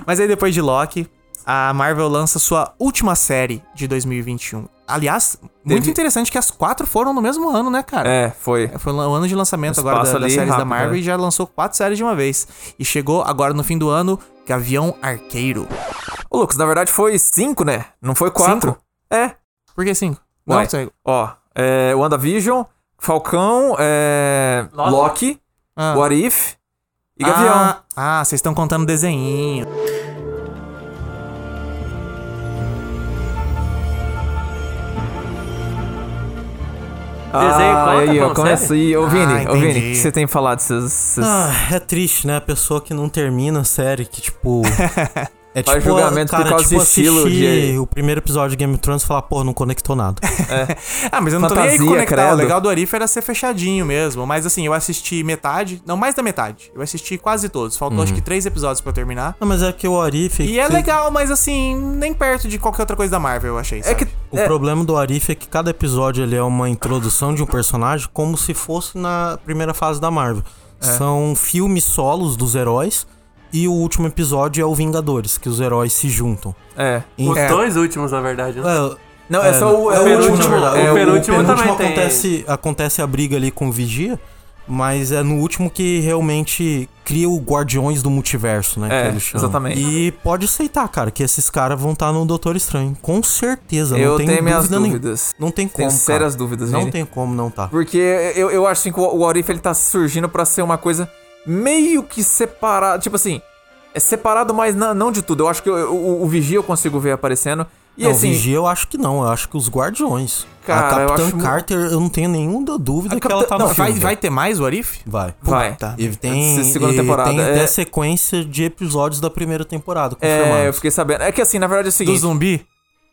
Mas aí depois de Loki, a Marvel lança sua última série de 2021. Aliás, muito
Teve-
interessante que as quatro foram no mesmo ano, né, cara?
É, foi.
Foi o ano de lançamento agora da,
Um Espaço
das
ali,
séries da
rápido,
Marvel
né?
e já lançou quatro séries de uma vez. E chegou agora no fim do ano, Gavião Arqueiro.
Ô, Lucas, na verdade foi cinco, né? Não foi quatro.
Cinco?
É.
Por que cinco?
Ué,
Não, sei.
Ó, é, WandaVision, Falcão, é, Loki,
Ah.
What If e Gavião.
Ah, ah, vocês estão contando desenhinho.
Desenho conta
Ah, aí, eu
como série?
comecei. Ô, Vini,
Ah,
ô, Vini, o
entendi.
que você tem falado? Vocês.
Ah, é triste, né? A pessoa que não termina a série, que tipo. É
Faz julgamento por causa
tipo,
de estilo
assistir
de-
o primeiro episódio de Game of Thrones e falar, pô, não conectou nada.
Ah, mas eu não tô nem aí
Fantasia,
conectado. O
credo.
legal do Arif era ser fechadinho mesmo. Mas assim, eu assisti metade. Não, mais da metade. Eu assisti quase todos. Faltou
Uhum.
acho que três episódios pra eu terminar.
não, mas é que o Arif.
E é legal, mas assim, nem perto de qualquer outra coisa da Marvel, eu achei.
é que.
O
é,
problema do Arif é que cada episódio ele é uma introdução de um personagem como se fosse na primeira fase da Marvel. São filmes solos dos heróis e o último episódio é o Vingadores, que os heróis se juntam.
é.
Os
É.
dois últimos, na verdade. Né?
É,
Não, é, só o, é
não,
o
então, penúltimo,
último.
na verdade.
é
O penúltimo também tem-
acontece, acontece a briga ali com o Vigia, mas é no último que realmente cria o Guardiões do Multiverso, né? que
É,
eles chamam.
exatamente.
E pode aceitar, cara, que esses caras vão estar no Doutor Estranho. Com certeza,
Eu
não tem
tenho minhas
dúvida nenhuma.
dúvidas.
Não tem como.
Tenho
cara.
sérias dúvidas,
Não
Vini.
tem como não tá.
Porque eu, eu acho assim, que o, o What If, ele tá surgindo pra ser uma coisa meio que separada. Tipo assim, é separado, mas na- não de tudo. Eu acho que eu- eu- o, o Vigia eu consigo ver aparecendo. E
não,
assim,
Vigia eu acho que não, eu acho que os Guardiões.
Cara,
a
eu
Capitã
acho mu-
Carter, eu não tenho nenhuma dúvida
A
que ela
Capitã-
tá
não,
no
Vai,
filme.
vai ter mais o Arif?
vai.
vai.
Puta.
E tem,
Se- segunda
e
temporada,
tem
é.
até sequência de episódios da primeira temporada confirmada.
É, eu fiquei sabendo. É que assim, na verdade é o
Do
seguinte.
zumbi?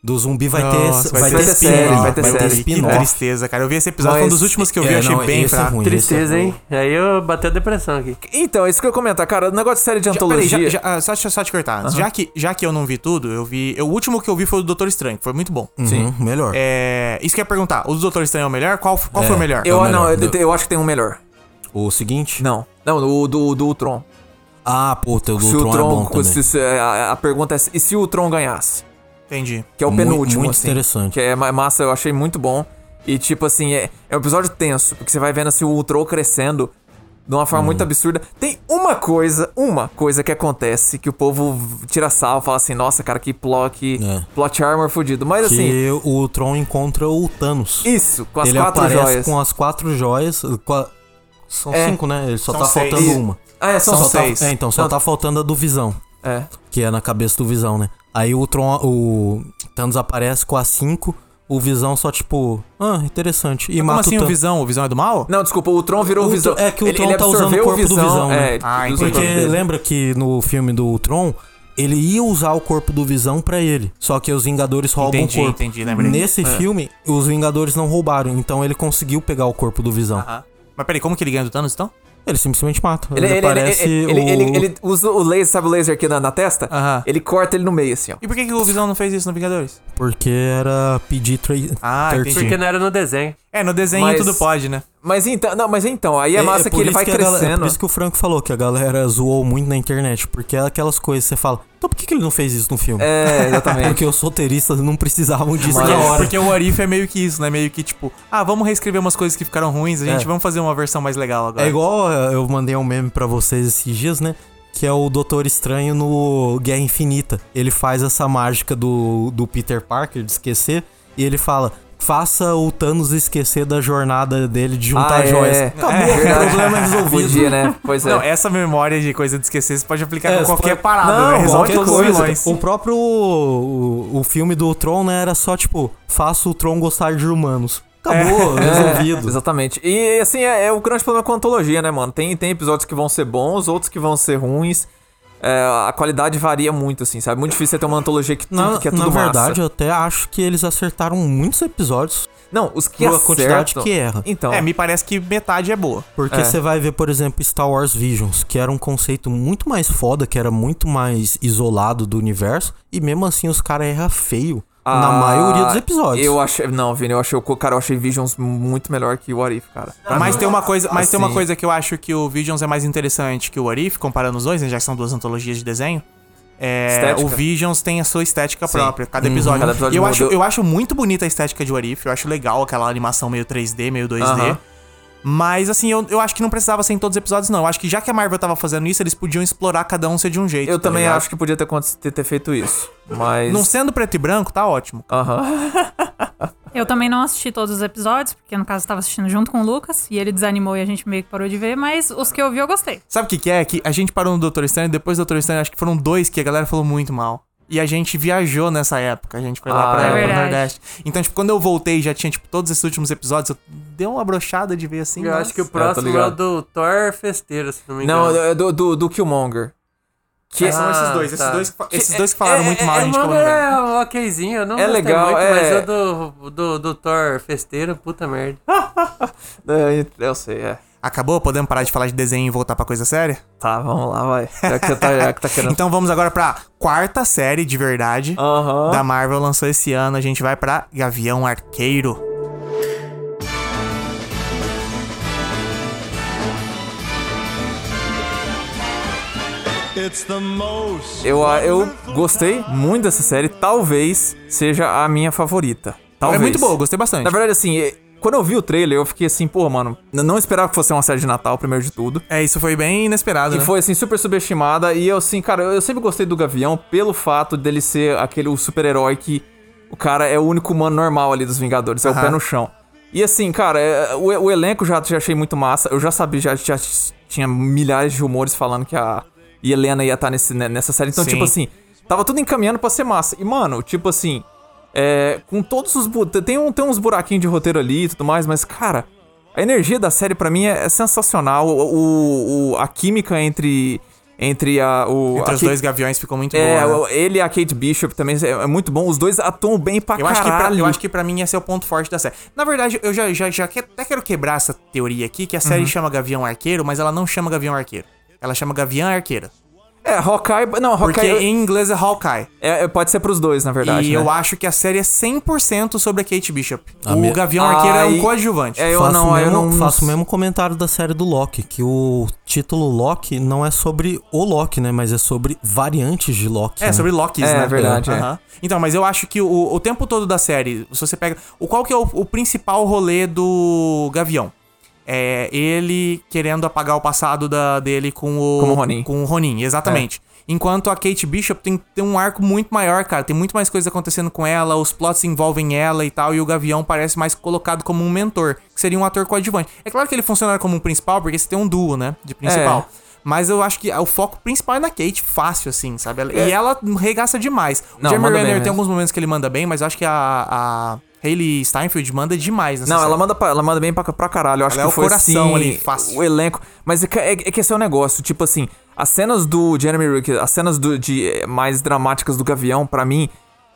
Do zumbi vai
Nossa,
ter, vai ter,
ser
spin-off,
série,
vai ter,
série.
Que
spin-off.
tristeza, cara. Eu vi esse episódio, foi um
Mas-
dos últimos que eu vi,
É,
eu achei
não,
bem
esse é
fraco.
ruim.
Tristeza,
Esse é
hein? Aí eu bateu a depressão aqui.
Então, isso que eu ia comentar, cara. O negócio de série de
Já- Peraí, já,
antologia.
já, ah, só, só te cortar. antes. Já, que, já que eu não vi tudo, eu vi. eu- o último que eu vi foi o do Doutor Estranho, que foi muito bom.
Sim, Uhum, melhor.
É, isso que eu ia perguntar. O do Doutor Estranho é o melhor? Qual, qual
É,
foi o melhor?
Eu,
É o
não,
melhor.
eu, eu acho que tem um melhor.
O seguinte?
Não. Não, o do, do Ultron.
Ah, puta, o do
se o
Ultron é bom
Tron.
também.
se- se- a, a pergunta é: se- e se o Tron ganhasse?
Entendi.
Que é o
Muito-
penúltimo.
muito
assim,
interessante.
Que é ma- massa, eu achei muito bom. E, tipo assim, é, é um episódio tenso, porque você vai vendo assim, o Ultron crescendo de uma forma
Uhum.
muito absurda. Tem uma coisa, uma coisa que acontece que o povo tira salvo, fala assim: nossa, cara, que plot, que
É.
plot armor fudido. Mas assim,
Que o Tron encontra o Thanos.
isso, com as
Ele
quatro
aparece
joias.
com as quatro joias. com a- São
É.
cinco, né? Ele só
São
tá
seis.
faltando
E-
uma.
Ah, é, são,
Só tá-
seis.
é, então, só
Não,
tá faltando a do Visão,
É.
que é na cabeça do Visão, né? Aí o Tron, o Thanos aparece com as cinco, o Visão só tipo, ah, interessante, e
Como
mata
assim
o
o
Thanos.
Visão? O Visão é do mal?
Não, desculpa, o Tron virou
O
o visão.
Tron- é que o
ele,
Tron
ele
tá usando o
absorveu
corpo do
visão.
Visão, né?
É,
Ah,
dos
entendi.
outros
Porque
dele.
lembra que no filme do Tron, ele ia usar o corpo do Visão pra ele, só que os Vingadores roubam
Entendi,
o corpo.
entendi, lembrei.
Nesse filme, os Vingadores não roubaram, então ele conseguiu pegar o corpo do Visão.
Aham. Mas peraí, como que ele ganha do Thanos então?
Ele simplesmente mata. Ele,
Ele, ele,
aparece
ele, ele,
o...
ele- ele usa o laser, sabe o laser aqui na, na testa?
Aham.
Ele corta ele no meio, assim, ó.
E por que, que o Visão não fez isso no Vingadores?
Porque era PG-13.
Ah, entendi.
Porque não era no desenho.
É, no desenho
Mas-
tudo pode, né?
Mas então, não, mas então, aí é massa que
por
ele
isso
vai
a galera- é
crescendo.
por isso que o Franco falou que a galera zoou muito na internet. Porque é aquelas coisas que você fala, então por que, que ele não fez isso no filme?
É, exatamente.
[laughs] Porque os roteiristas não precisavam disso
Mas-
na hora.
Porque o Arif é meio que isso, né? Meio que tipo, ah, vamos reescrever umas coisas que ficaram ruins, a gente
É.
vamos fazer uma versão mais legal agora.
É igual eh, eu mandei um meme pra vocês esses dias, né? Que é o Doutor Estranho no Guerra Infinita. Ele faz essa mágica do, do Peter Parker de esquecer. E ele fala, faça o Thanos esquecer da jornada dele de juntar
é,
tá joias.
é.
Acabou,
É,
o
verdade.
problema é resolvido.
Podia, né? Pois é.
Não, essa memória de coisa de esquecer você pode aplicar
É,
com
você
qualquer
pode-
parada,
Não,
né? Resolve
qualquer
todos os
coisa.
vilões.
O próprio o, o filme do Tron, né, era só tipo, faça o Tron gostar de humanos. Acabou,
É,
resolvido.
exatamente. E assim, é, é o grande problema com a antologia, né, mano? Tem, tem episódios que vão ser bons, outros que vão ser ruins. É, a qualidade varia muito, assim, sabe? Muito difícil você ter uma antologia que, tudo-
Na,
que é
na
tudo
verdade,
massa.
eu até acho que eles acertaram muitos episódios
Não, os que
pela
acertam...
quantidade que erra.
Então,
É, me parece que metade é boa.
Porque você vai ver, por exemplo, Star Wars Visions, que era um conceito muito mais foda, que era muito mais isolado do universo, e mesmo assim os caras erram feio na
Ah,
maioria dos episódios.
Eu achei. Não, Vini, eu achei. o- Cara, eu achei Visions muito melhor que o Arif, cara. Pra
mas
mim.
tem uma coisa, mas tem uma
assim-
coisa que eu acho que o Visions é mais interessante que o Arif, comparando os dois, né, já que são duas antologias de desenho. É,
Estética.
o Visions tem a sua estética própria, cada
Uhum.
episódio.
Cada episódio
e eu
muda.
acho, eu acho muito bonita a estética de Arif, eu acho legal aquela animação meio 3D, meio 2D.
Aham.
Mas assim, eu, eu acho que não precisava ser em todos os episódios, não. Eu acho que já que a Marvel tava fazendo isso, eles podiam explorar cada um ser de um jeito.
Eu
tá
também
ligado?
acho que podia ter, aconte- ter, ter feito isso. Mas.
Não sendo preto e branco, tá ótimo.
Aham.
Eu também não assisti todos os episódios, porque no caso eu tava assistindo junto com o Lucas, e ele desanimou e a gente meio que parou de ver, mas os que eu vi eu gostei.
Sabe o que, que é? Que a gente parou no Doutor Estranho, depois do Doutor Estranho, acho que foram dois que a galera falou muito mal. E a gente viajou nessa época, a gente foi lá
Ah,
pra,
é
pro
verdade.
Nordeste. Então, tipo, quando eu voltei já tinha, tipo, todos esses últimos episódios, eu deu uma brochada de ver assim.
Eu
nossa.
acho que o
É, eu tô
próximo é o
ligado.
do Thor Festeiro, se não me engano.
Não, é do, do, do Killmonger. Que
Ah, são esses dois, esses dois que é, fa- esses dois que falaram muito mal, a gente
falou.
falou, né?
É um okzinho, eu não
É
gostei
legal,
muito,
é.
mas o do, do, do Thor Festeiro, puta merda.
É, eu sei, é.
Acabou? Podemos parar de falar de desenho e voltar pra coisa séria?
Tá, vamos lá, vai. [laughs] Já que você tá, já que tá querendo.
Então vamos agora pra quarta série de verdade
Aham.
da Marvel lançou esse ano. A gente vai pra Gavião Arqueiro.
Eu, a- eu gostei muito dessa série. Talvez seja a minha favorita.
É
Talvez.
muito boa, eu gostei bastante.
Na verdade, assim, eh, quando eu vi o trailer, eu fiquei assim, pô, mano, n- não esperava que fosse uma série de Natal, primeiro de tudo.
É, isso foi bem inesperado,
E
né?
foi, assim, super subestimada. E eu, assim, cara, eu eu sempre gostei do Gavião pelo fato dele ser aquele o super-herói que o cara é o único humano normal ali dos Vingadores, é o
Aham.
pé no chão. E assim, cara, é, o, o elenco já, já achei muito massa. Eu já sabia, já, já tinha milhares de rumores falando que a Helena ia estar nesse, né, nessa série. Então,
Sim.
tipo assim, tava tudo encaminhando pra ser massa. E, mano, tipo assim, É, com todos os. bu- Tem, um, tem uns buraquinhos de roteiro ali e tudo mais, mas, cara, a energia da série pra mim é, é sensacional. O, o- o- a química entre. Entre a. O,
Entre
a
os
Kate-
dois gaviões ficou muito
É,
boa. né?
o- ele e a Kate Bishop também é, é muito bom. Os dois atuam bem pra
Eu
caralho.
acho, que pra, eu acho que pra mim esse é o ponto forte da série. Na verdade, eu já, já, já que- até quero quebrar essa teoria aqui, que a
Uhum.
série chama Gavião Arqueiro, mas ela não chama Gavião Arqueiro. Ela chama Gavião Arqueira.
É, Hawkeye. Não,
Porque
Hawkeye.
em inglês é Hawkeye.
é- é- pode ser pros dois, na verdade.
e
né?
eu acho que a série é 100% sobre a Kate Bishop. o
me-
Gavião Arqueiro é
Ai,
um coadjuvante.
é, eu
faço,
não,
o
eu
mesmo,
não-
faço o mesmo comentário da série do Loki, que o título Loki não é sobre o Loki, né? Mas é sobre variantes de Loki.
É,
né?
sobre Lockeys,
É,
né?
é verdade, é.
Aham. Então, mas eu acho que o, o tempo todo da série, se você pega. O, qual que é o, o principal rolê do Gavião? É ele querendo apagar o passado da, dele com o.
Com o Ronin.
Com o Ronin, exatamente.
É.
Enquanto a Kate Bishop tem, tem um arco muito maior, cara. Tem muito mais coisa acontecendo com ela, os plots envolvem ela e tal, e o Gavião parece mais colocado como um mentor, que seria um ator coadjuvante. É claro que ele funciona como um principal, porque você tem um duo, né? De principal.
É.
Mas eu acho que o foco principal é na Kate, fácil, assim, sabe? Ela- E ela regaça demais.
É.
o
Não,
Jeremy
manda bem né?
Renner tem
mesmo.
alguns momentos que ele manda bem, mas eu acho que a, a Hayley Steinfeld manda demais nessa
Não,
série.
ela manda, pra- ela manda bem pra, pra caralho. Eu acho
Ela
que
é o
foi
coração
assim,
ali, fácil.
O elenco. Mas é, que- é- é que esse é o negócio. Tipo assim, as cenas do Jeremy Rick, as cenas do- de, eh, mais dramáticas do Gavião, pra mim,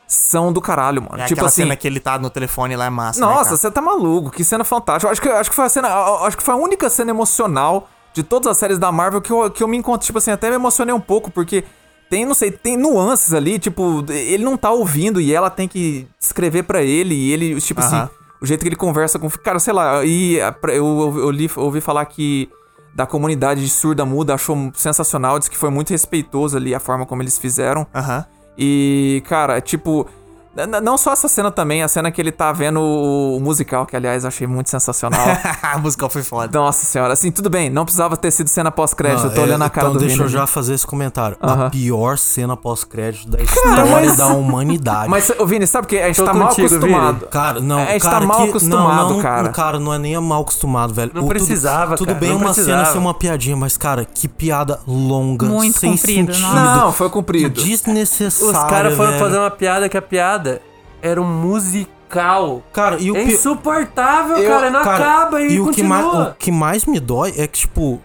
são do caralho, mano.
É
tipo
aquela
assim.
cena que ele tá no telefone lá é massa. né,
Nossa,
cara?
você tá maluco, que cena fantástica. Eu acho que, acho que foi a cena. eu Acho que foi a única cena emocional de todas as séries da Marvel que eu, que eu me encontro. Tipo assim, até me emocionei um pouco, porque tem, não sei, tem nuances ali, tipo, ele não tá ouvindo e ela tem que escrever pra ele, e ele, tipo assim,
Aham.
o jeito que ele conversa com. Cara, sei lá, e a- pra- eu, eu, eu li- ouvi falar que. Da comunidade de surda muda, achou sensacional, disse que foi muito respeitoso ali a forma como eles fizeram.
Aham.
E, cara, tipo. n- n- Não só essa cena também, a cena que ele tá vendo o o musical, que aliás eu achei
[laughs]
muito sensacional.
a musical foi foda.
Nossa senhora, assim, tudo bem, não precisava ter sido cena pós-crédito, eu tô
Ah, é,
olhando a cara
então
do
deixa
Vini.
eu já fazer esse comentário.
Aham.
A pior cena pós-crédito da história
mas-
da humanidade.
Mas, ô, Vini, sabe o que? A gente
Tô
tá mal
contigo, Vini.
acostumado.
Cara, não,
É, a gente
cara,
tá mal
que- não,
acostumado,
não,
cara.
Cara, não é nem mal acostumado, velho.
Não
O- tudo-
precisava,
Tudo
cara,
bem
não
uma cena
precisava.
ser uma piadinha, mas, cara, que piada longa,
Muito
sem
comprida,
sentido.
nossa.
Não, foi cumprido.
Desnecessária,
Os
Ah,
caras foram
velho.
fazer
um
uma piada que a piada era um musical.
Cara, e o
é
pi-
insuportável,
Eu-
cara. Não
cara,
acaba e,
o que, mais, o
continua.
que mais me dói é que, tipo,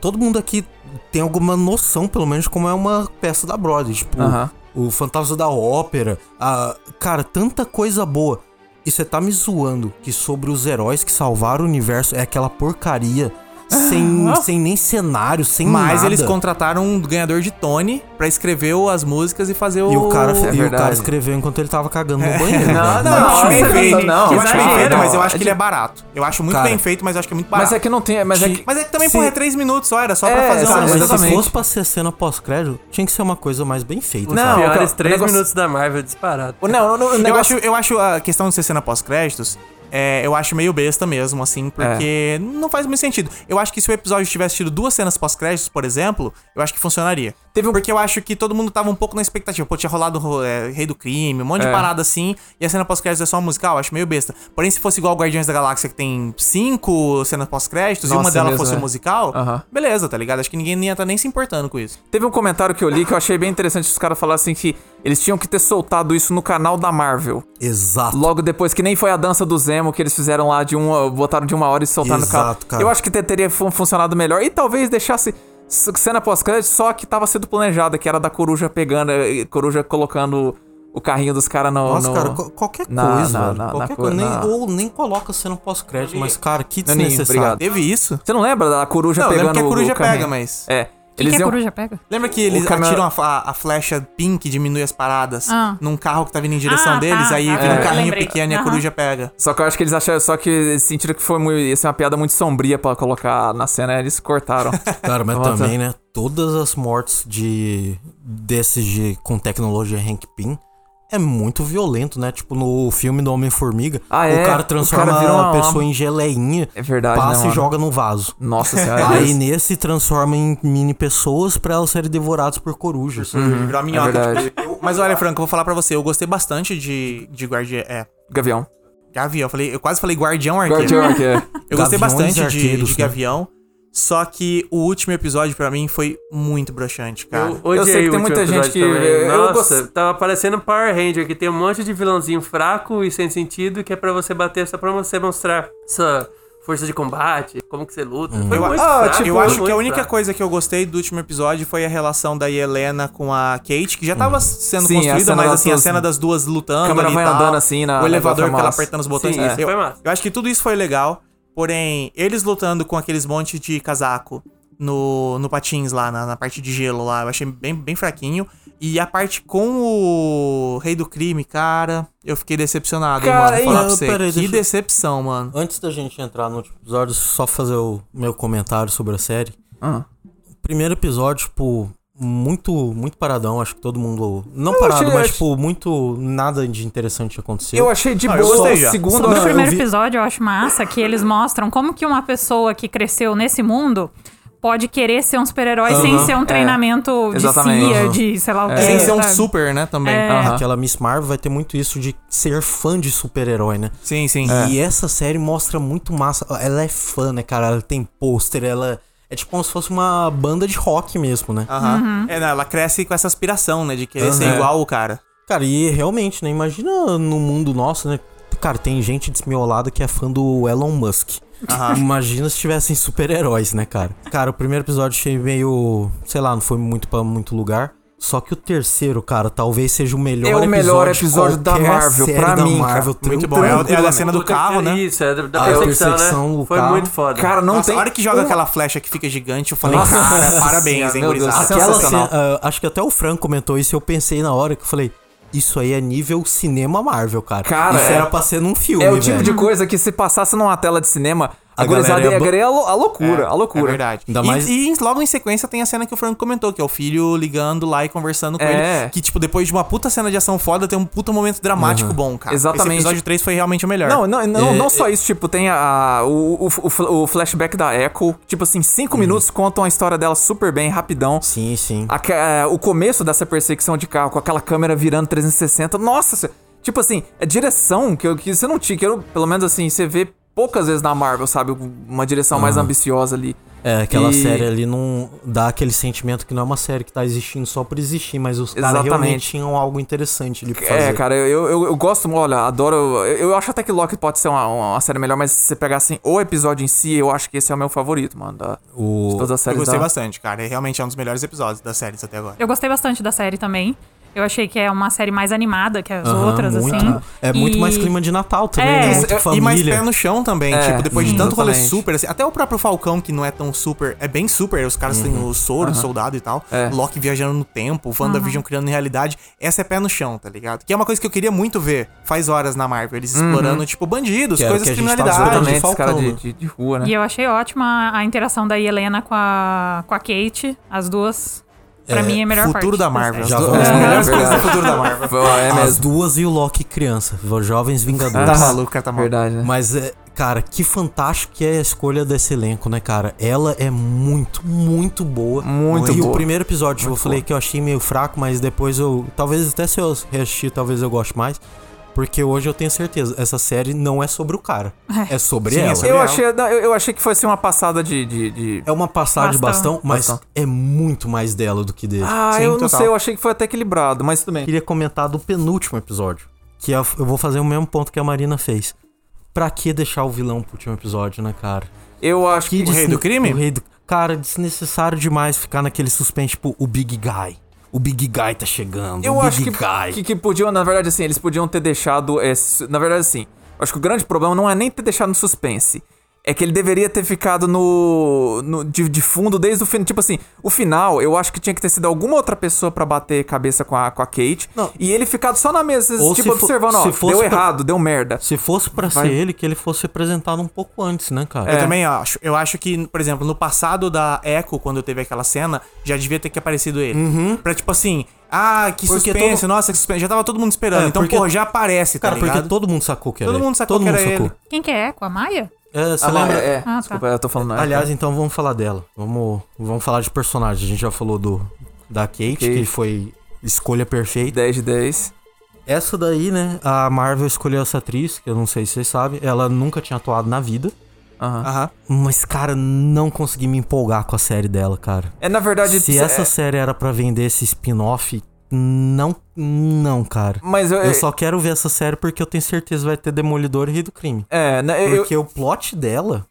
todo mundo aqui tem alguma noção, pelo menos, de como é uma peça da Broadway. Tipo,
Aham.
o Fantasma da Ópera. A, cara, tanta coisa boa. E você tá me zoando que sobre os heróis que salvaram o universo é aquela porcaria.
[laughs]
Sem, sem nem cenário, sem nada.
Mas eles contrataram um ganhador de Tony pra escrever o- as músicas e fazer o.
E o cara, e o
É verdade.
cara escreveu enquanto ele tava cagando no banheiro. né?
Não,
Eu
[laughs] não,
velho.
não,
acho bem
nossa,
feito.
não,
eu acho bem
exagero.
feito, mas eu acho
É
que ele é barato. Eu acho muito
Cara,
bem feito, mas eu acho que é muito barato.
Mas é que não tem. Mas é que.
Mas é que também,
se-
porra, é três minutos só, era só
É,
pra fazer
cara,
um...
Mas se
exatamente.
fosse pra ser cena pós-crédito, tinha que ser uma coisa mais bem feita.
Não,
sabe?
cara,
Piores
o
três
negócio-
minutos da Marvel disparado.
Não, não, não, o
Eu
negócio-
acho, eu acho a questão de ser cena pós-créditos, é, eu acho meio besta mesmo,
É.
assim, porque não faz muito sentido. Eu acho que se o episódio tivesse tido duas cenas pós-créditos, por exemplo, eu acho que funcionaria.
Teve um-
Porque eu acho que todo mundo tava um pouco na expectativa. Pô, tinha rolado ro- é, Rei do Crime, um monte
É.
de parada assim, e a cena pós-créditos é só musical, eu acho meio besta. Porém, se fosse igual Guardiões da Galáxia, que tem cinco cenas pós-créditos, e
Nossa,
uma delas
mesmo,
fosse
é.
musical,
Aham.
beleza, tá ligado? Acho que ninguém nem ia tá nem se importando com isso.
Teve um comentário que eu li que eu achei bem interessante os caras falaram assim que eles tinham que ter soltado isso no canal da Marvel.
Exato.
Logo depois, que nem foi a dança do Zemo que eles fizeram lá de uma. Botaram de uma hora e soltaram no
Exato, cara.
Eu acho que te- teria fun- funcionado melhor. E talvez deixasse s- cena pós-crédito, só que tava sendo planejada, que era da coruja pegando. eh, Coruja colocando o carrinho dos caras no.
Nossa,
no-
cara, co- qualquer
na-
coisa,
na-
velho.
na-
qualquer
na
coisa.
co-
Nem,
na-
Ou nem coloca cena pós-crédito, mas, cara, que
Naninho, obrigado.
desnecessário.
Teve isso?
Você não lembra da coruja
Não, eu
pegando
lembro que a
o-
coruja
o carrinho?
pega, mas...
É.
O que, que a
iam-
coruja pega?
Lembra que eles
cara-
atiram a, a- a flecha pink, diminui as paradas
Ah.
num carro que tá vindo em direção
Ah,
deles,
tá,
aí
tá,
vira
tá,
um carrinho
lembrei.
pequeno e a
Aham.
coruja pega.
Só que eu acho que eles acharam. Só que eles sentiram que foi muito. Ia ser uma piada muito sombria pra colocar na cena, eles
[laughs]
cortaram.
Cara, mas
Volta.
também, né? Todas as mortes de desses de com tecnologia Hank Pym é muito violento, né? Tipo no filme do Homem-Formiga,
Ah, é?
o
O cara
cara transforma
vira uma-
a pessoa em geleinha,
É verdade, né,
passa
mano? É
e joga no vaso.
Nossa [laughs] senhora.
Aí nesse transforma em mini pessoas pra elas serem devoradas por corujas.
Uhum. Virou a minhoca.
verdade.
tipo, eu- mas olha, Franco, eu vou falar pra você, eu gostei bastante de, de Guardião. É,
Gavião.
Gavião, eu, falei, eu quase falei Guardião Arqueiro.
Guardião, que é.
Eu gostei
Gaviões
bastante de- de,
Arqueiros, né?
Gavião. Só que o último episódio pra mim foi muito broxante, cara.
Eu, odiei
Eu sei que
o
tem
último
muita gente
episódio
que-
também.
eu- eu
Nossa,
gost-
tava parecendo Power Ranger, que tem um monte de vilãozinho fraco e sem sentido, que é pra você bater, só pra você mostrar sua força de combate, como que você luta.
Uhum.
Foi
Eu,
muito
ah,
fraco,
tipo, eu
foi
acho
muito
que a única
fraco.
coisa que eu gostei do último episódio foi a relação da Helena com a Kate, que já tava sendo
Uhum. Sim, a
construída,
cena
mas
das
assim, a
duas-
cena das duas lutando.
câmera
ali e
vai
tal,
andando assim na-
O
na
elevador que ela
plataforma.
apertando os botões.
Sim,
assim,
isso
eu,
foi massa.
eu acho que tudo isso foi legal, porém, eles lutando com aqueles monte de casaco no, no patins lá, na, na parte de gelo lá, eu achei bem, bem fraquinho. E a parte com o Rei do Crime, cara, eu fiquei decepcionado, hein,
Cara,
mano. Falar
e-
pra você.
peraí,
que
deixa eu-
decepção, mano.
Antes da gente entrar no último episódio, só fazer o meu comentário sobre a série.
Ah.
Primeiro episódio, tipo, muito, muito paradão. Acho que todo mundo. Não
Eu
parado,
achei-
mas,
achei-
tipo, muito nada de interessante aconteceu.
Eu achei de
Ah, eu
boa
gostei
o
já.
segundo.
No
Não, eu
primeiro
vi-
episódio eu acho massa que eles mostram como que uma pessoa que cresceu nesse mundo pode querer ser um super-herói sem
Aham, é.
ser um treinamento de
Exatamente.
CIA,
Aham.
de sei lá o que.
Sem ser um
sabe?
super, né, também.
É. Aham.
Ah. Aquela Miss Marvel vai ter muito isso de ser fã de super-herói, né?
Sim, sim.
É.
E essa série mostra muito massa. Ela é fã, né, cara? Ela tem pôster, ela. É tipo como se fosse uma banda de rock mesmo, né?
Aham. É, não, ela cresce com essa aspiração, né? De querer ser
Aham.
igual o cara.
Cara, e realmente, né? Imagina no mundo nosso, né? Cara, tem gente desmiolada que é fã do Elon Musk. Imagina se tivessem super-heróis, né, cara? Cara, o primeiro episódio achei meio. Sei lá, não foi muito pra muito lugar. Só que o terceiro, cara, talvez seja o melhor
É o
episódio.
melhor episódio
de
da
qualquer
Marvel,
série
pra
da
mim, cara.
Marvel,
Muito bom. É, a- é a cena do carro, né?
Isso, é da, da
Ah,
percepção,
percepção,
né?
o
Foi
carro.
muito foda.
Cara, não
Nossa,
tem.
a hora que joga
um-
aquela flecha que fica gigante, eu falei,
Nossa
cara,
Senhora,
parabéns, hein,
meu Deus,
gurizada. É,
aquela-
Aquela
Sensacional.
cena, ah, acho que até o Fran comentou isso e eu pensei na hora que eu falei. Isso aí é nível cinema Marvel, cara.
Cara,
isso
é-
era pra ser num filme,
[laughs] É o tipo
velho.
de coisa que se passasse numa tela de cinema, a,
A
gurizada
galera
ia
ia
querer a, lou- a loucura, a
É
loucura.
verdade.
Ainda
E-
mais-
E, logo em sequência tem a cena que o Franco comentou, que é o filho ligando lá e conversando com
É.
ele. Que, tipo, depois de uma puta cena de ação foda, tem um puta momento dramático bom, cara.
Exatamente.
Esse episódio 3 foi realmente o melhor.
Não, não, não, não só isso, tipo, tem a, a- o, o- o fl- o flashback da Echo, tipo assim, cinco minutos contam a história dela super bem, rapidão.
Sim, sim.
A ca- é, o começo dessa perseguição de carro com aquela câmera virando 360. Nossa, se- tipo assim, é direção que, eu, que você não tinha, que eu, pelo menos assim, você vê poucas vezes na Marvel, sabe? Uma direção mais ambiciosa ali.
É, aquela
E-
série ali não dá aquele sentimento que não é uma série que tá existindo só por existir, mas os caras
Exatamente.
realmente tinham algo interessante ali pra fazer.
É, cara, eu, eu, eu gosto, olha, adoro. Eu, eu acho até que Loki pode ser uma, uma, uma série melhor, mas se você pegar assim o episódio em si, eu acho que esse é o meu favorito, mano. Da,
O-
de todas as
Eu
séries.
gostei
da-
bastante, cara. E Realmente é um dos melhores episódios das séries até agora.
Eu gostei bastante da série também. Eu achei que é uma série mais animada que as outras,
muito,
assim.
É muito
E-
mais clima de Natal também,
É.
né?
Isso,
Muito
E mais
família. Uhum.
pé no chão também,
É,
tipo, depois de
hum,
tanto rolê
exatamente.
super, assim, até o próprio Falcão, que não é tão super, é bem super, os caras têm
Uhum.
o soro, de soldado e tal,
É.
Loki viajando no tempo, WandaVision criando realidade, essa é pé no chão, tá ligado? Que é uma coisa que eu queria muito ver, faz horas na Marvel, eles
Uhum.
explorando, tipo, bandidos,
Que era o
coisas
que a gente tá tava
criminalidade.
Exatamente,
esperando.
esse
Falcão,
cara de,
né?
de, de rua, né?
E eu achei ótima a interação da Helena com a, com a Kate, as duas. Pra
É,
mim é a melhor parte.
futuro da
série.
Marvel.
Já
As
vamos
duas
lá.
melhores coisas do
É, Verdade.
futuro da Marvel.
É
As
mesmo.
duas e o Loki criança, vo- jovens vingadores.
Tá maluco, cara, tá maluco.
Verdade, né?
Mas, é, cara, que fantástico que é a escolha desse elenco, né, cara? Ela é muito, muito boa.
Muito
e
boa.
o primeiro episódio, tipo, eu falei que eu achei meio fraco, mas depois eu. Talvez até se eu reassistir, talvez eu goste mais. Porque hoje eu tenho certeza, essa série não é sobre o cara. É, sobre
Sim, é
ela.
sobre-
Eu
Real.
achei, não, eu, eu achei que fosse uma passada de. de, de-
É uma passada de
Bastão.
bastão, mas
Bastão.
é muito mais dela do que dele.
Ah,
Sim,
eu não
total.
sei, eu achei que foi até equilibrado, mas tudo bem.
queria comentar do penúltimo episódio. Que é- eu vou fazer o mesmo ponto que a Marina fez. Pra que deixar o vilão pro último episódio, né, cara?
Eu acho que.
Que desne-
do crime?
O rei do... Cara, é desnecessário demais ficar naquele suspense, tipo, o Big Guy. O Big Guy tá chegando.
Eu
o
acho
Big
que, que, que podiam, na verdade, assim, eles podiam ter deixado. é, su- na verdade, assim, eu acho que o grande problema não é nem ter deixado no suspense. É que ele deveria ter ficado no. no- de, de fundo desde o fim. Tipo assim, o final, eu acho que tinha que ter sido alguma outra pessoa pra bater cabeça com a, com a Kate.
Não.
E ele ficado só na mesa,
Ou
tipo,
se fo-
observando,
se
ó,
fosse
deu
pra-
errado, deu merda.
Se fosse pra
Vai-
ser ele, que ele fosse apresentado um pouco antes, né, cara?
Eu também acho. Eu acho que, por exemplo, no passado da Echo, quando teve aquela cena, já devia ter que aparecido ele. Pra tipo assim, ah, que
Uhum. Porque
suspense,
todo-
nossa, que suspense. Já tava todo mundo esperando.
É,
então,
porque-
porra, já aparece, tá
Cara, porque
ligado?
todo mundo sacou que era
Todo
ele.
mundo sacou que era
Quem que é? Com a Maia?
É, você
Ah,
lembra?
É, é.
Ah, tá.
desculpa, eu tô falando. é,
Aliás, então vamos falar dela. Vamos, vamos falar de personagem. A gente já falou do da Kate,
Kate.
que foi escolha perfeita.
10 de 10.
Essa daí, né? A Marvel escolheu essa atriz, que eu não sei se vocês sabem. Ela nunca tinha atuado na vida.
Aham.
Aham.
Mas, cara, não consegui me empolgar com a série dela, cara.
É, na verdade...
Se
é-
essa série era pra vender esse spin-off, não, não, cara.
Mas eu...
Eu só quero ver essa série porque eu tenho certeza vai ter Demolidor e Rei do Crime.
É, né, eu- eu-
Porque o plot dela.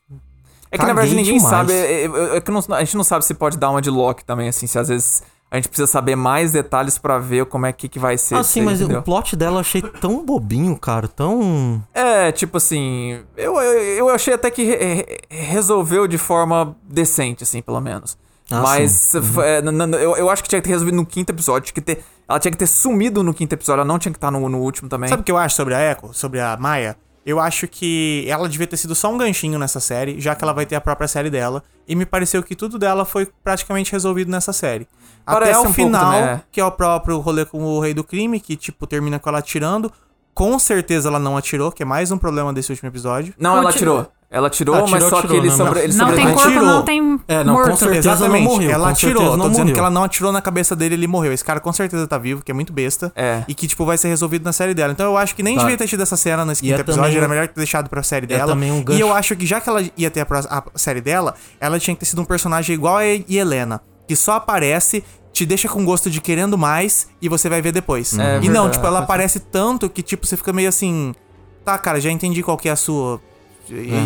é que na verdade
caguei
ninguém
demais.
sabe. É, é- é que não- a gente não sabe se pode dar uma de Loki também, assim. Se às vezes a gente precisa saber mais detalhes pra ver como é que, que vai ser.
Ah,
isso
sim,
aí,
mas
entendeu?
o plot dela eu achei tão bobinho, cara. Tão.
É, tipo assim, eu, eu, eu achei até que re- re- resolveu de forma decente, assim, pelo menos.
Ah,
Mas f- é, n- n- eu, eu acho que tinha que ter resolvido no quinto episódio. Tinha que ter, ela tinha que ter sumido no quinto episódio, ela não tinha que estar no, no último também.
Sabe o que eu acho sobre a Echo, sobre a Maya? Eu acho que ela devia ter sido só um ganchinho nessa série, já que ela vai ter a própria série dela. E me pareceu que tudo dela foi praticamente resolvido nessa série.
Parece
Até
um
o
pouco
final,
também, é.
que é o próprio rolê com o Rei do Crime, que, tipo, termina com ela atirando. Com certeza ela não atirou, que é mais um problema desse último episódio.
Não, ela
Continua.
tirou. Ela tirou,
Ah,
mas
tirou,
só
tirou,
que ele,
né?
sobre,
Não.
ele
Não tem
sobreviveu.
corpo,
corpo,
Tirou.
não tem
É, não, com
morto.
certeza.
Exatamente,
não morreu,
ela
com
atirou.
certeza
Tô
não
dizendo
morreu.
que ela não atirou na cabeça dele, ele morreu. Esse cara com certeza tá vivo, que é muito besta.
É.
E que, tipo, vai ser resolvido na série dela. Então eu acho que nem
Tá.
devia ter tido essa cena nesse
E
quinto
é
episódio.
também-
Era melhor ter deixado pra série dela.
também um gancho.
E eu acho que já que ela ia ter a, pró- a série dela, ela tinha que ter sido um personagem igual a Helena. Que só aparece, te deixa com gosto de querendo mais e você vai ver
Hum.
depois.
É
e não,
verdade.
tipo, ela aparece tanto que, tipo, você fica meio assim... Tá, cara, já entendi qual que é a sua...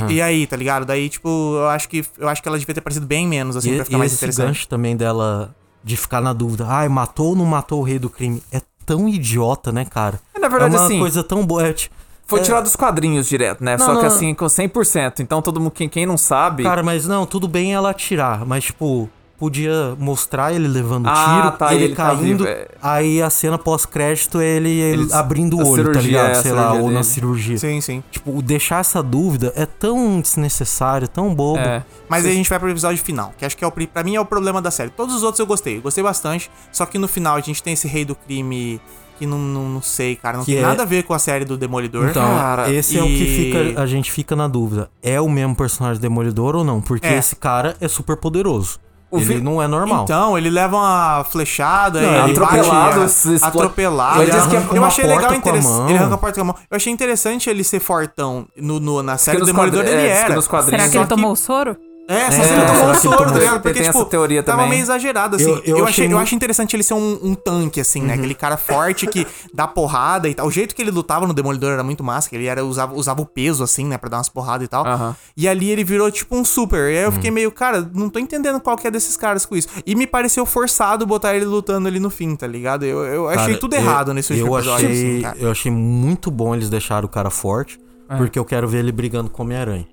E, e aí, tá ligado? Daí, tipo, eu acho que eu acho que ela devia ter aparecido bem menos, assim,
E,
pra ficar
e
mais
esse
interessante.
gancho também dela de ficar na dúvida. Ai, matou ou não matou o Rei do Crime? É tão idiota, né, cara?
É, na verdade,
é uma
assim,
coisa tão boa. É, tipo,
foi
é,
tirado dos quadrinhos direto, né?
Não,
só que
não.
assim, com 100%. Então, todo mundo, quem, quem não sabe...
Cara, mas não, tudo bem ela atirar, mas tipo, podia mostrar ele levando
Ah,
tiro,
tá,
ele,
ele tá
caindo,
vivo, é.
aí a cena pós-crédito é ele, ele
Ele-
abrindo
a
o olho,
cirurgia,
tá
é, a
ligado? Sei lá,
cirurgia
ou na
dele.
cirurgia.
Sim, sim.
Tipo, o deixar essa dúvida é tão desnecessário, tão bobo.
É.
Mas aí a gente vai pro episódio final, que acho que é o pri- pra mim é o problema da série. Todos os outros eu gostei, eu gostei bastante. Só que no final a gente tem esse rei do crime que não, não, não sei, cara, não
Que
tem
é-
nada a ver com a série do Demolidor.
Então,
Cara,
esse é o
e-
que fica, a gente fica na dúvida. É o mesmo personagem Demolidor ou não? Porque
É.
esse cara é super poderoso. ele
vi-
não é normal.
Então, ele leva uma flechada,
Não,
ele
atropelado,
bate,
se explode-
atropelado.
Ele diz que é
arranca
eu
uma
achei legal
porta com a
interess-
mão.
Ele arranca a porta com a mão. Eu achei interessante ele ser fortão no, no- na série do
nos
Demolidor
quadri-
ele
é, diz que
era.
nos quadrinhos-
Será que
Só
ele tomou o soro?
É, só
É,
se ele tomou um
será que ele
soro,
tomou?
tá ligado?
Tem-
Porque,
tem essa
tipo,
teoria
tava
também.
meio exagerado, assim.
Eu-
Eu,
eu
achei,
achei
eu
mu-
acho interessante ele ser um, um tanque, assim, né?
Uhum.
Aquele cara forte que dá porrada e tal. O jeito que ele lutava no Demolidor era muito massa, que ele era, usava, usava o peso, assim, né? Pra dar umas porradas e tal.
Aham.
E ali ele virou, tipo, um super. E aí eu fiquei
Uhum.
meio, cara, não tô entendendo qual que é desses caras com isso. E me pareceu forçado botar ele lutando ali no fim, tá ligado? Eu, eu
Cara,
achei tudo
eu-
errado nesse último
eu
episódio,
achei,
assim, cara. É.
Eu achei muito bom eles deixarem o cara forte, porque eu quero ver ele brigando com o Homem-Aranha.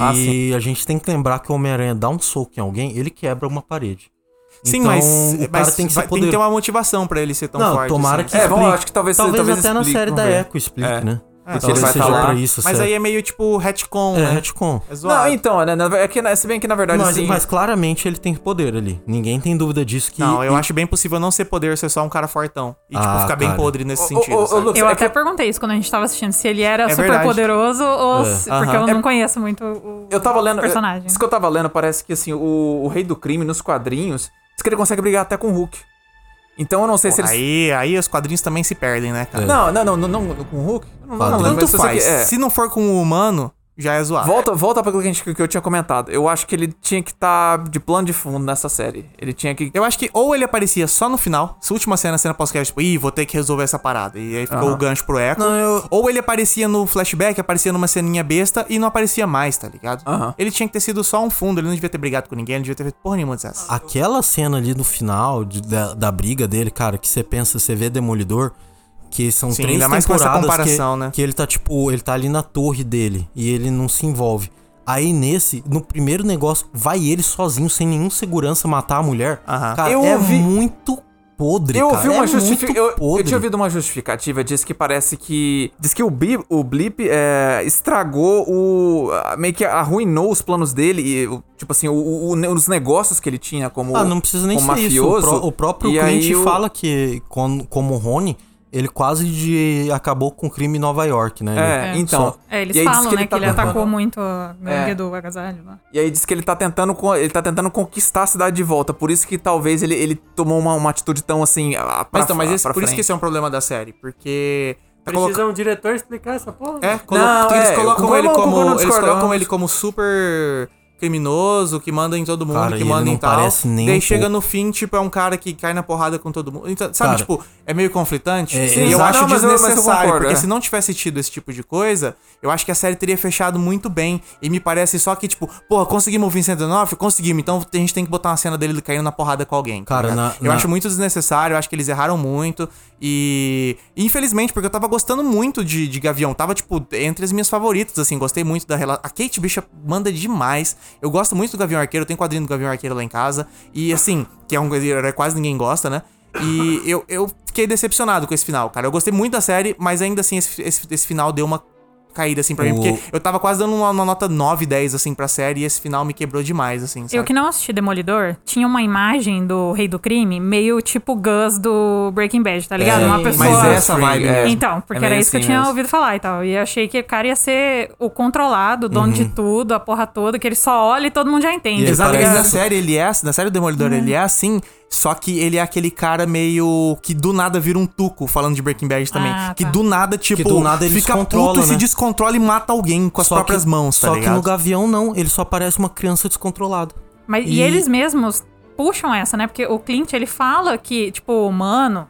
Ah,
e a gente tem que lembrar que o Homem-Aranha dá um soco em alguém, ele quebra uma parede.
Sim,
Então,
mas, é,
o cara
mas
tem que ser
vai- tem que ter
poderoso.
uma motivação pra ele ser tão
Não,
forte.
tomara
assim.
que
É,
explique.
bom, acho que talvez-
talvez,
talvez
até na
explique,
série
vamos
da
ver.
Echo explique,
É.
né?
É,
Porque ele vai
seja
tá lá.
pra isso,
Mas aí
sério.
é meio tipo retcon,
é,
né?
retcon.
É zoado.
Não, então, né? na- É que, na- se bem que, na verdade,
Mas,
assim...
mas claramente ele tem poder ali. Ninguém tem dúvida disso que
Não, eu acho bem possível não ser poder, ser só um cara fortão. E, tipo,
Ah,
ficar bem
cara.
podre nesse
Ô,
sentido.
ô, ô,
sabe?
Lucas,
Eu
é
até
que-
perguntei isso quando a gente tava assistindo, se ele era
É
super
verdade.
poderoso ou. se-
aham.
Porque eu
É-
não conheço muito o
Eu tava lendo.
personagem.
Isso que eu tava lendo, parece que assim, o, o rei do crime nos quadrinhos diz que ele consegue brigar até com o Hulk. Então eu não sei se eles.
Aí, aí os quadrinhos também se perdem, né, cara?
Não, não, não, não, não, com o Hulk? Eu Não, não,
Quadrinho.
não lembro,
Tanto
mas eu sei
faz.
que- é.
Se não for com o humano, já é zoado.
Volta, volta pra aquilo que, a gente- que eu tinha comentado. Eu acho que ele tinha que estar de plano de fundo nessa série. Ele tinha que.
Eu acho que ou ele aparecia só no final, se a última cena, a cena pós-crédito, tipo, ih, vou ter que resolver essa parada. E aí ficou
Aham.
o gancho pro eco. Ou ele aparecia no flashback, aparecia numa ceninha besta e não aparecia mais, tá ligado?
Aham.
Ele tinha que ter sido só um fundo, ele não devia ter brigado com ninguém, ele não devia ter feito porra nenhuma dessas.
Aquela cena ali no final de- da, da briga dele, cara, que você pensa, você vê Demolidor, que são
Sim,
três
ainda mais com essa
temporadas
comparação,
que,
né?
que ele tá tipo, ele tá ali na torre dele e ele não se envolve. Aí nesse, no primeiro negócio, vai ele sozinho, sem nenhum segurança, matar a mulher.
Aham.
Cara,
Eu
é
ouvi-
muito podre,
Eu
cara.
ouvi uma
é
justificativa.
muito
Eu,
podre.
tinha ouvido uma justificativa. Diz que parece que. Diz que o, Bi, o Blip é, estragou o. a- Meio que arruinou os planos dele. E, o- tipo assim, o- o- o- os negócios que ele tinha como.
Ah, não precisa nem ser
como um mafioso.
isso. O, pró- o próprio
E aí
cliente
o-
fala que, com- como o Rony, ele quase de- acabou com o crime em Nova York, né?
É,
Ele-
então.
Só-
É, eles
E aí diz
falam, né, que ele
tá-
atacou muito a gangue
É.
do agasalho lá.
E aí diz que ele tá tentando, co- ele tá tentando conquistar a cidade de volta. Por isso que talvez ele, ele tomou uma, uma atitude tão assim. ah, Pra,
Mas então, mas esse-
pra
por isso que
frente.
esse é um problema da série, porque
Precisa um diretor explicar essa porra?
É, colo-
Não,
eles
é,
colocam
eu
ele
concordo,
como.
não
Eles
discordo,
colocam
não.
ele como super criminoso, que manda em todo mundo,
Cara,
que
e ele
manda em
não
tal.
parece nem
Daí
um
chega
pouco.
no fim, tipo, é um cara que cai na porrada com todo mundo. Então, sabe,
Cara,
tipo, é meio conflitante.
é,
e eu
exato.
acho
Não, mas eu- mas eu
desnecessário,
concordo,
porque
é.
se não tivesse tido esse tipo de coisa, eu acho que a série teria fechado muito bem. E me parece só que, tipo, porra, conseguimos o Vincent D'Onofrio? Conseguimos. Então a gente tem que botar uma cena dele caindo na porrada com alguém. tá
Cara,
ligado?
na-
eu
na-
acho muito desnecessário, eu acho que eles erraram muito. E. e Infelizmente, porque eu tava gostando muito de, de Gavião. Tava, tipo, entre as minhas favoritas, assim, gostei muito da relação. A Kate Bicha manda demais. Eu gosto muito do Gavião Arqueiro, eu tenho quadrinho do Gavião Arqueiro lá em casa. E assim, que é um herói que quase ninguém gosta, né? E eu, eu fiquei decepcionado com esse final, cara. Eu gostei muito da série, mas ainda assim, esse, esse, esse final deu uma caída, assim, pra mim.
O-
Porque eu tava quase dando uma, uma nota 9, 10, assim, pra série, e esse final me quebrou demais, assim, sabe?
Eu que não assisti Demolidor, tinha uma imagem do Rei do Crime, meio tipo Gus do Breaking Bad, tá ligado?
É,
uma
mas
pessoa.
é essa vibe mesmo.
Então, porque
É
era
meio
isso que eu
assim
tinha
mesmo.
ouvido falar e tal. E eu achei que o cara ia ser o controlado, o dono
Uhum.
de tudo, a porra toda, que ele só olha e todo mundo já entende.
E ele
tá
Exatamente.
parece-
Na
ligado?
série ele é, assim- na série do Demolidor ele
Uhum.
é assim, só que ele é aquele cara meio que do nada vira um tuco, falando de Breaking Bad também,
Ah,
que
tá.
do nada tipo
do nada ele
fica
descontrola,
puto e se
né?
descontrola e mata alguém com as próprias
que,
mãos, tá
Só que
ligado?
no Gavião não, ele só parece uma criança descontrolada.
Mas, e...
E-
eles mesmos puxam essa, né? Porque o Clint, ele fala que, tipo, mano,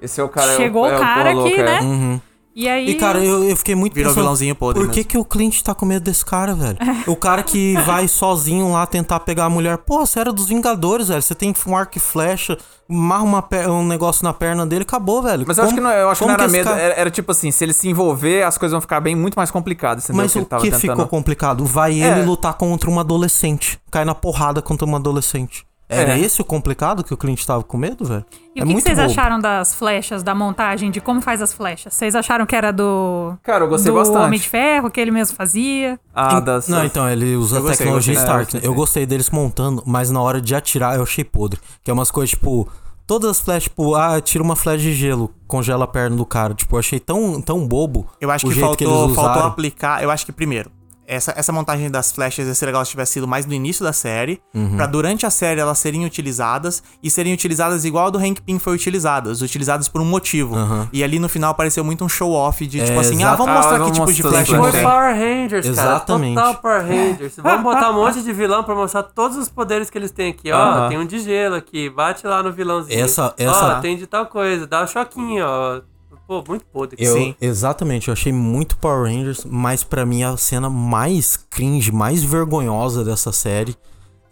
Esse é o cara. é
chegou
é
o cara
porra
aqui,
louca, é.
né? E aí...
E, cara, eu, eu fiquei muito
Virou
pensando,
vilãozinho podre
Por que,
mesmo.
que o Clint tá com medo desse cara, velho? o cara que vai sozinho lá tentar pegar a mulher. Pô, você era dos Vingadores, velho. Você tem um arco e flecha, marra uma per- um negócio na perna dele, acabou, velho.
Mas eu acho
Como-
que não, é, eu acho que
como
não era
esse
medo.
cara-
Era, era tipo assim, se ele se envolver, as coisas vão ficar bem muito mais complicadas. Entendeu?
Mas
ele
o
tava
que
tentando.
ficou complicado? Vai
É.
ele lutar contra uma adolescente. Cai na porrada contra uma adolescente. Era
É.
esse o complicado que o Clint tava com medo, velho? É
E o que que, vocês acharam das flechas, da montagem, de como faz as flechas? Vocês acharam que era do.
Cara, eu gostei
do
bastante.
Homem de Ferro, que ele mesmo fazia?
Ah, das.
Não, então, ele usa
Eu
a
gostei, gostei.
tecnologia
É,
Stark.
gostei,
né? eu gostei deles montando, mas na hora de atirar eu achei podre. Que é umas coisas, tipo, todas as flechas, tipo, ah, tira uma flecha de gelo, congela a perna do cara. Tipo, eu achei tão, tão bobo.
Eu acho
o
que
jeito
faltou,
eles
faltou
usaram.
aplicar. Eu acho que primeiro. Essa, essa montagem das flechas ia ser legal se tivesse sido mais no início da série,
Uhum.
pra durante a série elas serem utilizadas e serem utilizadas igual a do Hank Pym foi utilizadas, utilizadas por um motivo. E ali no final pareceu muito um show-off de tipo assim, ah,
É, exato.
vamos
Ah,
mostrar que
vamos
tipo de
mostrar
flecha
as
a gente
é.
Foi
flechas.
tem.
Power Rangers,
Exatamente.
cara. Total Power
[laughs]
Rangers. Vamos botar um monte de vilão pra mostrar todos os poderes que eles têm aqui. Ó,
Aham.
tem um de gelo aqui. Bate lá no vilãozinho.
Essa- essa-
Ó, tem de tal coisa. Dá um choquinho, ó. Pô, muito podre.
Eu,
Sim.
Exatamente, eu achei muito Power Rangers, mas pra mim a cena mais cringe, mais vergonhosa dessa série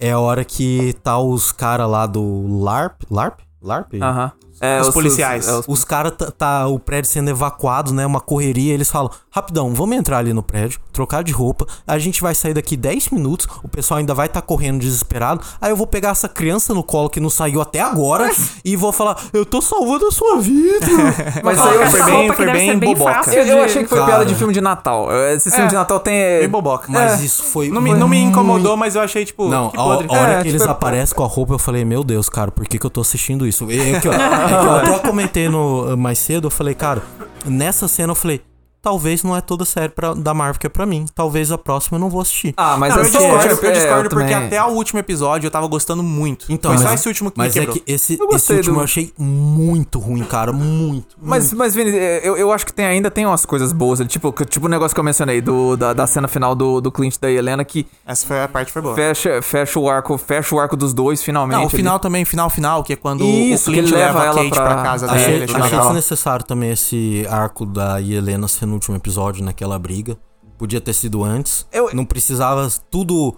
é a hora que tá os cara lá do LARP. LARP? LARP?
Aham. É,
Os policiais.
é, os-
Os caras tá, tá o prédio sendo evacuado, né? Uma correria, eles falam: "Rapidão, vamos entrar ali no prédio, trocar de roupa, a gente vai sair daqui 10 minutos, o pessoal ainda vai tá correndo desesperado. Aí eu vou pegar essa criança no colo que não saiu até agora e vou falar: "Eu tô salvando a sua vida".
[laughs]
Mas
Coloca
aí eu-
essa
foi
roupa
bem-
que
foi
deve
bem
ser
boboca.
fácil
Eu, eu
de-
achei que foi
Cara.
piada de filme de Natal. Esse filme de Natal tem. é,
Bem boboca.
Mas isso foi
Não me, não me incomodou, mas eu achei, tipo,
Não,
que
a, a
podre.
hora
É,
que eles
tipo-
aparecem com a roupa, eu falei, meu Deus, cara, por que, que eu tô assistindo isso? E, é que, ó, é que eu até comentei no, mais cedo, eu falei, cara, nessa cena eu falei, talvez não é toda série pra, da Marvel que é pra mim, talvez a próxima eu não vou assistir.
Ah, mas
Não, eu
assim,
discordo,
é,
eu discordo
eu
porque
também-
até o último episódio eu tava gostando muito. Foi só
mas-
esse último que me
Mas é
quebrou.
que esse,
Eu
esse
gostei
último
do-
eu achei muito ruim, cara, muito.
Mas, mas Vini, é, eu, eu acho que tem, ainda tem umas coisas boas. ali, Tipo, que- tipo o negócio que eu mencionei do, da, da cena final do, do Clint e da Helena que
Essa foi a parte que foi boa.
fecha, fecha o arco, fecha o arco dos dois finalmente.
Não, o
ali. né?
final também, final final, que é quando
Isso,
o
que
Clint
ele
leva
leva
a
ela
Kate pra,
pra-
casa
Achei-
dele.
Achei,
Achei,
achei
legal.
desnecessário também esse arco da Helena ser no último episódio, naquela briga. Podia ter sido antes.
Eu-
Não precisava tudo.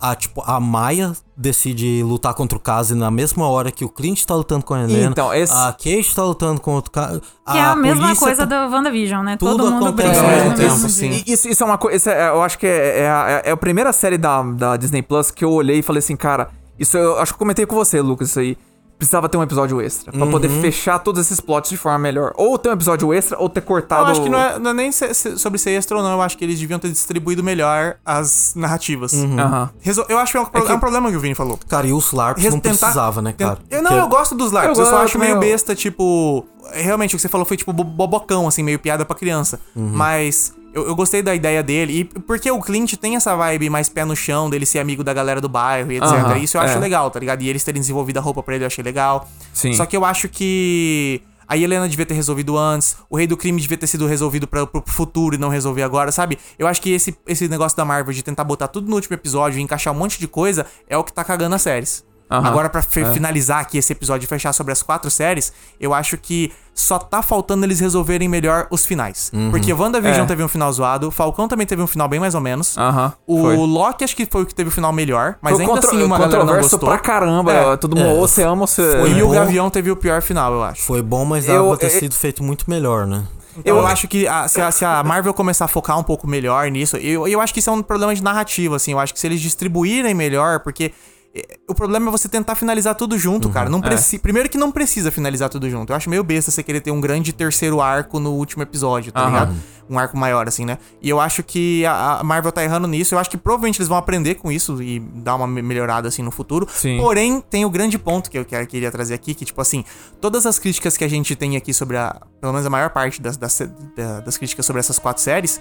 A, tipo, a Maia decide lutar contra o Kaze na mesma hora que o Clint tá lutando com a Helena.
Então, esse-
A Kate tá lutando com outro cara.
Que é a mesma
polícia
coisa
tá-
da WandaVision, né?
Tudo
Todo mundo
acontece
briga
ao
É,
no
mesmo tempo,
mesmo dia.
sim.
E Isso, isso é uma coisa. Eu acho que é, é a, é a primeira série da, da Disney Plus que eu olhei e falei assim, cara, isso eu acho que eu comentei com você, Lucas, isso aí. Precisava ter um episódio extra. Pra poder
Uhum.
fechar todos esses plots de forma melhor. Ou ter um episódio extra, ou ter cortado.
Eu acho que não é, não é nem se- se- sobre ser extra ou não, eu acho que eles deviam ter distribuído melhor as narrativas.
Uhum.
Aham.
Resol- Eu acho que é um, pro-
que-
é um problema que o Vini falou.
Cara, e os LARPs
Res-
não
tentar-
precisava, né,
ten-
cara?
Eu, não,
Porque-
eu gosto dos LARPs.
Eu
Eu, só
gosto
acho meio
também, eu-
besta, tipo. Realmente, o que você falou foi tipo bo- bobocão, assim, meio piada pra criança. Mas. Eu, eu gostei da ideia dele. E porque o Clint tem essa vibe mais pé no chão, dele ser amigo da galera do bairro e etc.
Aham,
Isso eu acho
é.
legal, tá ligado? E eles terem desenvolvido a roupa pra ele, eu achei legal.
Sim.
Só que eu acho que A Helena devia ter resolvido antes. O Rei do Crime devia ter sido resolvido pra, pro futuro e não resolver agora, sabe? Eu acho que esse, esse negócio da Marvel de tentar botar tudo no último episódio e encaixar um monte de coisa é o que tá cagando as séries.
Aham. É.
Agora, pra fe- finalizar aqui esse episódio e fechar sobre as quatro séries, eu acho que só tá faltando eles resolverem melhor os finais. Porque WandaVision
É.
teve um final zoado, Falcão também teve um final bem mais ou menos.
Aham,
O
foi.
Loki acho que foi o que teve o final melhor, mas
Foi
ainda
contra-
assim uma galera não
controverso
gostou.
pra caramba.
É.
ó, Todo mundo, ou você ama É, ou você...
E o
bom.
Gavião teve o pior final, eu acho.
Foi bom, mas
Eu-
dava pra ter
eu-
sido feito muito melhor, né?
Eu, acho que a- se, a, se a Marvel começar a focar um pouco melhor nisso, eu, eu acho que isso é um problema de narrativa, assim. Eu acho que se eles distribuírem melhor, porque eh, o problema é você tentar finalizar tudo junto, cara. Não preci- Primeiro que não precisa finalizar tudo junto. Eu acho meio besta você querer ter um grande terceiro arco no último episódio, tá ligado? Um arco maior, assim, né? E eu acho que a, a Marvel tá errando nisso. Eu acho que provavelmente eles vão aprender com isso e dar uma me- melhorada, assim, no futuro.
Sim.
Porém, Porém, tem o grande ponto que eu quero- queria trazer aqui, que, tipo assim, todas as críticas que a gente tem aqui sobre a. Pelo menos a maior parte das, das, da- das críticas sobre essas quatro séries,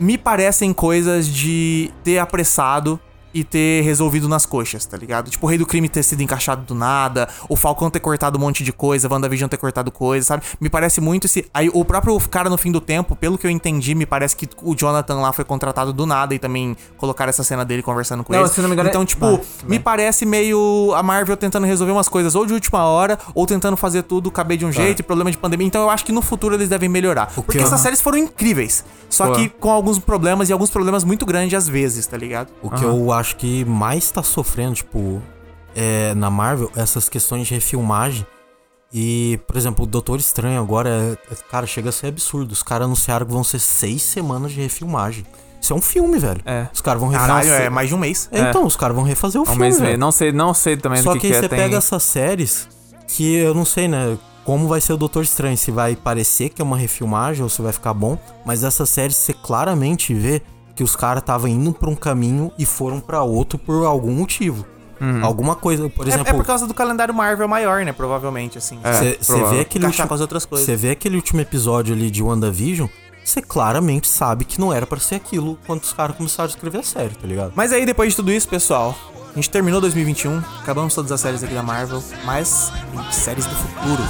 me parecem coisas de ter apressado e ter resolvido nas coxas, tá ligado? Tipo, o Rei do Crime ter sido encaixado do nada, o Falcão ter cortado um monte de coisa, WandaVision ter cortado coisa, sabe? Me parece muito esse... Aí o próprio cara no fim do tempo, pelo que eu entendi, me parece que o Jonathan lá foi contratado do nada e também colocaram essa cena dele conversando com
Não,
eles.
se não me engano, é-
então, tipo, me parece meio a Marvel tentando resolver umas coisas ou de última hora, ou tentando fazer tudo caber
Tá.
de um jeito, e problema de pandemia. Então eu acho que no futuro eles devem melhorar. Porque
eu-
essas séries foram incríveis. Só que com alguns problemas e alguns problemas muito grandes às vezes, tá ligado?
O que eu acho que mais tá sofrendo, tipo, é, na Marvel, essas questões de refilmagem. E, por exemplo, o Doutor Estranho agora, é- é- cara, chega a ser absurdo. Os caras anunciaram que vão ser seis semanas de refilmagem. Isso é um filme, velho.
É.
Os caras vão
Caralho,
refazer.
é mais de um mês.
É, Então, os caras vão refazer o
Um
filme.
mês e
velho.
meio. Não sei, não sei também
Só
do
que,
que,
aí
é.
você
tem-
pega essas séries que eu não sei, né? Como vai ser o Doutor Estranho? Se vai parecer que é uma refilmagem ou se vai ficar bom. Mas essas séries você claramente vê que os caras estavam indo pra um caminho e foram pra outro por algum motivo.
Uhum.
Alguma coisa, por
É,
exemplo. É.
é por causa do calendário Marvel maior, né? Provavelmente, assim.
Você
É, provável.
vê aquele
Encaixar
último,
com as outras coisas.
Você vê aquele último episódio ali de WandaVision, você claramente sabe que não era pra ser aquilo quando os caras começaram a escrever a série, tá ligado?
Mas aí, depois de tudo isso, pessoal, a gente terminou 2021, acabamos todas as séries aqui da Marvel, mas tem séries do futuro.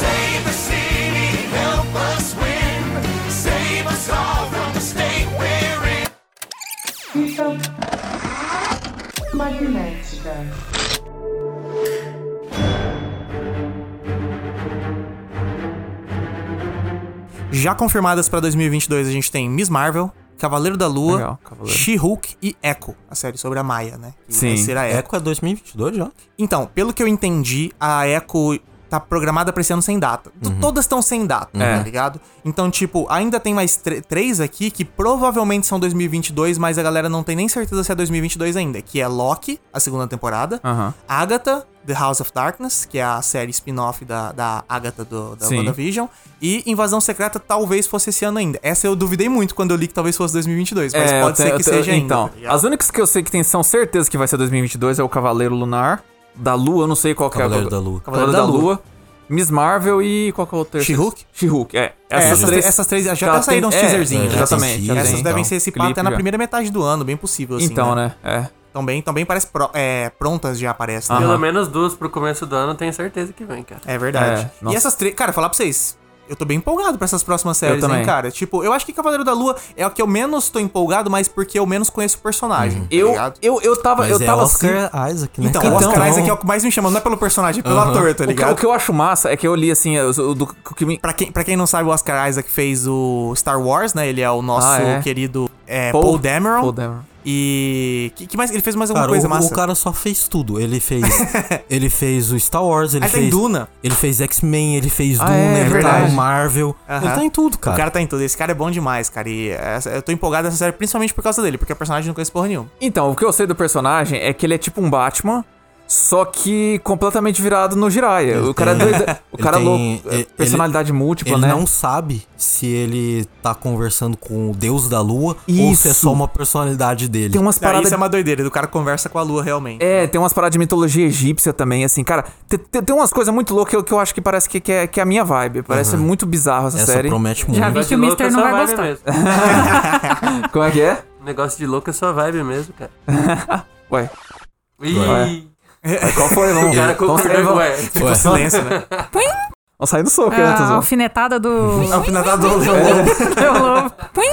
Save the city, help us win. Save us all from the state we're in.
Fita magnética.
Já confirmadas pra 2022, a gente tem Miss Marvel, Cavaleiro da Lua,
Legal, Cavaleiro.
She-Hulk e Echo, a série sobre a Maia, né? Que
Sim.
vai ser a Echo.
Echo é 2022 já.
Então, pelo que eu entendi, a Echo tá programada pra esse ano sem data. T-
Uhum.
Todas estão sem data,
É.
tá ligado? Então, tipo, ainda tem mais tre- três aqui que provavelmente são 2022, mas a galera não tem nem certeza se é 2022 ainda, que é Loki, a segunda temporada,
Aham.
Agatha, The House of Darkness, que é a série spin-off da, da Agatha do, da
Sim.
WandaVision, e Invasão Secreta talvez fosse esse ano ainda. Essa eu duvidei muito quando eu li que talvez fosse 2022, mas
É,
pode ser
eu te-
que
eu te-
seja ainda.
Então,
tá ligado?
as únicas que eu sei que tem são certeza que vai ser 2022 é o Cavaleiro Lunar, da Lua, eu não sei qual que é.
Cavaleiro
a-
da Lua.
Cavaleiro da Lua. Miss Marvel e qual que é o terceiro?
She-Hulk?
She-Hulk, é.
essas tre- essas três já até
Ela tem-
saíram uns
é,
teaserzinhos, né? já
Exatamente.
tem
já
teaser,
Essas
tem,
devem
então.
ser esse pá até
Clipe
na
já.
primeira metade do ano, bem possível, assim.
Então, né? É.
Também, também parece pro- é, prontas já aparecem. né?
Pelo menos duas pro começo do ano, tenho certeza que vem, cara.
É verdade.
É, nossa.
e essas três. Cara, falar pra vocês. Eu tô bem empolgado pra essas próximas séries, hein,
também.
cara? Tipo, eu acho que Cavaleiro da Lua é o que eu menos tô empolgado, mas porque eu menos conheço o personagem. tá
Uhum. Eu,
ligado?
eu, eu tava,
Mas
eu
é
tava assim-
Oscar Isaac, né?
Então,
cara?
o Oscar
então-
Isaac é o que mais me chama, não é pelo personagem, é pelo ator, tá
o, que,
ligado?
o que eu acho massa é que eu li assim, o, o do, o que me-
Pra quem, pra quem não sabe, o Oscar Isaac fez o Star Wars, né? Ele é o nosso
Ah, é.
querido é, Paul, Dameron.
Paul Dameron.
E. Que, que mais? Ele fez mais alguma
Cara,
coisa
o,
massa.
o cara só fez tudo. Ele fez. ele fez o Star Wars, ele
Aí tem
fez.
Duna.
Ele fez X-Men, ele fez Duna,
é,
ele tá
verdade.
em Marvel. Ele tá em tudo,
O
cara.
cara tá em tudo. Esse cara é bom demais, cara. E essa- eu tô empolgado nessa série principalmente por causa dele, porque o personagem não conhece porra nenhuma.
Então, o que eu sei do personagem é que ele é tipo um Batman, só que completamente virado no Jiraiya. o cara é
tem-
doido, o
ele
cara é
tem-
louco, é,
ele-
personalidade múltipla,
Ele
né?
não sabe se ele tá conversando com o Deus da Lua ou se é
Isso.
só uma personalidade dele.
Tem umas
Cara,
paradas
isso é uma doideira. O cara conversa com a lua realmente.
É, tem umas paradas de mitologia egípcia também, assim, cara. te- te- Tem, umas coisas muito loucas que eu, que eu acho que parece que, que é, que é a minha vibe. Parece muito bizarro essa,
Essa
série.
promete muito.
Já vi
Negócio
que o
de
Mister
louco é
não
sua
vai
vibe
gostar.
mesmo.
Como é que é?
Negócio de louco é sua vibe mesmo, cara.
Ué.
Ih,
Ué. Mas Qual foi?
[laughs]
Vamos,
O cara com
É, vamos, sair, vamos,
ué,
Ficou silêncio,
[laughs]
né?
vamos sair no soco, né,
A
Tuzão?
Ah,
[laughs]
alfinetada do.
Alfinetado do
Leo Lobo. Puim!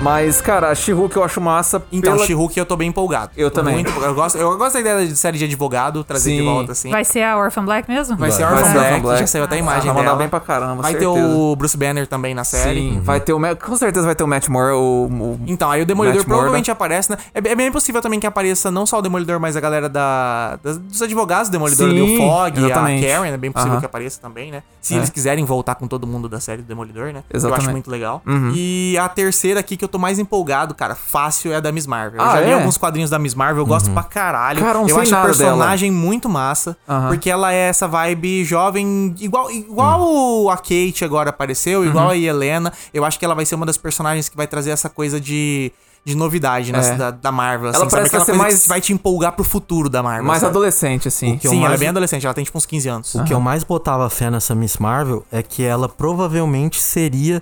Mas, cara, a She-Hulk eu acho massa.
Então,
pela...
She-Hulk eu tô bem empolgado.
Eu
Tô
também.
Muito empolgado. Eu gosto, eu gosto da ideia de série de advogado, trazer de
Sim.
volta, assim.
Vai ser a Orphan Black mesmo?
Vai ser
Vai.
Orphan
Vai ser
Black,
Orphan Black.
já saiu até a
Ah,
imagem
vai mandar
dela.
bem pra caramba,
Vai ter
certeza.
o Bruce Banner também na série.
Sim, vai ter o. Ma- Com certeza vai ter o Matt Moore, o. o-
Então, aí o Demolidor
Uhum. Matt Murdock.
provavelmente aparece, né? É bem- é bem possível também que apareça não só o Demolidor, mas a galera da, das- dos advogados do Demolidor, ali, o
Sim,
Fogg,
exatamente.
a Karen, é bem possível
Aham.
que apareça também, né? Se
É.
eles quiserem voltar com todo mundo da série do Demolidor, né? Eu acho
Exatamente.
muito legal.
Uhum.
E a terceira aqui que eu tô mais empolgado, cara, fácil, é a da Miss Marvel. eu
Ah,
já li
é? Uhum.
alguns quadrinhos da Miss Marvel, eu gosto pra caralho.
Cara, eu não
eu
sei
acho a
nada dela.
personagem muito massa,
Aham.
porque ela é essa vibe jovem, igual, igual
Hum.
a Kate agora apareceu, igual
Uhum.
a Helena. Eu acho que ela vai ser uma das personagens que vai trazer essa coisa de, de novidade né,
É.
da, da Marvel. Assim,
Ela
sabe?
parece
Aquela
ser
coisa
mais-
que vai te empolgar pro futuro da Marvel.
É Mais
sabe?
adolescente, Ah. assim.
O que eu
Sim, ela é
mais-
bem adolescente, ela tem tipo uns 15 anos.
O que eu mais botava fé nessa Miss Marvel é que ela provavelmente seria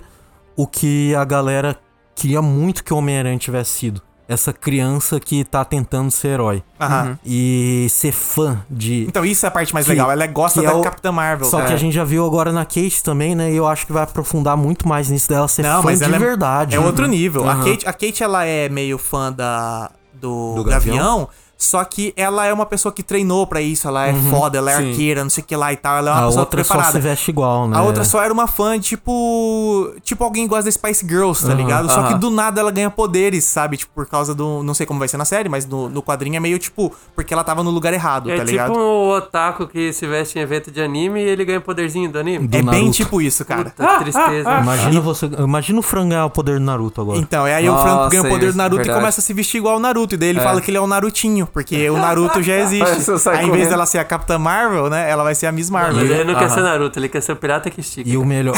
o que a galera queria muito que o Homem-Aranha tivesse sido. Essa criança que tá tentando ser herói.
Aham.
E ser fã de.
Então isso é a parte mais
Que-
legal. Ela gosta
que
da
é o-
Capitã Marvel.
Só que
né?
a gente já viu agora na Kate também, né? E eu acho que vai aprofundar muito mais nisso dela ser fã de
ela é-
verdade.
É outro nível. A,
Uhum.
Kate, a Kate, ela é meio fã da, do,
Do
Gavião.
Gavião.
Só que ela é uma pessoa que treinou pra isso, ela é foda, ela é
sim.
arqueira, não sei o que lá e tal, ela é uma
Uhum. A
pessoa
outra só
preparada.
se veste igual, né?
A outra só era uma fã, tipo. Tipo alguém que gosta da Spice Girls, tá ligado? Só que
aham.
do nada ela ganha poderes, sabe? Tipo, por causa do. Não sei como vai ser na série, mas no, no quadrinho é meio tipo. Porque ela tava no lugar errado,
É
tá
tipo
ligado?
o otaku que se veste em evento de anime e ele ganha poderzinho do anime.
Do
é bem
Naruto.
tipo isso, cara.
Puta tristeza.
[laughs] Imagina você. Imagina o Fran ganhar o poder do Naruto agora.
Então, é aí o
Tipo, Nossa,
Franco ganha o poder
isso,
do Naruto
verdade.
e começa a se vestir igual o Naruto. E daí ele fala que ele é o Narutinho, porque o Naruto já existe.
Você sai
Aí, em vez
correndo.
dela ser a Capitã Marvel, né? Ela vai ser a Miss
Uhum.
Marvel.
Ah, Ele não quer
Aham.
ser Naruto, ele quer ser o pirata que estica.
E o melhor,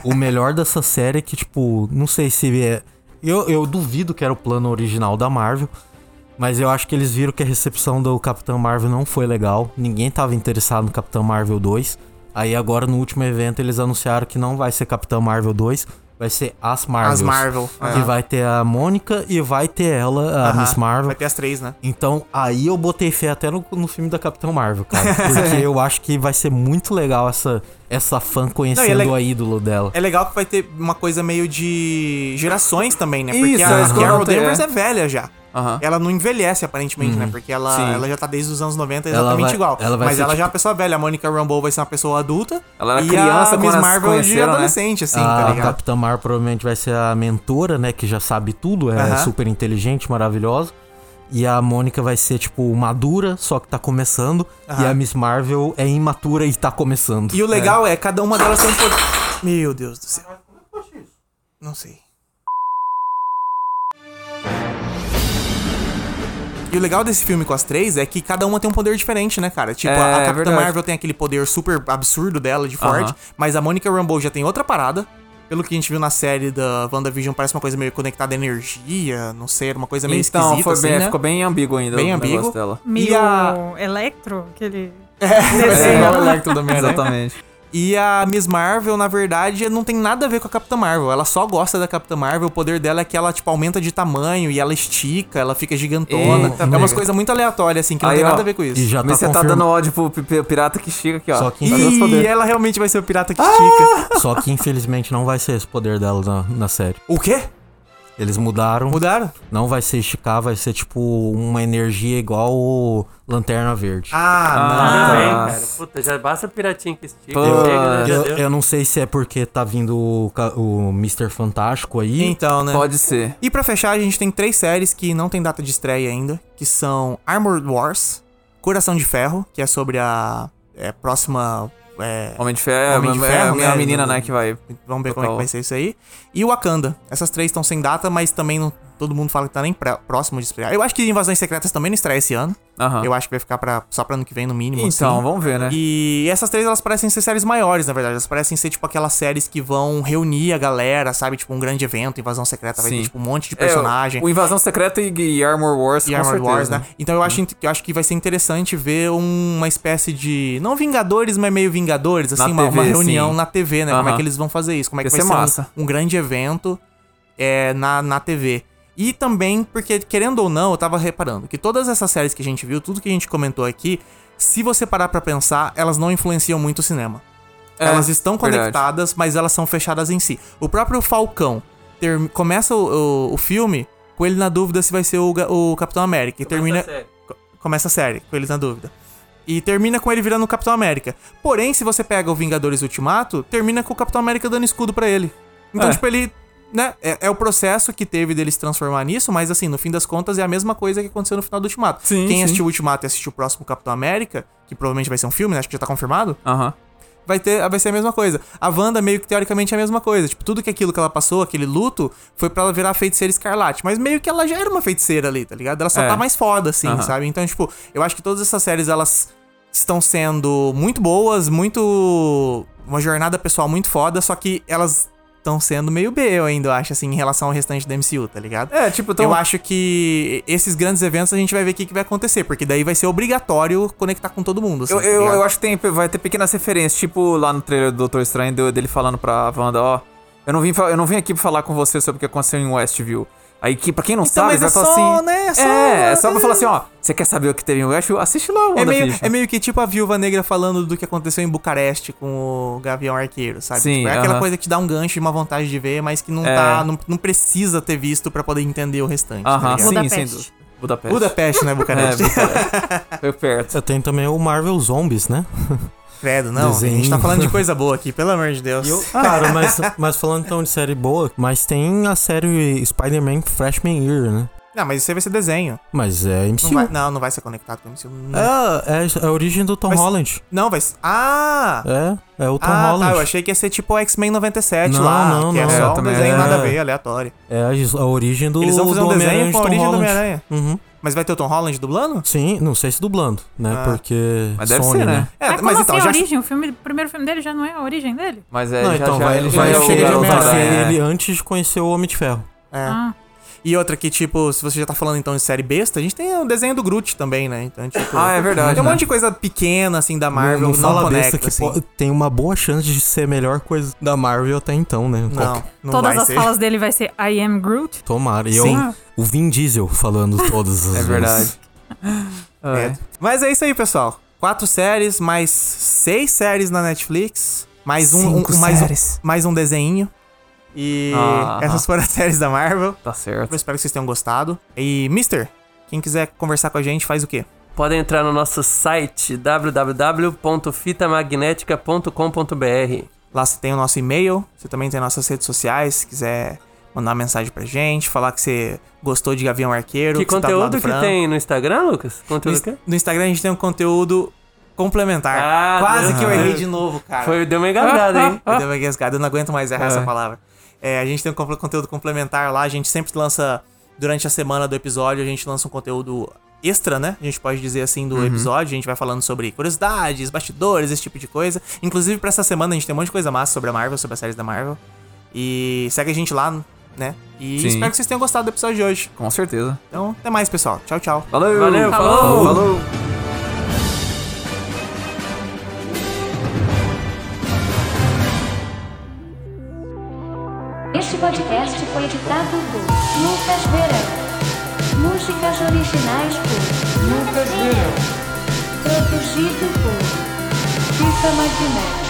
[laughs]
o melhor dessa série é que, tipo, não sei se é. Eu, eu duvido que era o plano original da Marvel, mas eu acho que eles viram que a recepção do Capitão Marvel não foi legal. Ninguém tava interessado no Capitão Marvel 2. Aí agora no último evento eles anunciaram que não vai ser Capitão Marvel 2, vai ser As Marvels.
As Marvel.
Que
é.
vai ter a Mônica e vai ter ela, a
Aham.
Miss Marvel.
Vai ter as três, né?
Então, aí eu botei fé até no, no filme da Capitão Marvel, cara. Porque
[laughs]
eu acho que vai ser muito legal essa, essa fã conhecendo
leg-
a ídolo dela.
É legal que vai ter uma coisa meio de gerações também, né? Porque
Isso, é
a
isso que eu
Carol
notei,
Danvers
é.
é velha já.
Aham. Uhum.
Ela não envelhece, aparentemente, né? Porque ela,
Sim.
ela já tá desde os anos 90
Ela
exatamente
vai-
igual.
ela vai
Mas
ser,
ela já é
tipo-
uma pessoa velha. A Monica Rambeau vai ser uma pessoa adulta.
Ela era
e
criança
a
quando
Miss
elas se
Marvel é de
conheceram, né?
adolescente, assim,
a
tá ligado?
Capitã Marvel provavelmente vai ser a mentora, né? Que já sabe tudo, é
Aham.
super inteligente, maravilhosa. E a Mônica vai ser, tipo, madura, só que tá começando. E a Miss Marvel é imatura e tá começando.
E o legal é, cada uma delas tem um poder. Meu Deus do céu. Não sei. E o legal desse filme com as três é que cada uma tem um poder diferente, né, cara? Tipo, a-
É,
a
é
Capitã
verdade.
Marvel tem aquele poder super absurdo dela, de forte,
Aham.
mas a Monica Rambeau já tem outra parada. Pelo que a gente viu na série da WandaVision, parece uma coisa meio conectada à energia, não sei, era uma coisa meio
Então,
esquisita,
foi
assim,
bem,
né?
ficou bem ambíguo ainda
Bem
o negócio
ambíguo.
dela.
Meio
E a-
Electro, aquele.
É, igual o Electro do Homem-Aranha.
Exatamente.
E a Miss Marvel, na verdade, não tem nada a ver com a Capitã Marvel. Ela só gosta da Capitã Marvel. O poder dela é que ela, tipo, aumenta de tamanho e ela estica, ela fica gigantona.
Eita,
é umas
pega.
coisas muito aleatórias, assim, que não
Aí,
tem
ó,
nada a ver com isso.
E já tá
Mas você tá
confirma-
dando ódio pro pi- pi- pirata que chega aqui, ó.
Só que-
Tá dando os
E
poderes.
ela realmente vai ser o pirata que estica.
Só que infelizmente não vai ser esse poder dela na, na série.
O quê?
Eles mudaram.
Mudaram?
Não vai ser esticar, vai ser tipo uma energia igual o Lanterna Verde.
Ah,
Ah,
Ah,
bem,
tá.
cara. Puta, já basta piratinha que estica.
Pô,
chega, né? Já
eu,
deu.
eu não sei se é porque tá vindo o, ca- o Mr. Fantástico
não.
aí.
Então, né?
Pode ser.
E pra fechar, a gente tem três séries que não tem data de estreia ainda, que são Armored Wars, Coração de Ferro, que é sobre a é, próxima... é,
Homem de Ferro,
Homem de
é-
Ferro,
é,
né?
a menina, né, que vai...
Vamos ver como é que
Total.
vai ser isso aí. E Wakanda. Essas três estão sem data, mas também não, todo mundo fala que tá nem pré- próximo de estrear. Eu acho que Invasões Secretas também não estreia esse ano.
Aham.
Eu acho que vai ficar pra, só pra ano que vem, no mínimo.
Ah. Então,
assim.
vamos ver, né?
E essas três, elas parecem ser séries maiores, na verdade. Elas parecem ser, tipo, aquelas séries que vão reunir a galera, sabe? Tipo, um grande evento, Invasão Secreta, vai ter,
Sim.
tipo, um monte de
É,
personagem.
o Invasão Secreta e, e Armor Wars,
E
com
Armored
certeza. Uhum.
Wars, né? Então eu acho, int- eu acho que vai ser interessante ver um- uma espécie de. Não Vingadores, mas meio Vingadores, assim, uma,
TV,
uma reunião
sim.
na TV, né? Como é
Aham.
que eles vão fazer isso? Como é que
Ia
vai ser,
ser
um-
massa.
Um, grande evento é, na, na TV. E também porque, querendo ou não, eu tava reparando que todas essas séries que a gente viu, tudo que a gente comentou aqui, se você parar pra pensar, elas não influenciam muito o cinema.
É,
né? elas estão
verdade.
conectadas, mas elas são fechadas em si. O próprio Falcão ter- começa o, o- o filme com ele na dúvida se vai ser o, Ga- o Capitão América. E termina. Co- Começa a série, com eles na dúvida. E termina com ele virando o Capitão América. Porém, se você pega o Vingadores Ultimato, termina com o Capitão América dando escudo pra ele. Então,
É.
tipo, ele. Né? É, é o processo que teve dele se transformar nisso, mas assim, no fim das contas, é a mesma coisa que aconteceu no final do Ultimato.
Sim,
Quem
sim.
assistiu o Ultimato e assistiu o próximo Capitão América, que provavelmente vai ser um filme, né? Acho que já tá confirmado
Aham.
vai, ter, vai ser a mesma coisa. A Wanda, meio que teoricamente, é a mesma coisa. Tipo, tudo que aquilo que ela passou, aquele luto, foi pra ela virar a feiticeira escarlate. Mas meio que ela já era uma feiticeira ali, tá ligado? Ela só
É.
tá mais foda, assim,
Aham.
sabe? Então, tipo, eu acho que todas essas séries, elas estão sendo muito boas, muito. Uma jornada pessoal muito foda, só que elas estão sendo meio B, eu ainda acho, assim, em relação ao restante da MCU, tá ligado?
É, tipo, tão-
Eu acho que esses grandes eventos a gente vai ver o que, que vai acontecer, porque daí vai ser obrigatório conectar com todo mundo. assim,
Eu,
tá
eu,
ligado?
eu acho que tem, vai ter pequenas referências, tipo lá no trailer do Doutor Estranho, deu- dele falando pra Wanda, ó, eu não vim, fa- eu não vim aqui pra falar com você sobre o que aconteceu em Westview. Aí, que, pra quem não sabe,
mas
vai
é
falar
só,
assim...
né, é só-
é, é só pra
é.
falar assim, ó, você quer saber o que teve em Westview? Assiste lá o
É meio,
WandaVision."
é meio que tipo a viúva negra falando do que aconteceu em Bucareste com o Gavião Arqueiro, sabe?
Sim,
Tipo, é aquela
aham.
coisa que dá um gancho e uma vontade de ver, mas que não,
É.
tá, não, não precisa ter visto pra poder entender o restante. tá
Aham,
ligado?
sim,
Budapeste.
sem dúvida. Budapeste.
Budapeste, né,
É,
[laughs]
Bucareste?
Budapeste. Foi perto.
Você tem também o Marvel Zombies, né?
Credo, não. A gente
Desenho.
tá falando de coisa boa aqui, pelo amor de Deus.
[laughs] Cara, mas, mas falando então de série boa, mas tem a série Spider-Man Freshman Year, né?
Não, mas isso aí vai ser desenho.
Mas é
Não,
MCU.
vai, não, não vai ser conectado com o MCU. Não,
É, é a origem do Tom
Mas-
Holland.
não vai ser. Ah!
É, é o Tom
ah,
Holland.
tá. Eu achei que ia ser tipo o X-Men 97
Não,
lá,
não,
que é
não.
só um
Também.
desenho nada a
É.
ver, aleatório.
É a, a origem do
Eles vão fazer um
do Homem-Aranha
desenho
de
com a
Tom
origem do
Holland.
Homem-Aranha.
Uhum.
Mas vai ter o Tom Holland dublando?
Sim, não sei se dublando, né?
Ah.
Porque
Mas deve
Sony,
ser, né?
É,
mas, como assim
já-
a origem? O, filme, o primeiro filme dele já não é a origem dele?
Mas é,
não,
já,
então
já,
vai,
ele
vai,
já é o-
chegar-
já é o
vai
Homem-Aranha.
ser
É.
ele antes de conhecer o Homem de Ferro.
É.
Ah.
E outra que, tipo, se você já tá falando então de série besta, a gente tem o desenho do Groot também, né? Então, tipo.
Ah, é verdade,
Tem um
né?
monte de coisa pequena, assim, da Marvel, não,
fala
conecta,
besta que
assim.
po- tem uma boa chance de ser a melhor coisa da Marvel até então, né?
um
Não, não
Todas
vai
as
ser.
falas dele vai ser I am Groot.
Tomara. E eu,
Sim.
o Vin Diesel falando todas as
É
vezes.
verdade.
[laughs] É.
É.
Mas é isso aí, pessoal. Quatro séries, mais seis séries na Netflix. Mais um, um-
Cinco
um- mais, um
séries.
mais um desenhinho. E
Ah.
essas foram as [laughs] séries da Marvel.
Tá certo.
Eu espero que vocês tenham gostado. E, Mister, quem quiser conversar com a gente, faz o quê?
Podem entrar no nosso site www.fitamagnética.com.br.
Lá você tem o nosso e-mail, você também tem nossas redes sociais, se quiser mandar uma mensagem pra gente, falar que você gostou de Gavião Arqueiro.
Que
você tá do lado
conteúdo
do
que
Fran.
tem no Instagram, Lucas?
No,
Conteúdo
ins-
que?
no Instagram a gente tem um conteúdo complementar.
Ah,
Quase que eu
Deus.
errei de novo, cara.
Foi, deu uma
[laughs]
engasgada, hein?
Eu dei uma engasgada, eu não aguento mais errar
Ah. É.
essa palavra. É, a gente tem um compl- conteúdo complementar lá, a gente sempre lança, durante a semana do episódio, a gente lança um conteúdo extra, né? A gente pode dizer assim,
Uhum.
do episódio, a gente vai falando sobre curiosidades, bastidores, esse tipo de coisa. Inclusive, pra essa semana, a gente tem um monte de coisa massa sobre a Marvel, sobre as séries da Marvel. E segue a gente lá, né? E
Sim.
espero que vocês tenham gostado do episódio de hoje.
Com certeza.
Então, até mais, pessoal. Tchau, tchau.
Valeu.
Valeu, falou.
Falou.
Este podcast foi editado por Lucas Verão. Músicas originais por Lucas Verão. Produzido por Fita Magnética.